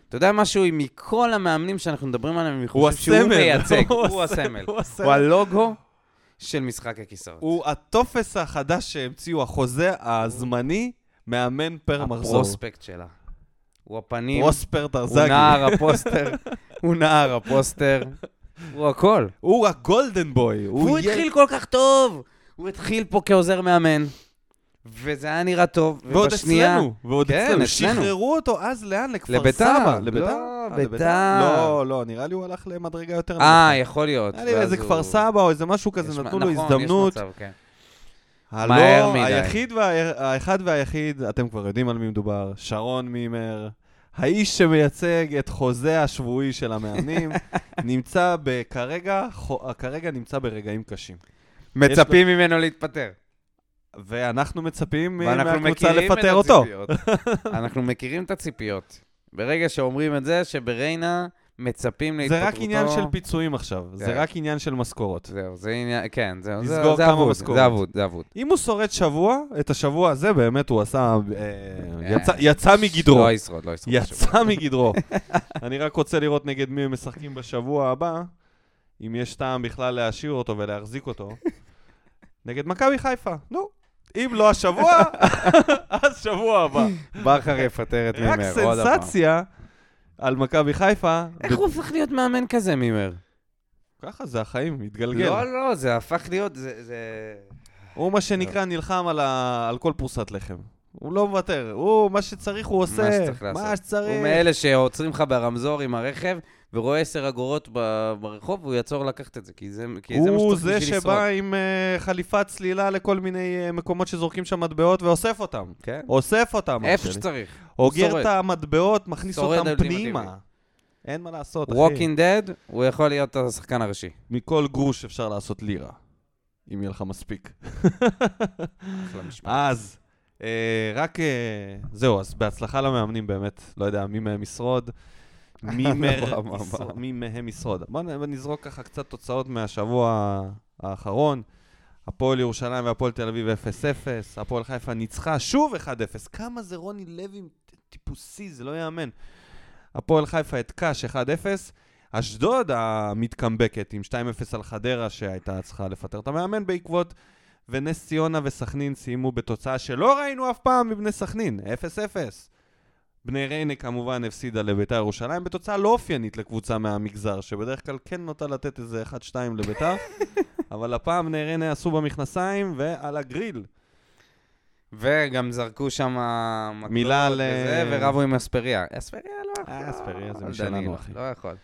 Speaker 2: אתה יודע משהו, מכל המאמנים שאנחנו מדברים עליהם, אני
Speaker 1: הוא
Speaker 2: חושב שהוא
Speaker 1: הסמל.
Speaker 2: מייצג. הוא הסמל.
Speaker 1: הוא הסמל.
Speaker 2: הוא הלוגו של משחק הכיסאות.
Speaker 1: הוא הטופס החדש שהמציאו, החוזה הזמני, מאמן פר מחזור.
Speaker 2: הפרוספקט שלה. הוא הפנים,
Speaker 1: פרוספר
Speaker 2: הוא
Speaker 1: טרזגי.
Speaker 2: נער הפוסטר, הוא נער הפוסטר, הוא הכל.
Speaker 1: הוא הגולדן בוי.
Speaker 2: והוא התחיל כל כך טוב! הוא התחיל פה כעוזר מאמן, וזה היה נראה טוב,
Speaker 1: ועוד
Speaker 2: ובשנייה-
Speaker 1: אצלנו, ועוד
Speaker 2: כן,
Speaker 1: אצלנו.
Speaker 2: אצלנו.
Speaker 1: שחררו אותו אז לאן? לכפר
Speaker 2: לביתר.
Speaker 1: סבא.
Speaker 2: לא,
Speaker 1: אה,
Speaker 2: ביתר.
Speaker 1: לא, לא, נראה לי הוא הלך למדרגה יותר
Speaker 2: אה, יכול להיות.
Speaker 1: נראה לי
Speaker 2: ואז
Speaker 1: איזה
Speaker 2: הוא-
Speaker 1: כפר סבא או איזה משהו
Speaker 2: יש-
Speaker 1: כזה, נתנו לו
Speaker 2: נכון, יש
Speaker 1: הזדמנות.
Speaker 2: מצב, כן. מהר
Speaker 1: הלא,
Speaker 2: מדי.
Speaker 1: היחיד וה- האחד והיחיד, אתם כבר יודעים על מי מדובר, שרון מימר, האיש שמייצג את חוזה השבועי של המאמנים, נמצא ב- כרגע, חו- כרגע נמצא ברגעים קשים.
Speaker 2: מצפים ממנו להתפטר.
Speaker 1: ואנחנו מצפים
Speaker 2: ואנחנו
Speaker 1: מהקבוצה
Speaker 2: מכירים את
Speaker 1: לפטר אותו.
Speaker 2: הציפיות. אנחנו מכירים את הציפיות. ברגע שאומרים את זה, שבריינה מצפים
Speaker 1: זה
Speaker 2: להתפטרותו...
Speaker 1: רק עניין של פיצויים עכשיו, זה
Speaker 2: כן.
Speaker 1: רק עניין של משכורות.
Speaker 2: זהו, זה עניין, כן, זהו, זה,
Speaker 1: לסגור
Speaker 2: זה
Speaker 1: כמה
Speaker 2: אבוד,
Speaker 1: משכורות.
Speaker 2: זה אבוד, זה אבוד.
Speaker 1: אם הוא שורד שבוע, את השבוע הזה באמת הוא עשה, אה,
Speaker 2: אה,
Speaker 1: יצא- יצא מגדרו.
Speaker 2: לא ישרוד, לא ישרוד. שוב.
Speaker 1: יצא מגדרו. אני רק רוצה לראות נגד מי הם משחקים בשבוע הבא, אם יש טעם בכלל להשאיר אותו ולהחזיק אותו. נגד מכבי חיפה, נו. אם לא השבוע, אז שבוע הבא.
Speaker 2: בכר יפטר את מימר,
Speaker 1: רק
Speaker 2: עוד הפעם.
Speaker 1: סנסציה על מכבי חיפה.
Speaker 2: איך הוא הפך להיות מאמן כזה, מימר?
Speaker 1: ככה זה החיים, מתגלגל.
Speaker 2: לא, לא, זה הפך להיות, זה... זה- לא.
Speaker 1: הוא מה שנקרא נלחם על ה- על כל פרוסת לחם. הוא לא מוותר. הוא, מה שצריך הוא עושה.
Speaker 2: מה שצריך לעשות.
Speaker 1: מה שצריך.
Speaker 2: הוא מאלה שעוצרים לך ברמזור עם הרכב, ורואה 10 אגורות ב- ברחוב, והוא יעצור לקחת את זה, כי זה, כי זה מה
Speaker 1: הוא
Speaker 2: שצריך
Speaker 1: זה
Speaker 2: בשביל לשרוד.
Speaker 1: שבא עם אה, חליפת צלילה לכל מיני אה, מקומות שזורקים שם מטבעות ואוסף אותם.
Speaker 2: כן.
Speaker 1: אוסף אותם, אח
Speaker 2: איפה
Speaker 1: שלי.
Speaker 2: שצריך.
Speaker 1: אוגר
Speaker 2: שורד.
Speaker 1: את המטבעות, מכניס
Speaker 2: שורד
Speaker 1: אותם
Speaker 2: אולטימטיבי.
Speaker 1: פנימה. אין מה לעשות, אחי.
Speaker 2: Walking Dead, הוא יכול להיות השחקן הראשי.
Speaker 1: מכל גרוש אפשר לעשות לירה. אם יהיה לך מספיק.
Speaker 2: אחלה משפט.
Speaker 1: אז, אה, רק... אה, זהו, אז בהצלחה למאמנים באמת. לא יודע מי מהם ישרוד. מי מהם
Speaker 2: מה,
Speaker 1: ישרוד- מי מהם ישרוד. בואו נ- נזרוק ככה קצת תוצאות מהשבוע האחרון. הפועל ירושלים והפועל תל אביב 0-0, הפועל חיפה ניצחה שוב 1-0. כמה זה רוני לוי טיפוסי, זה לא ייאמן. הפועל חיפה את קאש 1-0, אשדוד המתקמבקת עם 2-0 על חדרה שהייתה צריכה לפטר את המאמן בעקבות, ונס ציונה וסכנין סיימו בתוצאה שלא ראינו אף פעם מבני סכנין, 0-0. בני ריינה כמובן הפסידה לביתר ירושלים בתוצאה לא אופיינית לקבוצה מהמגזר, שבדרך כלל כן נוטה לתת איזה 1-2 לביתר, אבל הפעם בני ריינה עשו במכנסיים ועל הגריל.
Speaker 2: וגם זרקו שם מקלות
Speaker 1: מילה ל-
Speaker 2: וזה, ורבו עם אספריה. אספריה לא יכול.
Speaker 1: אה, אספריה זה
Speaker 2: אבל
Speaker 1: משלנו,
Speaker 2: דנינו,
Speaker 1: אחי.
Speaker 2: לא יכול.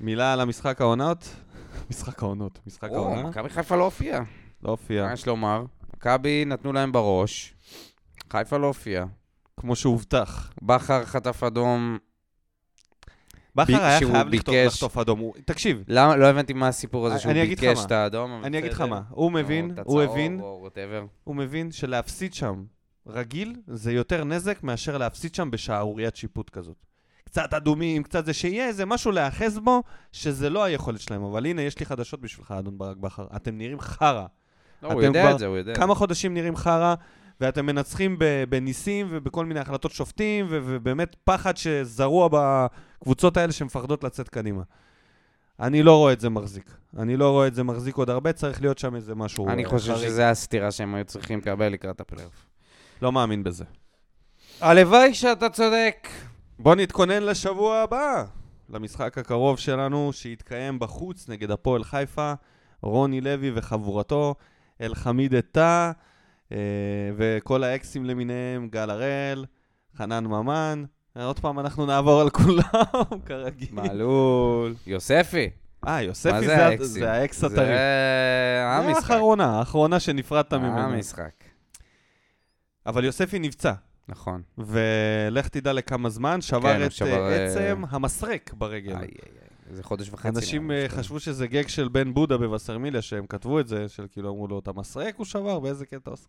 Speaker 1: מילה על המשחק העונות? משחק העונות, משחק
Speaker 2: או,
Speaker 1: העונה.
Speaker 2: מכבי חיפה לא הופיעה.
Speaker 1: לא הופיע,
Speaker 2: מה יש לומר? מכבי נתנו להם בראש, חיפה לא הופיעה.
Speaker 1: כמו שהובטח.
Speaker 2: בכר חטף אדום.
Speaker 1: בכר
Speaker 2: ב-
Speaker 1: היה
Speaker 2: שהוא
Speaker 1: חייב לכתוב-
Speaker 2: ביקש-
Speaker 1: לחטוף אדום. הוא- תקשיב,
Speaker 2: למה? לא הבנתי מה הסיפור הזה שהוא
Speaker 1: אני אגיד לך
Speaker 2: ביקש
Speaker 1: מה.
Speaker 2: את האדום. אבל
Speaker 1: אני אגיד לך
Speaker 2: בסדר.
Speaker 1: מה, הוא
Speaker 2: או
Speaker 1: מבין,
Speaker 2: את
Speaker 1: הוא
Speaker 2: הצהוב,
Speaker 1: הבין,
Speaker 2: או whatever.
Speaker 1: הוא מבין שלהפסיד שם רגיל זה יותר נזק מאשר להפסיד שם בשערוריית שיפוט כזאת. קצת אדומים, קצת זה, שיהיה איזה משהו להיאחז בו, שזה לא היכולת שלהם. אבל הנה, יש לי חדשות בשבילך, אדון ברק בכר. אתם נראים חרא.
Speaker 2: לא, הוא
Speaker 1: אתם
Speaker 2: יודע
Speaker 1: כבר-
Speaker 2: את זה, הוא יודע.
Speaker 1: כמה חודשים נראים חרא, ואתם מנצחים ב- בניסים ובכל מיני החלטות שופטים, ו- ובאמת פחד שזרוע בקבוצות האלה שמפחדות לצאת קדימה. אני לא רואה את זה מחזיק. אני לא רואה את זה מחזיק עוד הרבה, צריך להיות שם איזה משהו
Speaker 2: אני
Speaker 1: אה,
Speaker 2: חושב
Speaker 1: חריג.
Speaker 2: שזו הסתירה שהם היו צריכים לקבל לקראת הפלייאוף.
Speaker 1: לא מאמין בזה.
Speaker 2: הלוואי שאתה צודק.
Speaker 1: בואו נתכונן לשבוע הבא, למשחק הקרוב שלנו, שיתקיים בחוץ נגד הפועל חיפה, רוני לוי וחבורתו, אלחמיד עטה, אה, וכל האקסים למיניהם, גל הראל, חנן ממן. אה, עוד פעם אנחנו נעבור על כולם, כרגיל.
Speaker 2: מעלול. יוספי.
Speaker 1: אה,
Speaker 2: מה
Speaker 1: יוספי
Speaker 2: זה
Speaker 1: זה, ה-
Speaker 2: האקסים?
Speaker 1: זה האקס הטרי.
Speaker 2: זה
Speaker 1: זה
Speaker 2: המשחק.
Speaker 1: האחרונה, האחרונה שנפרדת ממנו.
Speaker 2: המשחק.
Speaker 1: אבל יוספי נפצע.
Speaker 2: נכון.
Speaker 1: ולך תדע לכמה זמן, שבר
Speaker 2: כן, הוא
Speaker 1: את
Speaker 2: שבר,
Speaker 1: אה,
Speaker 2: אה,
Speaker 1: עצם המסרק ברגל.
Speaker 2: איי, איי, איי. זה חודש וחצי.
Speaker 1: אנשים
Speaker 2: כן.
Speaker 1: אה, חשבו שזה גג של בן בודה בווסרמיליה, שהם כתבו את זה, של כאילו אמרו לו, אתה מסרק הוא שבר, באיזה קטע עושה?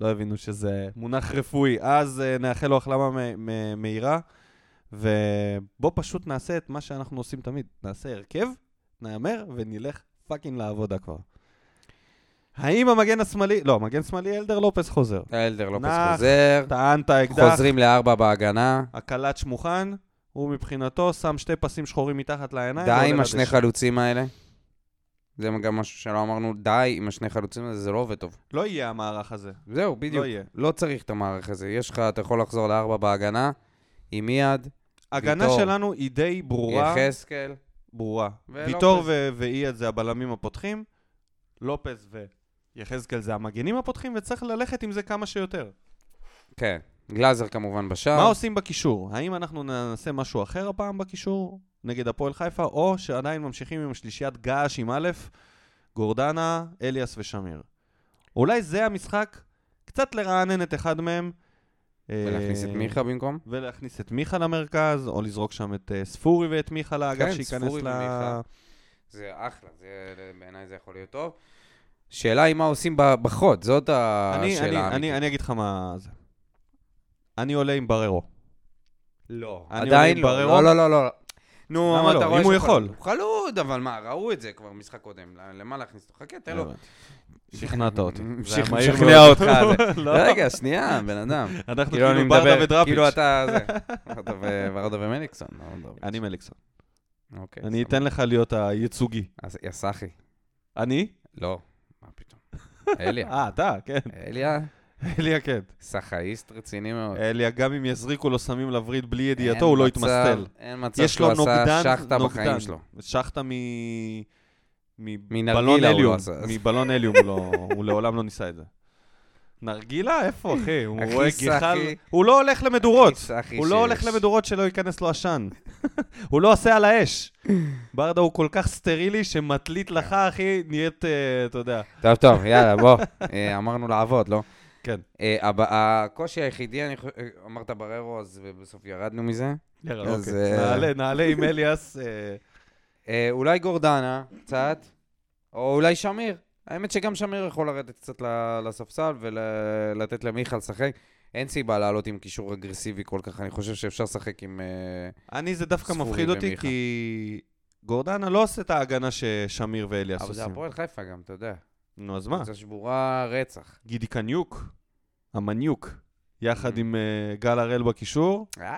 Speaker 1: לא הבינו שזה מונח רפואי. אז אה, נאחל לו החלמה מ- מ- מהירה, ובוא פשוט נעשה את מה שאנחנו עושים תמיד. נעשה הרכב, נהמר ונלך פאקינג לעבודה כבר. האם המגן השמאלי, לא, המגן שמאלי אלדר לופס חוזר.
Speaker 2: אלדר לופס
Speaker 1: נח,
Speaker 2: חוזר.
Speaker 1: טענת האקדח,
Speaker 2: חוזרים לארבע בהגנה.
Speaker 1: הקלאץ' מוכן, הוא מבחינתו שם שתי פסים שחורים מתחת לעיניים.
Speaker 2: די
Speaker 1: ועולה
Speaker 2: עם
Speaker 1: לדשא.
Speaker 2: השני חלוצים האלה. זה גם משהו שלא אמרנו, די עם השני חלוצים האלה, זה לא עובד טוב.
Speaker 1: לא יהיה המערך הזה.
Speaker 2: זהו, בדיוק.
Speaker 1: יהיה.
Speaker 2: לא צריך את המערך הזה. יש לך, אתה יכול לחזור לארבע בהגנה, עם יד,
Speaker 1: ההגנה
Speaker 2: ויטור.
Speaker 1: שלנו היא די ברורה.
Speaker 2: יחזקאל.
Speaker 1: ברורה.
Speaker 2: ולופז.
Speaker 1: ויטור ו- ואיאד זה הבלמים הפותחים, לופז ויחזקאל זה המגנים הפותחים, וצריך ללכת עם זה כמה שיותר.
Speaker 2: כן. גלאזר כמובן בשער.
Speaker 1: מה עושים בקישור? האם אנחנו נעשה משהו אחר הפעם בקישור נגד הפועל חיפה, או שעדיין ממשיכים עם שלישיית געש עם א', גורדנה, אליאס ושמיר? אולי זה המשחק, קצת לרענן את אחד מהם. אה,
Speaker 2: ולהכניס את מיכה במקום?
Speaker 1: ולהכניס את מיכה למרכז, או לזרוק שם את אה, ספורי ואת מיכה לאגף
Speaker 2: כן,
Speaker 1: שייכנס ל...
Speaker 2: ספורי ומיכה. זה אחלה, זה- בעיניי זה יכול להיות טוב. שאלה היא מה עושים ב- בחוד, זאת
Speaker 1: אני,
Speaker 2: אה, השאלה
Speaker 1: אני,
Speaker 2: האמיתית.
Speaker 1: אני, אני אגיד לך מה זה. אני עולה עם בררו.
Speaker 2: לא.
Speaker 1: אני
Speaker 2: עדיין
Speaker 1: עולה
Speaker 2: לא.
Speaker 1: עם בררו?
Speaker 2: לא, לא, לא, לא. נו,
Speaker 1: למה
Speaker 2: אתה
Speaker 1: לא?
Speaker 2: רואה
Speaker 1: אם הוא
Speaker 2: שהוא
Speaker 1: יכול.
Speaker 2: חלוד. הוא חלוד, אבל מה, ראו את זה כבר משחק קודם. ל- למה להכניס אותו? חכה, תן לו.
Speaker 1: שכנעת אותי. זה היה
Speaker 2: שכ-
Speaker 1: מהיר
Speaker 2: שכנע
Speaker 1: מאוד.
Speaker 2: אותך,
Speaker 1: לא,
Speaker 2: רגע, שנייה, בן אדם.
Speaker 1: אנחנו
Speaker 2: כאילו אני
Speaker 1: כאילו ברדה
Speaker 2: מדבר,
Speaker 1: ודראפיץ'.
Speaker 2: כאילו אתה זה. ברדה ו- ברדה ומליקסון. לא ברדה
Speaker 1: אני מליקסון.
Speaker 2: ו- אוקיי.
Speaker 1: אני
Speaker 2: סבבה.
Speaker 1: אתן לך להיות הייצוגי.
Speaker 2: אז יסחי.
Speaker 1: אני?
Speaker 2: לא, מה פתאום. אליה.
Speaker 1: אה, אתה, כן.
Speaker 2: אליה,
Speaker 1: אליה כן.
Speaker 2: סחאיסט רציני מאוד.
Speaker 1: אליה, גם אם יזריקו לו סמים לווריד בלי
Speaker 2: אוקיי. אין
Speaker 1: ידיעתו, הוא לא
Speaker 2: מצב-
Speaker 1: יתמסטל.
Speaker 2: אין מצב
Speaker 1: יש לו
Speaker 2: שהוא עשה
Speaker 1: נוגדן,
Speaker 2: שחטה
Speaker 1: נוגדן.
Speaker 2: בחיים שלו.
Speaker 1: שחטה מ...
Speaker 2: מנרגילה
Speaker 1: מבלון
Speaker 2: הוא לא
Speaker 1: אליום.
Speaker 2: עשה.
Speaker 1: מבלון אליום, הוא לא- הוא לעולם לא ניסה את זה. נרגילה? איפה, אחי? הוא
Speaker 2: אחי,
Speaker 1: רואה
Speaker 2: סחי.
Speaker 1: גיחל... הוא לא הולך למדורות.
Speaker 2: אחי, סחי
Speaker 1: הוא לא הולך
Speaker 2: שיש.
Speaker 1: למדורות שלא ייכנס לו עשן. הוא לא עושה על האש. ברדה הוא כל כך סטרילי שמטלית
Speaker 2: כן.
Speaker 1: לך, אחי, נהיית, אה, אתה יודע.
Speaker 2: טוב, טוב, יאללה, בוא. אה, אמרנו לעבוד, לא?
Speaker 1: כן,
Speaker 2: אה, הב- הקושי היחידי, אני חושב, אה, אמרת בררו, אז בסוף ירדנו מזה.
Speaker 1: יאללה,
Speaker 2: אז,
Speaker 1: אוקיי.
Speaker 2: אה,
Speaker 1: נעלה, נעלה עם אליאס. אה,
Speaker 2: אה, אולי גורדנה, קצת, או אולי שמיר. האמת שגם שמיר יכול לרדת קצת ל- לספסל ולתת למיכה לשחק. אין סיבה לעלות עם קישור אגרסיבי כל כך, אני חושב שאפשר לשחק עם... אה,
Speaker 1: אני, זה דווקא
Speaker 2: ספורי
Speaker 1: מפחיד אותי,
Speaker 2: ומיכה.
Speaker 1: כי גורדנה לא עושה את ההגנה ששמיר ואליאס
Speaker 2: אבל זה
Speaker 1: עושים.
Speaker 2: הפועל חיפה גם, אתה יודע.
Speaker 1: נו, אז מה?
Speaker 2: קבוצה שבורה רצח.
Speaker 1: גידי קניוק, המניוק,
Speaker 2: Mm.
Speaker 1: יחד עם אה, גל הראל בקישור,
Speaker 2: אה,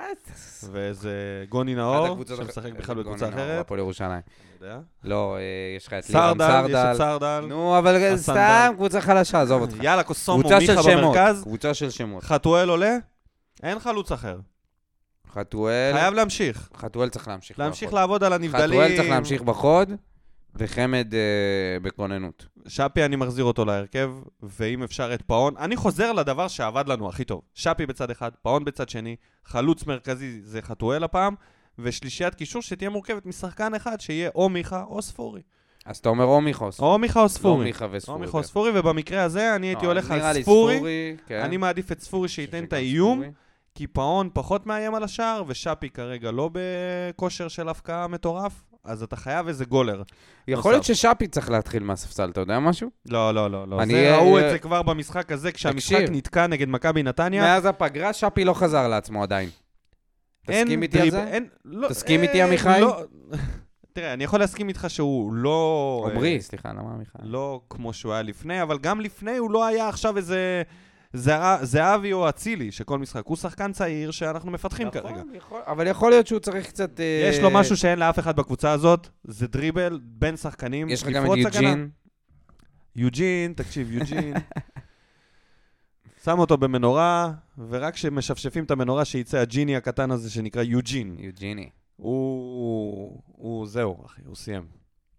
Speaker 1: ואיזה גוני
Speaker 2: אחת
Speaker 1: נאור,
Speaker 2: הקבוצות-
Speaker 1: שמשחק
Speaker 2: אה,
Speaker 1: בכלל
Speaker 2: גוני
Speaker 1: בקבוצה
Speaker 2: נאור,
Speaker 1: אחרת.
Speaker 2: הפועל ירושלים.
Speaker 1: אני יודע.
Speaker 2: לא, אה, יש לך את לירם
Speaker 1: סרדל, יש את
Speaker 2: סרדל.
Speaker 1: סרדל.
Speaker 2: נו, אבל
Speaker 1: הסנדל.
Speaker 2: סתם קבוצה חלשה, עזוב אותך.
Speaker 1: יאללה, קוסומו,
Speaker 2: קבוצה של
Speaker 1: מיכה
Speaker 2: שמות.
Speaker 1: במרכז,
Speaker 2: קבוצה של שמות.
Speaker 1: חתואל עולה, אין חלוץ אחר.
Speaker 2: חתואל,
Speaker 1: חייב להמשיך.
Speaker 2: חתואל צריך להמשיך.
Speaker 1: להמשיך
Speaker 2: לעבוד.
Speaker 1: לעבוד על הנבדלים.
Speaker 2: חתואל צריך להמשיך בחוד, וחמד אה, בכוננות.
Speaker 1: שפי, אני מחזיר אותו להרכב, ואם אפשר את פאון. אני חוזר לדבר שעבד לנו הכי טוב. שפי בצד אחד, פאון בצד שני, חלוץ מרכזי זה חתואל הפעם, ושלישיית קישור שתהיה מורכבת משחקן אחד, שיהיה או מיכה או ספורי.
Speaker 2: אז אתה אומר או מיכוס.
Speaker 1: או מיכה או
Speaker 2: לא
Speaker 1: ספורי.
Speaker 2: מיכה
Speaker 1: או
Speaker 2: וספורי.
Speaker 1: מיכה או ספורי, ובמקרה הזה אני
Speaker 2: לא,
Speaker 1: הייתי הולך
Speaker 2: נראה
Speaker 1: על
Speaker 2: לי
Speaker 1: ספורי.
Speaker 2: כן.
Speaker 1: אני מעדיף את ספורי שייתן
Speaker 2: שגם
Speaker 1: את האיום,
Speaker 2: ספורי.
Speaker 1: כי פאון פחות מאיים על השער, ושאפי כרגע לא בכושר של הפקעה מטורף, אז אתה חייב איזה גולר.
Speaker 2: יכול להיות ששאפי צריך להתחיל מהספסל, אתה יודע משהו?
Speaker 1: לא, לא, לא, לא.
Speaker 2: אני-
Speaker 1: זה ראו
Speaker 2: אה,
Speaker 1: את זה כבר במשחק הזה, כשהמשחק
Speaker 2: תקשיב.
Speaker 1: נתקע נגד מכבי נתניה.
Speaker 2: מאז הפגרה שאפי לא חזר לעצמו עדיין.
Speaker 1: אין
Speaker 2: תסכים איתי על
Speaker 1: דריב-
Speaker 2: זה?
Speaker 1: אין- לא,
Speaker 2: תסכים איתי,
Speaker 1: אה,
Speaker 2: עמיחי?
Speaker 1: לא. תראה, אני יכול להסכים איתך שהוא לא... אה,
Speaker 2: עמרי, סליחה, למה מיכה?
Speaker 1: לא כמו שהוא היה לפני, אבל גם לפני הוא לא היה עכשיו איזה זהה- זהבי או אצילי, שכל משחק. הוא שחקן צעיר שאנחנו מפתחים
Speaker 2: נכון,
Speaker 1: כרגע.
Speaker 2: יכול- אבל יכול להיות שהוא צריך קצת... אה,
Speaker 1: יש לו משהו שאין לאף אחד בקבוצה הזאת, זה דריבל בין שחקנים.
Speaker 2: יש לך גם את
Speaker 1: לפרוץ הגנה.
Speaker 2: יוג'ין.
Speaker 1: יוג'ין, תקשיב, יוג'ין. שם אותו במנורה, ורק כשמשפשפים את המנורה שיצא הג'יני הקטן הזה שנקרא יוג'ין.
Speaker 2: יוג'יני.
Speaker 1: הוא, הוא, הוא זהו, אחי, הוא סיים.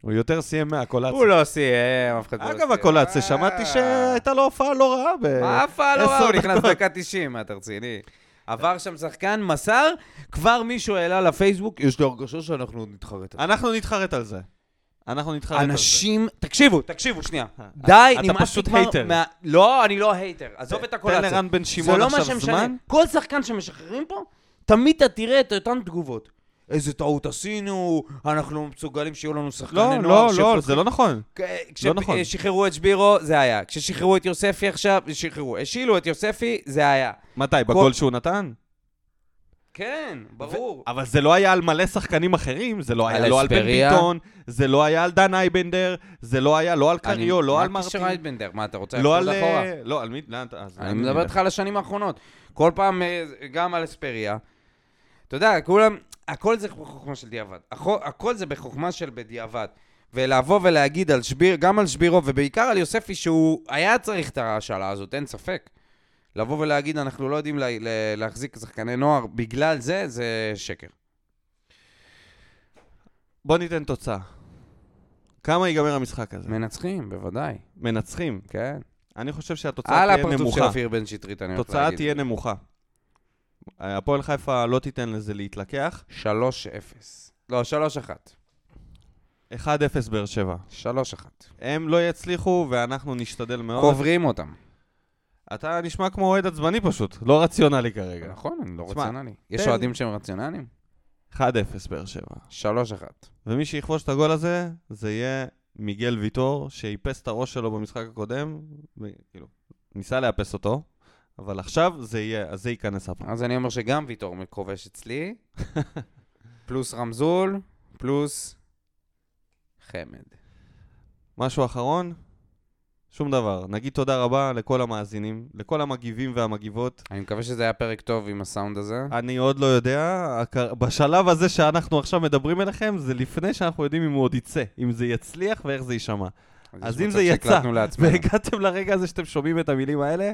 Speaker 1: הוא יותר סיים מהקולציה.
Speaker 2: הוא לא סיים, אף אחד לא סיים.
Speaker 1: אגב, הקולציה,
Speaker 2: אה.
Speaker 1: שמעתי שהייתה לו הופעה לא רעה. ב-
Speaker 2: מה הפעל לא רע? הוא
Speaker 1: עשר
Speaker 2: נכנס דקה 90, מה, אתה רציני? עבר שם שחקן, מסר, כבר מישהו העלה לפייסבוק, יש לי הרגשה שאנחנו עוד נתחרט. על
Speaker 1: אנחנו נתחרט על זה. אנחנו אה, נתחרט על זה.
Speaker 2: אנשים, תקשיבו, תקשיבו, שנייה.
Speaker 1: אה,
Speaker 2: די,
Speaker 1: אתה
Speaker 2: נמאס לי
Speaker 1: פשוט
Speaker 2: כבר
Speaker 1: הייטר.
Speaker 2: מה... לא, אני לא הייטר. עזוב את
Speaker 1: תן
Speaker 2: הקולציה.
Speaker 1: לרן בן
Speaker 2: זה
Speaker 1: שמעון
Speaker 2: לא מה
Speaker 1: עכשיו
Speaker 2: שמשנה.
Speaker 1: זמן.
Speaker 2: כל שחקן שמשחררים פה, תמיד אתה תראה את אותן תגובות. איזה טעות עשינו, אנחנו מסוגלים שיהיו לנו שחקני
Speaker 1: לא,
Speaker 2: נוער
Speaker 1: לא, לא, זה לא נכון. לא נכון.
Speaker 2: כששחררו את שבירו, זה היה. כששחררו את יוספי עכשיו, שחררו. השילו את יוספי, זה היה.
Speaker 1: מתי, בגול שהוא נתן?
Speaker 2: כן, ברור.
Speaker 1: אבל זה לא היה על מלא שחקנים אחרים, זה לא היה
Speaker 2: על
Speaker 1: לא על בן
Speaker 2: אספריה.
Speaker 1: ביטון, זה לא היה על דן אייבנדר, זה לא היה לא על
Speaker 2: אני-
Speaker 1: קריו, לא על
Speaker 2: מה הקשר
Speaker 1: מרטין,
Speaker 2: אייבנדר? מה, אתה רוצה
Speaker 1: לא
Speaker 2: לחזור
Speaker 1: על...
Speaker 2: אחורה?
Speaker 1: אה, לא, על מי? לאן אתה... אז
Speaker 2: אני
Speaker 1: לאן
Speaker 2: מדבר
Speaker 1: נלך?
Speaker 2: איתך על השנים האחרונות. כל פעם, אה, גם על אספריה. אתה יודע, כולם, הכל זה בחוכמה של דיעבד. הכו- הכל זה בחוכמה של בדיעבד. ולבוא ולהגיד על שביר, גם על שבירו, ובעיקר על יוספי, שהוא היה צריך את ההשאלה הזאת, אין ספק. לבוא ולהגיד, אנחנו לא יודעים לה, לה, להחזיק שחקני נוער בגלל זה, זה שקר.
Speaker 1: בוא ניתן תוצאה. כמה ייגמר המשחק הזה?
Speaker 2: מנצחים, בוודאי,
Speaker 1: מנצחים.
Speaker 2: כן.
Speaker 1: אני חושב שהתוצאה
Speaker 2: על
Speaker 1: תהיה
Speaker 2: הפרצוף של
Speaker 1: נמוכה.
Speaker 2: אופיר בן שטרית, אני הולך
Speaker 1: התוצאה
Speaker 2: להגיד.
Speaker 1: תהיה נמוכה. הפועל חיפה לא תיתן לזה להתלקח.
Speaker 2: 3-0. לא, 3-1.
Speaker 1: 1-0 באר שבע.
Speaker 2: 3-1.
Speaker 1: הם לא יצליחו ואנחנו נשתדל מאוד.
Speaker 2: קוברים אותם.
Speaker 1: אתה נשמע כמו אוהד עצבני פשוט, לא רציונלי כרגע.
Speaker 2: נכון, אני לא
Speaker 1: תשמע,
Speaker 2: רציונלי. יש
Speaker 1: תן-
Speaker 2: אוהדים שהם רציונליים?
Speaker 1: 1-0 באר שבע.
Speaker 2: 3-1.
Speaker 1: ומי שיכבוש את הגול הזה, זה יהיה מיגל ויטור, שאיפס את הראש שלו במשחק הקודם, וכאילו, ניסה לאפס אותו, אבל עכשיו זה יהיה, אז זה ייכנס הפעם.
Speaker 2: אז אני אומר שגם ויטור כובש אצלי, פלוס רמזול, פלוס חמד.
Speaker 1: משהו אחרון? שום דבר. נגיד תודה רבה לכל המאזינים, לכל המגיבים והמגיבות.
Speaker 2: אני מקווה שזה היה פרק טוב עם הסאונד הזה.
Speaker 1: אני עוד לא יודע, הכ- בשלב הזה שאנחנו עכשיו מדברים אליכם, זה לפני שאנחנו יודעים אם הוא עוד יצא, אם זה יצליח ואיך זה יישמע. אז
Speaker 2: יש
Speaker 1: אם
Speaker 2: מצב
Speaker 1: זה יצא,
Speaker 2: שהקלטנו לעצמנו.
Speaker 1: והגעתם לרגע הזה שאתם שומעים את המילים האלה,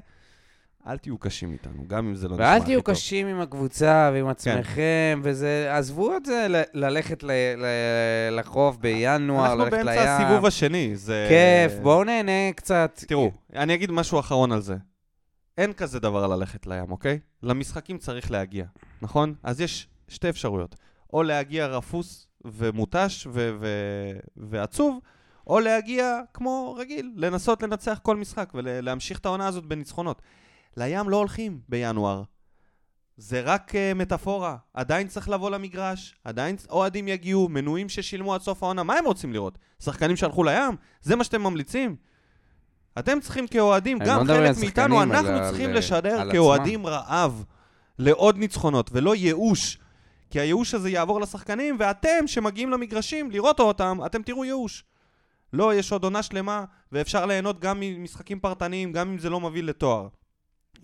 Speaker 1: אל תהיו קשים איתנו, גם אם זה לא נשמע הכי
Speaker 2: ואל
Speaker 1: טוב.
Speaker 2: תהיו קשים עם הקבוצה ועם
Speaker 1: כן.
Speaker 2: עצמכם, וזה, עזבו את זה, ל- ללכת ל- ל- לחוף בינואר,
Speaker 1: אנחנו
Speaker 2: ללכת לים.
Speaker 1: באמצע הסיבוב השני, זה...
Speaker 2: כיף, בואו נהנה קצת.
Speaker 1: תראו, אני אגיד משהו אחרון על זה. אין כזה דבר ללכת לים, אוקיי? למשחקים צריך להגיע, נכון? אז יש שתי אפשרויות. או להגיע רפוס ומותש ו- ו- ועצוב, או להגיע כמו רגיל, לנסות לנצח כל משחק ולהמשיך את העונה הזאת בניצחונות. לים לא הולכים בינואר. זה רק uh, מטאפורה, עדיין צריך לבוא למגרש, עדיין צ- אוהדים יגיעו, מנויים ששילמו עד סוף העונה, מה הם רוצים לראות? שחקנים שהלכו לים? זה מה שאתם ממליצים? אתם צריכים כאוהדים,
Speaker 2: אני לא
Speaker 1: גם
Speaker 2: מדבר על
Speaker 1: חלק
Speaker 2: שחקנים,
Speaker 1: מאיתנו,
Speaker 2: אלא
Speaker 1: אנחנו
Speaker 2: על-
Speaker 1: צריכים
Speaker 2: על
Speaker 1: לשדר
Speaker 2: עצמם.
Speaker 1: כאוהדים רעב לעוד ניצחונות, ולא ייאוש. כי הייאוש הזה יעבור לשחקנים, ואתם, שמגיעים למגרשים לראות אותם, אתם תראו ייאוש. לא, יש עוד עונה שלמה, ואפשר ליהנות גם ממשחקים פרטניים, גם אם זה לא מוביל לתואר.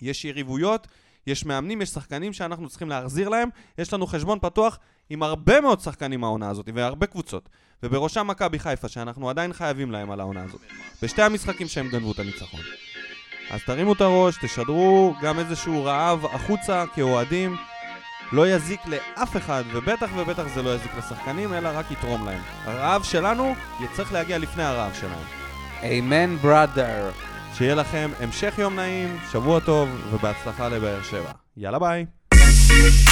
Speaker 1: יש יריבויות, יש מאמנים, יש שחקנים שאנחנו צריכים להחזיר להם. יש לנו חשבון פתוח עם הרבה מאוד שחקנים העונה הזאת, והרבה קבוצות. ובראשם מכבי חיפה, שאנחנו עדיין חייבים להם על העונה הזאת. בשתי המשחקים שהם גנבו את הניצחון. אז תרימו את הראש, תשדרו גם איזשהו רעב החוצה כאוהדים. לא יזיק לאף אחד, ובטח ובטח זה לא יזיק לשחקנים, אלא רק יתרום להם. הרעב שלנו יצטרך להגיע לפני הרעב שלהם.
Speaker 2: אמן בראדר.
Speaker 1: שיהיה לכם המשך יום נעים, שבוע טוב, ובהצלחה לבאר שבע. יאללה ביי.